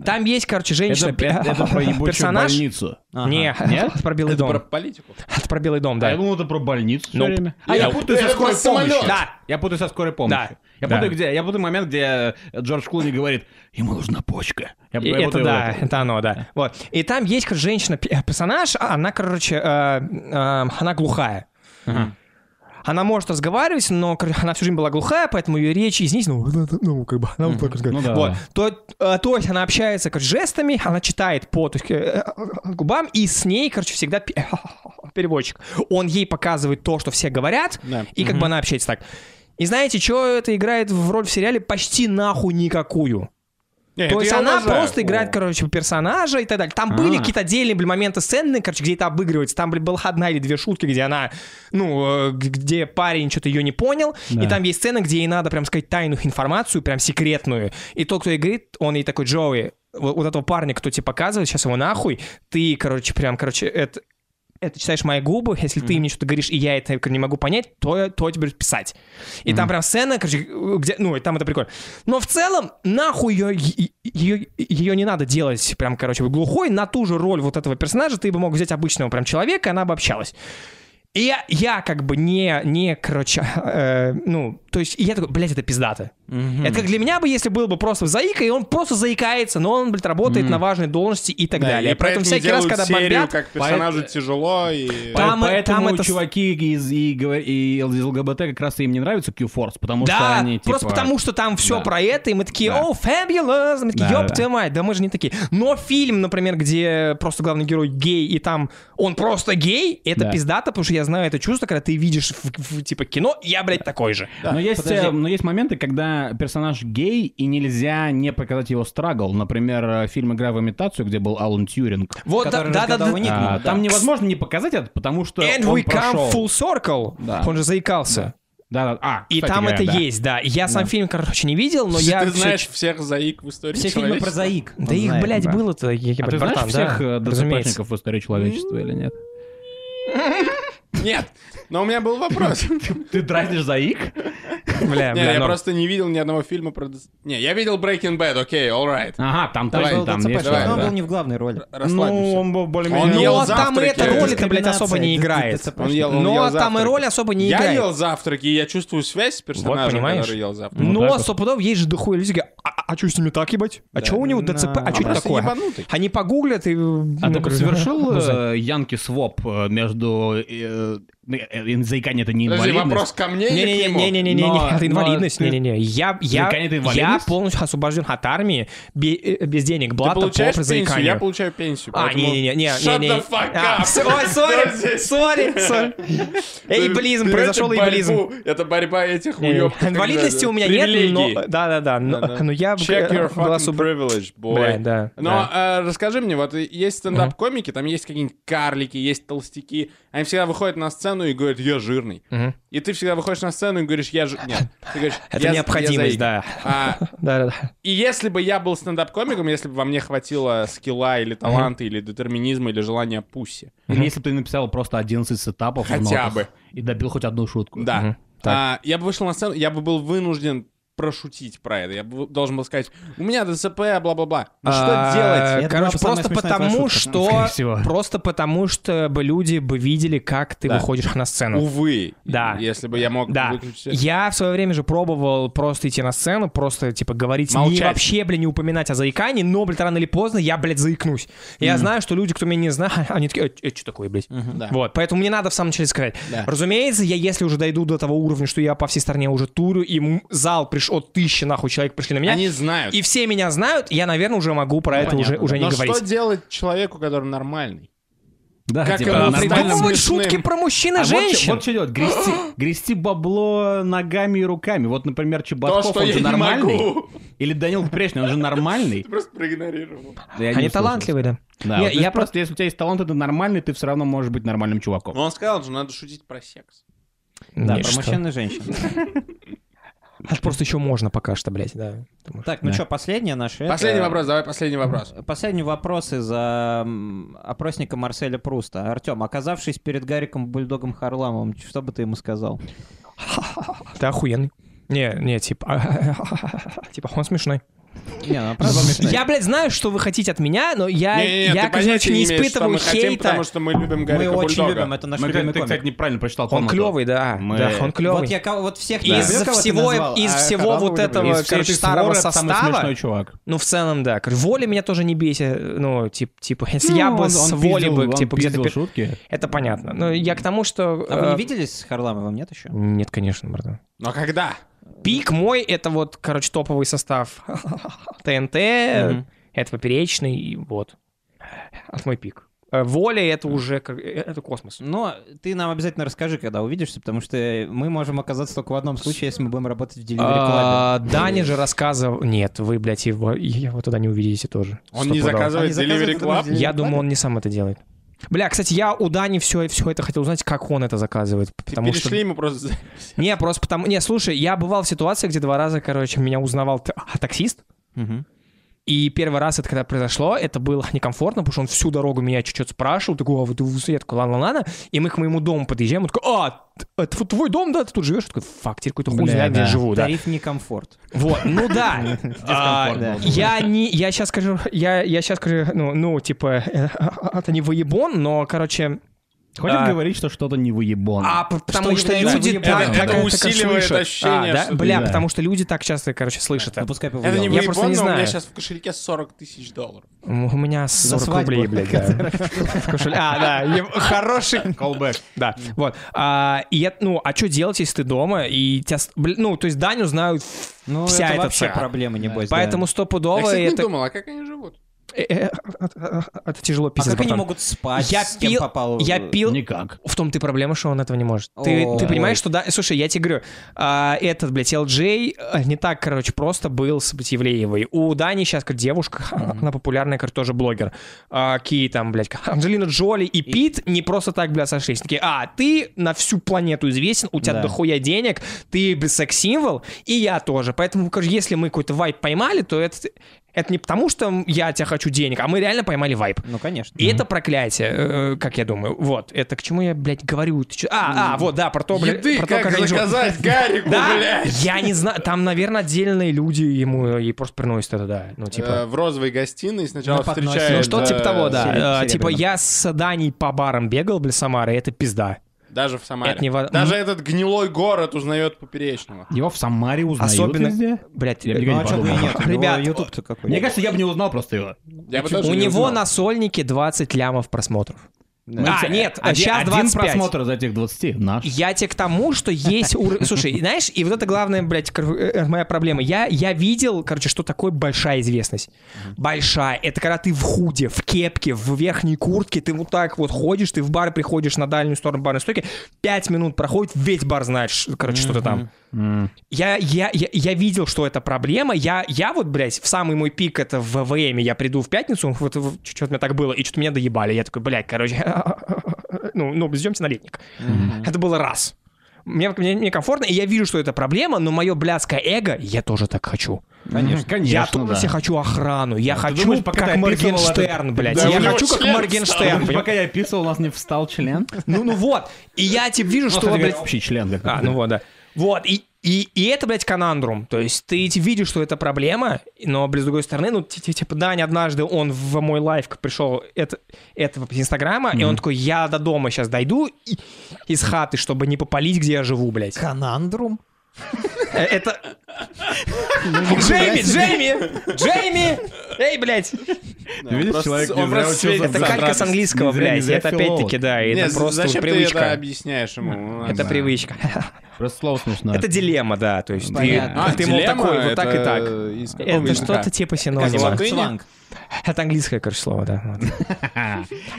[SPEAKER 4] Там есть, короче,
[SPEAKER 2] Это
[SPEAKER 4] женщина, пи-
[SPEAKER 2] это про ебучую
[SPEAKER 4] персонаж.
[SPEAKER 2] больницу.
[SPEAKER 1] Ага.
[SPEAKER 4] Не,
[SPEAKER 2] Нет?
[SPEAKER 4] это про Белый
[SPEAKER 3] Это
[SPEAKER 4] дом.
[SPEAKER 3] про политику.
[SPEAKER 4] Это про Белый дом,
[SPEAKER 2] Да.
[SPEAKER 4] да.
[SPEAKER 2] А я думал, это про больницу все
[SPEAKER 4] Nope.
[SPEAKER 2] время. А я,
[SPEAKER 3] Я-
[SPEAKER 2] путаю со
[SPEAKER 3] Это
[SPEAKER 2] скорой
[SPEAKER 3] про самолет.
[SPEAKER 2] помощью.
[SPEAKER 4] Да.
[SPEAKER 2] Я путаю со скорой помощью.
[SPEAKER 4] Да.
[SPEAKER 2] Я
[SPEAKER 4] Да.
[SPEAKER 2] путаю, где. Я путаю момент, где Джордж Клуни говорит, ему нужна почка. Я,
[SPEAKER 4] И
[SPEAKER 2] я
[SPEAKER 4] это
[SPEAKER 2] путаю
[SPEAKER 4] да,
[SPEAKER 2] вот
[SPEAKER 4] это оно, да. Вот. И там есть, короче, а женщина-персонаж, она, короче, э, э, она глухая. эм, Она может разговаривать, но кр- она всю жизнь была глухая, поэтому ее речь из ну, ну, как бы, она вот так
[SPEAKER 2] Ну
[SPEAKER 4] разговаривает.
[SPEAKER 2] да.
[SPEAKER 4] Вот. То, э, то есть она общается, короче, жестами, она читает по то есть, э, э, губам, и с ней, короче, всегда пе- переводчик. Он ей показывает то, что все говорят,
[SPEAKER 3] Да.
[SPEAKER 4] и как бы она общается так. И знаете, что это играет в роль в сериале? Почти нахуй никакую.
[SPEAKER 3] Не,
[SPEAKER 4] То
[SPEAKER 3] это
[SPEAKER 4] есть
[SPEAKER 3] я
[SPEAKER 4] она
[SPEAKER 3] уважаю.
[SPEAKER 4] просто играет, короче, персонажа и так далее. Там были
[SPEAKER 2] А.
[SPEAKER 4] какие-то отдельные, блин, моменты сцены, короче, где это обыгрывается. Там, блин, была одна или две шутки, где она, ну, э, г- где парень что-то ее не понял.
[SPEAKER 2] Да.
[SPEAKER 4] И там есть сцена, где ей надо, прям сказать, тайную информацию, прям секретную. И тот, кто ей говорит, он ей такой, Джоуи, вот, вот этого парня, кто тебе показывает, сейчас его нахуй, ты, короче, прям, короче, это... Это читаешь мои губы, если ты мне что-то говоришь, и я это не могу понять, то, я- то я тебе буду писать. И там прям сцена, короче, где, ну, и там это прикольно. Но в целом, нахуй ее, ее, не надо делать прям, короче, глухой. На ту же роль вот этого персонажа ты бы мог взять обычного прям человека, и она бы общалась. И я, я как бы не, не, короче, э, ну, то есть, и я такой, блядь, это пиздато. Это как для меня бы, если был бы просто заика, и он просто заикается, но он, блядь, работает на важной должности и так
[SPEAKER 3] Да,
[SPEAKER 4] далее.
[SPEAKER 3] и поэтому
[SPEAKER 4] Поэтому всякий раз,
[SPEAKER 3] делают
[SPEAKER 4] когда
[SPEAKER 3] серию,
[SPEAKER 4] бомбят,
[SPEAKER 3] как персонажу тяжело и...
[SPEAKER 4] Там-
[SPEAKER 2] По- Поэтому
[SPEAKER 4] там это с-
[SPEAKER 2] чуваки из и, говор- и ЛГБТ как раз им не нравится Q-Force, потому что
[SPEAKER 4] да,
[SPEAKER 2] они типа...
[SPEAKER 4] просто потому что там все
[SPEAKER 2] Да.
[SPEAKER 4] про это, и мы такие,
[SPEAKER 2] Да.
[SPEAKER 4] о, fabulous, мы такие,
[SPEAKER 2] Да,
[SPEAKER 4] ёб
[SPEAKER 2] да.
[SPEAKER 4] твою мать, да мы же не такие. Но фильм, например, где просто главный герой гей, и там он просто гей, это
[SPEAKER 2] Да.
[SPEAKER 4] пиздато, потому что я знаю это чувство, когда ты видишь в- в, типа кино, я, блядь, такой же.
[SPEAKER 2] Но, есть,
[SPEAKER 1] подожди.
[SPEAKER 2] э, но есть моменты, когда персонаж гей, и нельзя не показать его страгл. Например, э, фильм «Игра в имитацию», где был Алан Тьюринг.
[SPEAKER 4] Вот, да,
[SPEAKER 1] Который
[SPEAKER 4] да, да,
[SPEAKER 1] разгадал
[SPEAKER 4] да.
[SPEAKER 1] Enigma,
[SPEAKER 2] А,
[SPEAKER 1] да.
[SPEAKER 2] Там невозможно не показать это, потому что
[SPEAKER 4] And
[SPEAKER 2] он
[SPEAKER 4] we come
[SPEAKER 2] прошел.
[SPEAKER 4] full circle.
[SPEAKER 2] Да.
[SPEAKER 4] Он же заикался.
[SPEAKER 2] Да, да. А,
[SPEAKER 4] И
[SPEAKER 2] кстати
[SPEAKER 4] там
[SPEAKER 2] говоря,
[SPEAKER 4] это
[SPEAKER 2] да.
[SPEAKER 4] есть, да. И Я сам фильм, короче, не видел, но
[SPEAKER 3] Ты
[SPEAKER 4] я... всё-
[SPEAKER 3] знаешь всех заик в истории
[SPEAKER 1] Все фильмы про
[SPEAKER 3] человечества.
[SPEAKER 1] заик. он
[SPEAKER 4] Да их,
[SPEAKER 1] знает,
[SPEAKER 4] блядь,
[SPEAKER 1] да.
[SPEAKER 4] было-то, я,
[SPEAKER 2] А ты
[SPEAKER 4] братан,
[SPEAKER 2] знаешь всех
[SPEAKER 4] да,
[SPEAKER 2] э,
[SPEAKER 4] разумеется.
[SPEAKER 2] ДЦПшников в истории человечества или нет?
[SPEAKER 3] Нет, но у меня был вопрос. Не,
[SPEAKER 2] Ты дразнишь заик?
[SPEAKER 4] Бля, бля, ну,
[SPEAKER 3] я
[SPEAKER 4] норм.
[SPEAKER 3] просто не видел ни одного фильма про... дес- Не, я видел Breaking Bad, окей, all right.
[SPEAKER 2] Ага, там
[SPEAKER 1] Там
[SPEAKER 2] тоже
[SPEAKER 1] был
[SPEAKER 2] там
[SPEAKER 1] ДЦП,
[SPEAKER 2] есть.
[SPEAKER 3] давай, Ну,
[SPEAKER 1] но он
[SPEAKER 2] да.
[SPEAKER 1] был не в главной роли.
[SPEAKER 3] Расслабимся.
[SPEAKER 2] Ну, он был
[SPEAKER 3] Он
[SPEAKER 2] более-менее...
[SPEAKER 3] ел
[SPEAKER 4] Но Ну, а там и
[SPEAKER 3] завтраки.
[SPEAKER 4] эта роль, это, блядь, особо
[SPEAKER 1] Дискриминация,
[SPEAKER 4] не играет.
[SPEAKER 1] это- это
[SPEAKER 3] Он ел- он
[SPEAKER 4] Но
[SPEAKER 3] ел
[SPEAKER 4] там и
[SPEAKER 3] завтраки.
[SPEAKER 4] роль особо не
[SPEAKER 3] Я
[SPEAKER 4] играет.
[SPEAKER 3] ел завтраки, и я чувствую связь с персонажем,
[SPEAKER 4] понимаешь?
[SPEAKER 3] который ел завтрак.
[SPEAKER 2] Ну,
[SPEAKER 4] Но
[SPEAKER 2] так вот.
[SPEAKER 4] стопудов а есть же дохуя люди, такие, а, а что с ними так ебать? А что у него
[SPEAKER 1] Да.
[SPEAKER 4] ДЦП? А
[SPEAKER 1] А
[SPEAKER 4] что это
[SPEAKER 3] просто
[SPEAKER 4] такое?
[SPEAKER 3] ебанутый.
[SPEAKER 4] Они погуглят и...
[SPEAKER 2] А
[SPEAKER 4] ну,
[SPEAKER 2] ты бы
[SPEAKER 4] короче,
[SPEAKER 2] совершил
[SPEAKER 4] ну, за-
[SPEAKER 2] э, Янки своп э, между... э, э, э, Заикание это не
[SPEAKER 3] Подожди, вопрос
[SPEAKER 2] инвалидность.
[SPEAKER 3] ко мне или к нему?
[SPEAKER 2] Но-
[SPEAKER 4] Не-не-не-не-не, это
[SPEAKER 2] но
[SPEAKER 4] инвалидность,
[SPEAKER 2] ты-
[SPEAKER 4] не-не-не. Я, я,
[SPEAKER 2] Заикание это
[SPEAKER 4] я
[SPEAKER 2] инвалидность?
[SPEAKER 4] полностью освобожден от армии, бе- э, без денег,
[SPEAKER 3] Ты
[SPEAKER 4] блата,
[SPEAKER 3] получаешь
[SPEAKER 4] по
[SPEAKER 3] пенсию, я
[SPEAKER 4] заиканию.
[SPEAKER 3] получаю пенсию.
[SPEAKER 4] А,
[SPEAKER 3] поэтому
[SPEAKER 4] не-не-не,
[SPEAKER 3] Shut
[SPEAKER 4] не-не-не.
[SPEAKER 3] the fuck
[SPEAKER 4] А,
[SPEAKER 3] up.
[SPEAKER 4] с- Ой,
[SPEAKER 3] Кто
[SPEAKER 4] сори,
[SPEAKER 3] здесь?
[SPEAKER 4] сори, сори. Эйблизм,
[SPEAKER 3] Ты-
[SPEAKER 4] произошел
[SPEAKER 3] это
[SPEAKER 4] эйблизм.
[SPEAKER 3] борьбу- Это борьба этих
[SPEAKER 4] Не-не-не.
[SPEAKER 3] уёбков. когда-
[SPEAKER 4] Инвалидности у меня нет,
[SPEAKER 3] Привилегии.
[SPEAKER 4] но... Да-да-да, но
[SPEAKER 3] Да-да.
[SPEAKER 4] но я б-
[SPEAKER 3] Check your
[SPEAKER 4] был
[SPEAKER 3] fucking
[SPEAKER 4] особо-
[SPEAKER 3] privilege, boy.
[SPEAKER 4] Бля, да,
[SPEAKER 3] Но э, расскажи мне, вот есть стендап-комики, там есть какие-нибудь карлики, есть толстяки. Они всегда выходят на сцену и говорят, я жирный.
[SPEAKER 4] Мгм.
[SPEAKER 3] И ты всегда выходишь на сцену и говоришь, я жирный. Нет, ты говоришь,
[SPEAKER 4] Это
[SPEAKER 3] «Я- я заик».
[SPEAKER 4] необходимость, да.
[SPEAKER 3] А,
[SPEAKER 4] Да-да-да.
[SPEAKER 3] и если бы я был стендап-комиком, если бы во мне хватило скилла или таланта, или детерминизма, или желания пуси.
[SPEAKER 2] Или если бы ты написал просто 11 сетапов в
[SPEAKER 3] Хотя
[SPEAKER 2] нотах
[SPEAKER 3] бы.
[SPEAKER 2] И добил хоть одну шутку.
[SPEAKER 3] Да.
[SPEAKER 4] Мгм.
[SPEAKER 3] А, я бы вышел на сцену, я бы был вынужден прошутить про это. Я бы должен был сказать, у меня ДЦП, бла-бла-бла. Ну что
[SPEAKER 4] А,
[SPEAKER 3] делать?
[SPEAKER 1] Это
[SPEAKER 4] Короче,
[SPEAKER 1] была самая
[SPEAKER 4] просто
[SPEAKER 1] смешная твоя
[SPEAKER 4] потому,
[SPEAKER 1] шутка,
[SPEAKER 4] что...
[SPEAKER 2] скорее всего.
[SPEAKER 4] Просто потому, что бы люди бы видели, как ты
[SPEAKER 3] Да.
[SPEAKER 4] выходишь на сцену.
[SPEAKER 3] Увы.
[SPEAKER 4] Ну. Да.
[SPEAKER 3] Если бы я мог
[SPEAKER 4] Да.
[SPEAKER 3] выключить это.
[SPEAKER 4] Я в свое время же пробовал просто идти на сцену, просто, типа, говорить, не
[SPEAKER 3] Молчать.
[SPEAKER 4] вообще, блин, не упоминать о заикании, но, блядь, рано или поздно я, блядь, заикнусь. Я знаю, что люди, кто меня не знает, они такие, это что такое, блядь?
[SPEAKER 3] Да.
[SPEAKER 4] Вот, поэтому мне надо в самом начале сказать.
[SPEAKER 3] Да.
[SPEAKER 4] Разумеется, я если уже дойду до того уровня, что я по всей стране уже турю, и м- зал пришел, тысячи нахуй человек пришли на меня,
[SPEAKER 3] Они знают.
[SPEAKER 4] и все меня знают, я, наверное, уже могу про это уже,
[SPEAKER 2] понятно,
[SPEAKER 4] уже
[SPEAKER 2] да.
[SPEAKER 4] не
[SPEAKER 3] Но
[SPEAKER 4] говорить.
[SPEAKER 3] что делать человеку, который нормальный?
[SPEAKER 2] Да,
[SPEAKER 3] Как
[SPEAKER 2] типа,
[SPEAKER 3] ему
[SPEAKER 2] нормально.
[SPEAKER 3] придумать
[SPEAKER 2] А вот
[SPEAKER 4] Э, Придумывать
[SPEAKER 3] смешным.
[SPEAKER 4] шутки про мужчин и
[SPEAKER 2] чё-
[SPEAKER 4] женщин.
[SPEAKER 2] А Вот что делать, грести, грести бабло ногами и руками. Вот, например,
[SPEAKER 3] То,
[SPEAKER 2] Чеботков,
[SPEAKER 3] что
[SPEAKER 2] он
[SPEAKER 3] я
[SPEAKER 2] же
[SPEAKER 3] не
[SPEAKER 2] нормальный.
[SPEAKER 3] могу.
[SPEAKER 2] Или Данил Пречный, он же нормальный.
[SPEAKER 3] Ты просто проигнорировал.
[SPEAKER 2] Я не
[SPEAKER 4] Они
[SPEAKER 2] услышал.
[SPEAKER 4] талантливые, да.
[SPEAKER 2] Да,
[SPEAKER 4] Не,
[SPEAKER 2] вот, то есть
[SPEAKER 4] я
[SPEAKER 2] просто, если у тебя есть талант, это нормальный, ты все равно можешь быть нормальным чуваком.
[SPEAKER 3] Но он сказал же, надо шутить про секс.
[SPEAKER 1] Да,
[SPEAKER 4] Не,
[SPEAKER 1] про
[SPEAKER 4] что?
[SPEAKER 1] мужчин и женщин.
[SPEAKER 4] А Просто еще можно пока что, блядь, да. Потому что-
[SPEAKER 1] Так, ну
[SPEAKER 2] Да.
[SPEAKER 1] что, последнее наше? это-
[SPEAKER 3] Последний вопрос, давай последний вопрос.
[SPEAKER 1] Последний вопрос из а, м, опросника Марселя Пруста. Артем, оказавшись перед Гариком Бульдогом Харламовым, ч- что бы ты ему сказал?
[SPEAKER 4] Ты охуенный. Не, не, типа... Типа, он смешной.
[SPEAKER 1] Не, ну, правда, смешная.
[SPEAKER 4] Я, блядь, знаю, что вы хотите от меня, но я,
[SPEAKER 3] Не-не-не,
[SPEAKER 4] я
[SPEAKER 3] ты понятия
[SPEAKER 4] короче, не
[SPEAKER 3] не имеешь, что
[SPEAKER 4] испытываю
[SPEAKER 3] мы хотим,
[SPEAKER 4] хейта.
[SPEAKER 3] потому что мы любим
[SPEAKER 1] Мы
[SPEAKER 3] Гарика
[SPEAKER 1] очень
[SPEAKER 3] Бульдога.
[SPEAKER 1] любим, это наш
[SPEAKER 2] Ну, Мы,
[SPEAKER 1] любимый
[SPEAKER 2] ты,
[SPEAKER 1] комик.
[SPEAKER 2] кстати, неправильно прочитал
[SPEAKER 4] Он
[SPEAKER 2] комнату.
[SPEAKER 4] клевый, да.
[SPEAKER 2] Мы-
[SPEAKER 4] Да, он клевый.
[SPEAKER 1] Вот я кого- вот всех
[SPEAKER 4] Из всего- из
[SPEAKER 2] А
[SPEAKER 4] всего вот этого,
[SPEAKER 2] Из всей
[SPEAKER 4] короче,
[SPEAKER 2] этой
[SPEAKER 4] старого
[SPEAKER 2] своры это
[SPEAKER 4] состава.
[SPEAKER 2] Самый смешной чувак.
[SPEAKER 4] Ну, в целом, да. Короче, Воля меня тоже не бесит. Ну, тип, типа, если я
[SPEAKER 2] Ну,
[SPEAKER 4] бы
[SPEAKER 2] он-
[SPEAKER 4] с
[SPEAKER 2] он
[SPEAKER 4] Волей
[SPEAKER 2] пиздил-
[SPEAKER 4] бы,
[SPEAKER 2] он
[SPEAKER 4] типа, где-то...
[SPEAKER 2] пиздил
[SPEAKER 4] пер-
[SPEAKER 2] шутки.
[SPEAKER 4] Это понятно. Но я к тому, что...
[SPEAKER 1] А вы
[SPEAKER 4] э,
[SPEAKER 1] не виделись с Харламовым, нет еще?
[SPEAKER 4] Нет, конечно, братан.
[SPEAKER 3] Но когда?
[SPEAKER 4] Пик мой — это вот, короче, топовый состав. ТНТ,
[SPEAKER 1] Мгм.
[SPEAKER 4] это поперечный, и вот. Это мой пик. Э, Воля — это уже... как- э, Это космос.
[SPEAKER 1] Но Ну, ты нам обязательно расскажи, когда увидишься, потому что мы можем оказаться только в одном случае, если мы будем работать в Delivery Club.
[SPEAKER 4] А, Даня же рассказывал... Нет, вы, блядь, его, его туда не увидите тоже.
[SPEAKER 3] Он не
[SPEAKER 4] Стопудово.
[SPEAKER 3] заказывает
[SPEAKER 1] Они заказывают
[SPEAKER 3] Delivery
[SPEAKER 1] это
[SPEAKER 3] Club?
[SPEAKER 1] на
[SPEAKER 4] Я
[SPEAKER 1] Delivery
[SPEAKER 4] думаю,
[SPEAKER 1] Club?
[SPEAKER 4] он не сам это делает. Бля, кстати, я у Дани все, все это хотел узнать, как он это заказывает. Потому
[SPEAKER 3] Перешли
[SPEAKER 4] что...
[SPEAKER 3] ему просто...
[SPEAKER 4] Не, просто потому... Не, слушай, я бывал в ситуации, где два раза, короче, меня узнавал т- а, таксист.
[SPEAKER 1] Мгм.
[SPEAKER 4] И первый раз это когда произошло, это было некомфортно, потому что он всю дорогу меня чуть-чуть спрашивал, такой, а вы ты в я такой, ладно, ладно, ладно». И мы к моему дому подъезжаем, он такой, а, т- это вот твой дом, да, ты тут живешь? Я такой, фак, теперь какой-то хуй
[SPEAKER 2] Бля,
[SPEAKER 4] знает, где
[SPEAKER 2] да.
[SPEAKER 4] я живу, да.
[SPEAKER 1] Тариф некомфорт.
[SPEAKER 4] Вот, ну да. А,
[SPEAKER 2] Дискомфортно было.
[SPEAKER 4] Я не, я сейчас скажу, я, я сейчас скажу, ну, ну, типа, э, это не воебон, но, короче,
[SPEAKER 2] Хочет
[SPEAKER 4] А.
[SPEAKER 2] говорить, что что-то не выебон.
[SPEAKER 4] а п- потому что,
[SPEAKER 1] является
[SPEAKER 4] люди
[SPEAKER 1] выебоном,
[SPEAKER 4] так,
[SPEAKER 3] да.
[SPEAKER 4] так
[SPEAKER 3] Это
[SPEAKER 4] так
[SPEAKER 3] усиливает
[SPEAKER 4] слышат.
[SPEAKER 3] ощущение,
[SPEAKER 4] А, да?
[SPEAKER 3] что ты-
[SPEAKER 4] Бля,
[SPEAKER 2] Да.
[SPEAKER 4] потому что люди так часто, короче, слышат
[SPEAKER 1] Ну
[SPEAKER 4] это.
[SPEAKER 1] пускай повыебал.
[SPEAKER 3] Это не
[SPEAKER 4] Я просто
[SPEAKER 3] выебон,
[SPEAKER 4] не
[SPEAKER 3] но у меня
[SPEAKER 4] знаю.
[SPEAKER 3] сейчас в кошельке 40 тысяч долларов.
[SPEAKER 4] У меня
[SPEAKER 1] За
[SPEAKER 4] 40
[SPEAKER 1] свадьбу.
[SPEAKER 4] рублей, блядь, да. В кошеле. А, да, я- хороший
[SPEAKER 2] Callback.
[SPEAKER 4] Да, вот. А, и я, ну, а что делать, если ты дома, и тебя, с- блин, ну, то есть Даню знают
[SPEAKER 1] Ну,
[SPEAKER 4] вся
[SPEAKER 1] это
[SPEAKER 4] эта
[SPEAKER 1] вообще
[SPEAKER 4] цена.
[SPEAKER 1] проблема, небось. да.
[SPEAKER 4] Поэтому
[SPEAKER 3] Я,
[SPEAKER 4] стопудово
[SPEAKER 3] кстати, не
[SPEAKER 4] это...
[SPEAKER 3] думал, а как они живут?
[SPEAKER 4] Э, э, э, Это тяжело
[SPEAKER 1] А
[SPEAKER 4] писать,
[SPEAKER 1] как они
[SPEAKER 4] братан.
[SPEAKER 1] могут спать?
[SPEAKER 4] Я
[SPEAKER 1] с кем
[SPEAKER 4] пил-
[SPEAKER 1] попал?
[SPEAKER 4] Я пил...
[SPEAKER 2] Никак.
[SPEAKER 4] В том ты проблема, что он этого не может. Ты,
[SPEAKER 1] О,
[SPEAKER 4] ты
[SPEAKER 1] ой.
[SPEAKER 4] понимаешь, что да. Слушай, я тебе говорю, а, этот, блядь, LJ а, не так, короче, просто был с Евлеевой. У Дани сейчас как девушка, она популярная, короче, тоже блогер. А, Какие там, блядь, Анджелина Джоли и, Пит не просто так, блядь, сошлись. Такие, а, ты на всю планету известен, у тебя
[SPEAKER 1] Да.
[SPEAKER 4] дохуя денег, ты блядь, секс-символ, и я тоже. Поэтому, короче, если мы какой-то вайп поймали, то это, это не потому, что я тебя хочу денег, а мы реально поймали вайп.
[SPEAKER 1] Ну, конечно.
[SPEAKER 4] И это проклятие, э, как я думаю. Вот, это к чему я, блядь, говорю? Ты чё- А, а, вот, да, про то, блядь,
[SPEAKER 3] Еды
[SPEAKER 4] про то,
[SPEAKER 3] как
[SPEAKER 4] они живут.
[SPEAKER 3] заказать Гарику,
[SPEAKER 4] Да,
[SPEAKER 3] блядь?
[SPEAKER 4] я не знаю, там, наверное, отдельные люди ему э, и просто приносят это, да, ну,
[SPEAKER 3] Э,
[SPEAKER 4] типа...
[SPEAKER 3] В розовой гостиной сначала
[SPEAKER 1] На подносе.
[SPEAKER 3] встречает...
[SPEAKER 4] Ну, что типа
[SPEAKER 3] э,
[SPEAKER 4] того,
[SPEAKER 1] сереб-
[SPEAKER 4] да. Э,
[SPEAKER 1] серебряным.
[SPEAKER 4] Типа, я с Даней по барам бегал, блядь, Самары, это пизда.
[SPEAKER 3] Даже в Самаре.
[SPEAKER 4] Это не во-
[SPEAKER 3] Даже этот гнилой город узнает поперечного.
[SPEAKER 2] Его в Самаре узнают
[SPEAKER 4] Особенно-
[SPEAKER 2] везде?
[SPEAKER 4] Блядь,
[SPEAKER 2] Я бы
[SPEAKER 4] э,
[SPEAKER 1] Ну,
[SPEAKER 2] никогда не
[SPEAKER 1] а чё бы и
[SPEAKER 2] подумал.
[SPEAKER 1] нет?
[SPEAKER 4] Ребят,
[SPEAKER 1] Ребят, YouTube-то какой.
[SPEAKER 2] Мне кажется, я бы не узнал просто его.
[SPEAKER 3] Я бы тоже
[SPEAKER 4] у
[SPEAKER 3] не
[SPEAKER 4] него
[SPEAKER 3] узнал.
[SPEAKER 4] на сольнике 20 лямов просмотров.
[SPEAKER 1] Да.
[SPEAKER 4] А, нет,
[SPEAKER 2] Ну, Один-
[SPEAKER 4] сейчас
[SPEAKER 2] Один
[SPEAKER 4] 25.
[SPEAKER 2] просмотр из этих 20 наш.
[SPEAKER 4] Я тебе к тому, что есть уровень... Слушай, знаешь, и вот это главная, блядь, кор- э, моя проблема. Я, я видел, короче, что такое большая известность. Большая. Это когда ты в худе, в кепке, в верхней куртке, ты вот так вот ходишь, ты в бар приходишь на дальнюю сторону барной стойки, пять минут проходит, весь бар знает, ш- короче, что ты там.
[SPEAKER 2] М.
[SPEAKER 4] Я, я, я, я видел, что это проблема. Я, я вот, блядь, в самый мой пик это в ВМ, я приду в пятницу, вот что-то у меня так было, и что-то меня доебали. Я такой, блядь, короче, ну, ну, ждемте на летник. Это было раз. Мне, мне, мне комфортно, и я вижу, что это проблема, но мое блядское эго, я тоже так хочу.
[SPEAKER 2] Конечно, конечно.
[SPEAKER 4] я тоже
[SPEAKER 2] да.
[SPEAKER 4] себе хочу охрану, я
[SPEAKER 2] Ты
[SPEAKER 4] хочу
[SPEAKER 2] думаешь, пока
[SPEAKER 4] как
[SPEAKER 2] ты описывал
[SPEAKER 4] Моргенштерн,
[SPEAKER 2] этот-
[SPEAKER 4] блядь.
[SPEAKER 2] Да,
[SPEAKER 4] я
[SPEAKER 2] у него
[SPEAKER 4] хочу как
[SPEAKER 3] член
[SPEAKER 4] Моргенштерн.
[SPEAKER 2] Ты
[SPEAKER 4] понимаешь?
[SPEAKER 2] Пока я писал, у нас не встал член.
[SPEAKER 4] Ну, ну вот. И я тебе вижу,
[SPEAKER 2] Ну,
[SPEAKER 4] что,
[SPEAKER 2] кстати,
[SPEAKER 4] блядь,
[SPEAKER 2] общий член. как-то.
[SPEAKER 4] а, ну вот, да. Вот, и, и, и это, блядь, канандрум. То есть ты эти видишь, что это проблема, но, блядь, с другой стороны, ну, ти- ти- типа, Даня однажды, он в мой лайф к- пришел это, этого из Инстаграма, и он такой, я до дома сейчас дойду и- из хаты, чтобы не попалить, где я живу, блядь.
[SPEAKER 1] Канандрум?
[SPEAKER 4] Э, Это... Джейми, Джейми! Джейми! Эй, блядь!
[SPEAKER 3] Да,
[SPEAKER 2] Ты видишь,
[SPEAKER 3] просто
[SPEAKER 2] человек
[SPEAKER 3] с-
[SPEAKER 2] не
[SPEAKER 3] он
[SPEAKER 2] зря
[SPEAKER 3] просто
[SPEAKER 2] учился
[SPEAKER 3] светит
[SPEAKER 4] Это
[SPEAKER 2] в
[SPEAKER 3] от
[SPEAKER 4] калька с
[SPEAKER 3] радости.
[SPEAKER 4] английского,
[SPEAKER 2] Не зря, не
[SPEAKER 4] блядь.
[SPEAKER 2] зря
[SPEAKER 4] Это
[SPEAKER 2] филолог.
[SPEAKER 4] опять-таки, да,
[SPEAKER 3] Не,
[SPEAKER 4] это
[SPEAKER 3] за-
[SPEAKER 4] просто
[SPEAKER 3] зачем ты это
[SPEAKER 4] привычка.
[SPEAKER 3] объясняешь ему? Ну,
[SPEAKER 4] Это привычка.
[SPEAKER 2] Просто слово смешное.
[SPEAKER 4] Это дилемма, да. То есть ты
[SPEAKER 1] Понятно.
[SPEAKER 3] А,
[SPEAKER 4] ты, мол,
[SPEAKER 3] дилемма
[SPEAKER 4] такой, вот так и
[SPEAKER 3] это
[SPEAKER 4] так.
[SPEAKER 3] из какого
[SPEAKER 4] Это
[SPEAKER 3] языка?
[SPEAKER 4] что-то типа
[SPEAKER 1] Как
[SPEAKER 4] синонима.
[SPEAKER 1] звонг,
[SPEAKER 3] Латыни?
[SPEAKER 1] Сланг.
[SPEAKER 4] Это английское, короче, слово, да. вот.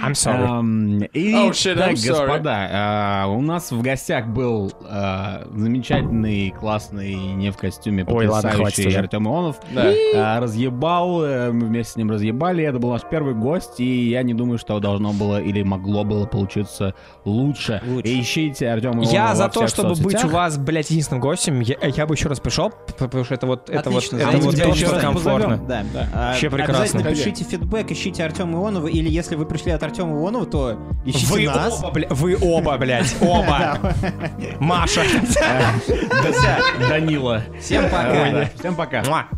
[SPEAKER 4] I'm sorry.
[SPEAKER 2] Эм, И
[SPEAKER 3] Oh, shit, I'm
[SPEAKER 2] так,
[SPEAKER 3] sorry.
[SPEAKER 2] господа, а, у нас в гостях был а, замечательный, классный, не в костюме,
[SPEAKER 4] Ой, ладно, хватит
[SPEAKER 2] потрясающий
[SPEAKER 4] уже.
[SPEAKER 2] Артем Ионов.
[SPEAKER 3] Да.
[SPEAKER 2] А, разъебал, э, мы вместе с ним разъебали. Это был наш первый гость, и я не думаю, что должно было или могло было получиться лучше.
[SPEAKER 1] Лучше.
[SPEAKER 2] Ищите Артема Ионова
[SPEAKER 4] Я
[SPEAKER 2] во
[SPEAKER 4] за то,
[SPEAKER 2] всех
[SPEAKER 4] чтобы
[SPEAKER 2] ну, соцсетях.
[SPEAKER 4] быть у вас, блядь, единственным гостем, я, я бы еще раз пришел, п- потому что это вот это
[SPEAKER 1] А, Отлично,
[SPEAKER 4] вот, это
[SPEAKER 1] зовите
[SPEAKER 4] вот
[SPEAKER 1] тебя
[SPEAKER 4] то,
[SPEAKER 1] еще
[SPEAKER 4] что
[SPEAKER 1] раз
[SPEAKER 4] комфортно.
[SPEAKER 1] позовем, Да. А,
[SPEAKER 4] Вообще прекрасно.
[SPEAKER 1] Обязательно пишите фидбэк, ищите Артема Ионова, или если вы пришли от Артема Ионова, то ищите
[SPEAKER 4] Вы
[SPEAKER 1] нас.
[SPEAKER 4] оба, бля, вы оба, блядь, оба. Маша.
[SPEAKER 2] Данила.
[SPEAKER 1] Всем
[SPEAKER 2] Э,
[SPEAKER 1] пока.
[SPEAKER 2] да. Всем пока.
[SPEAKER 4] Муа.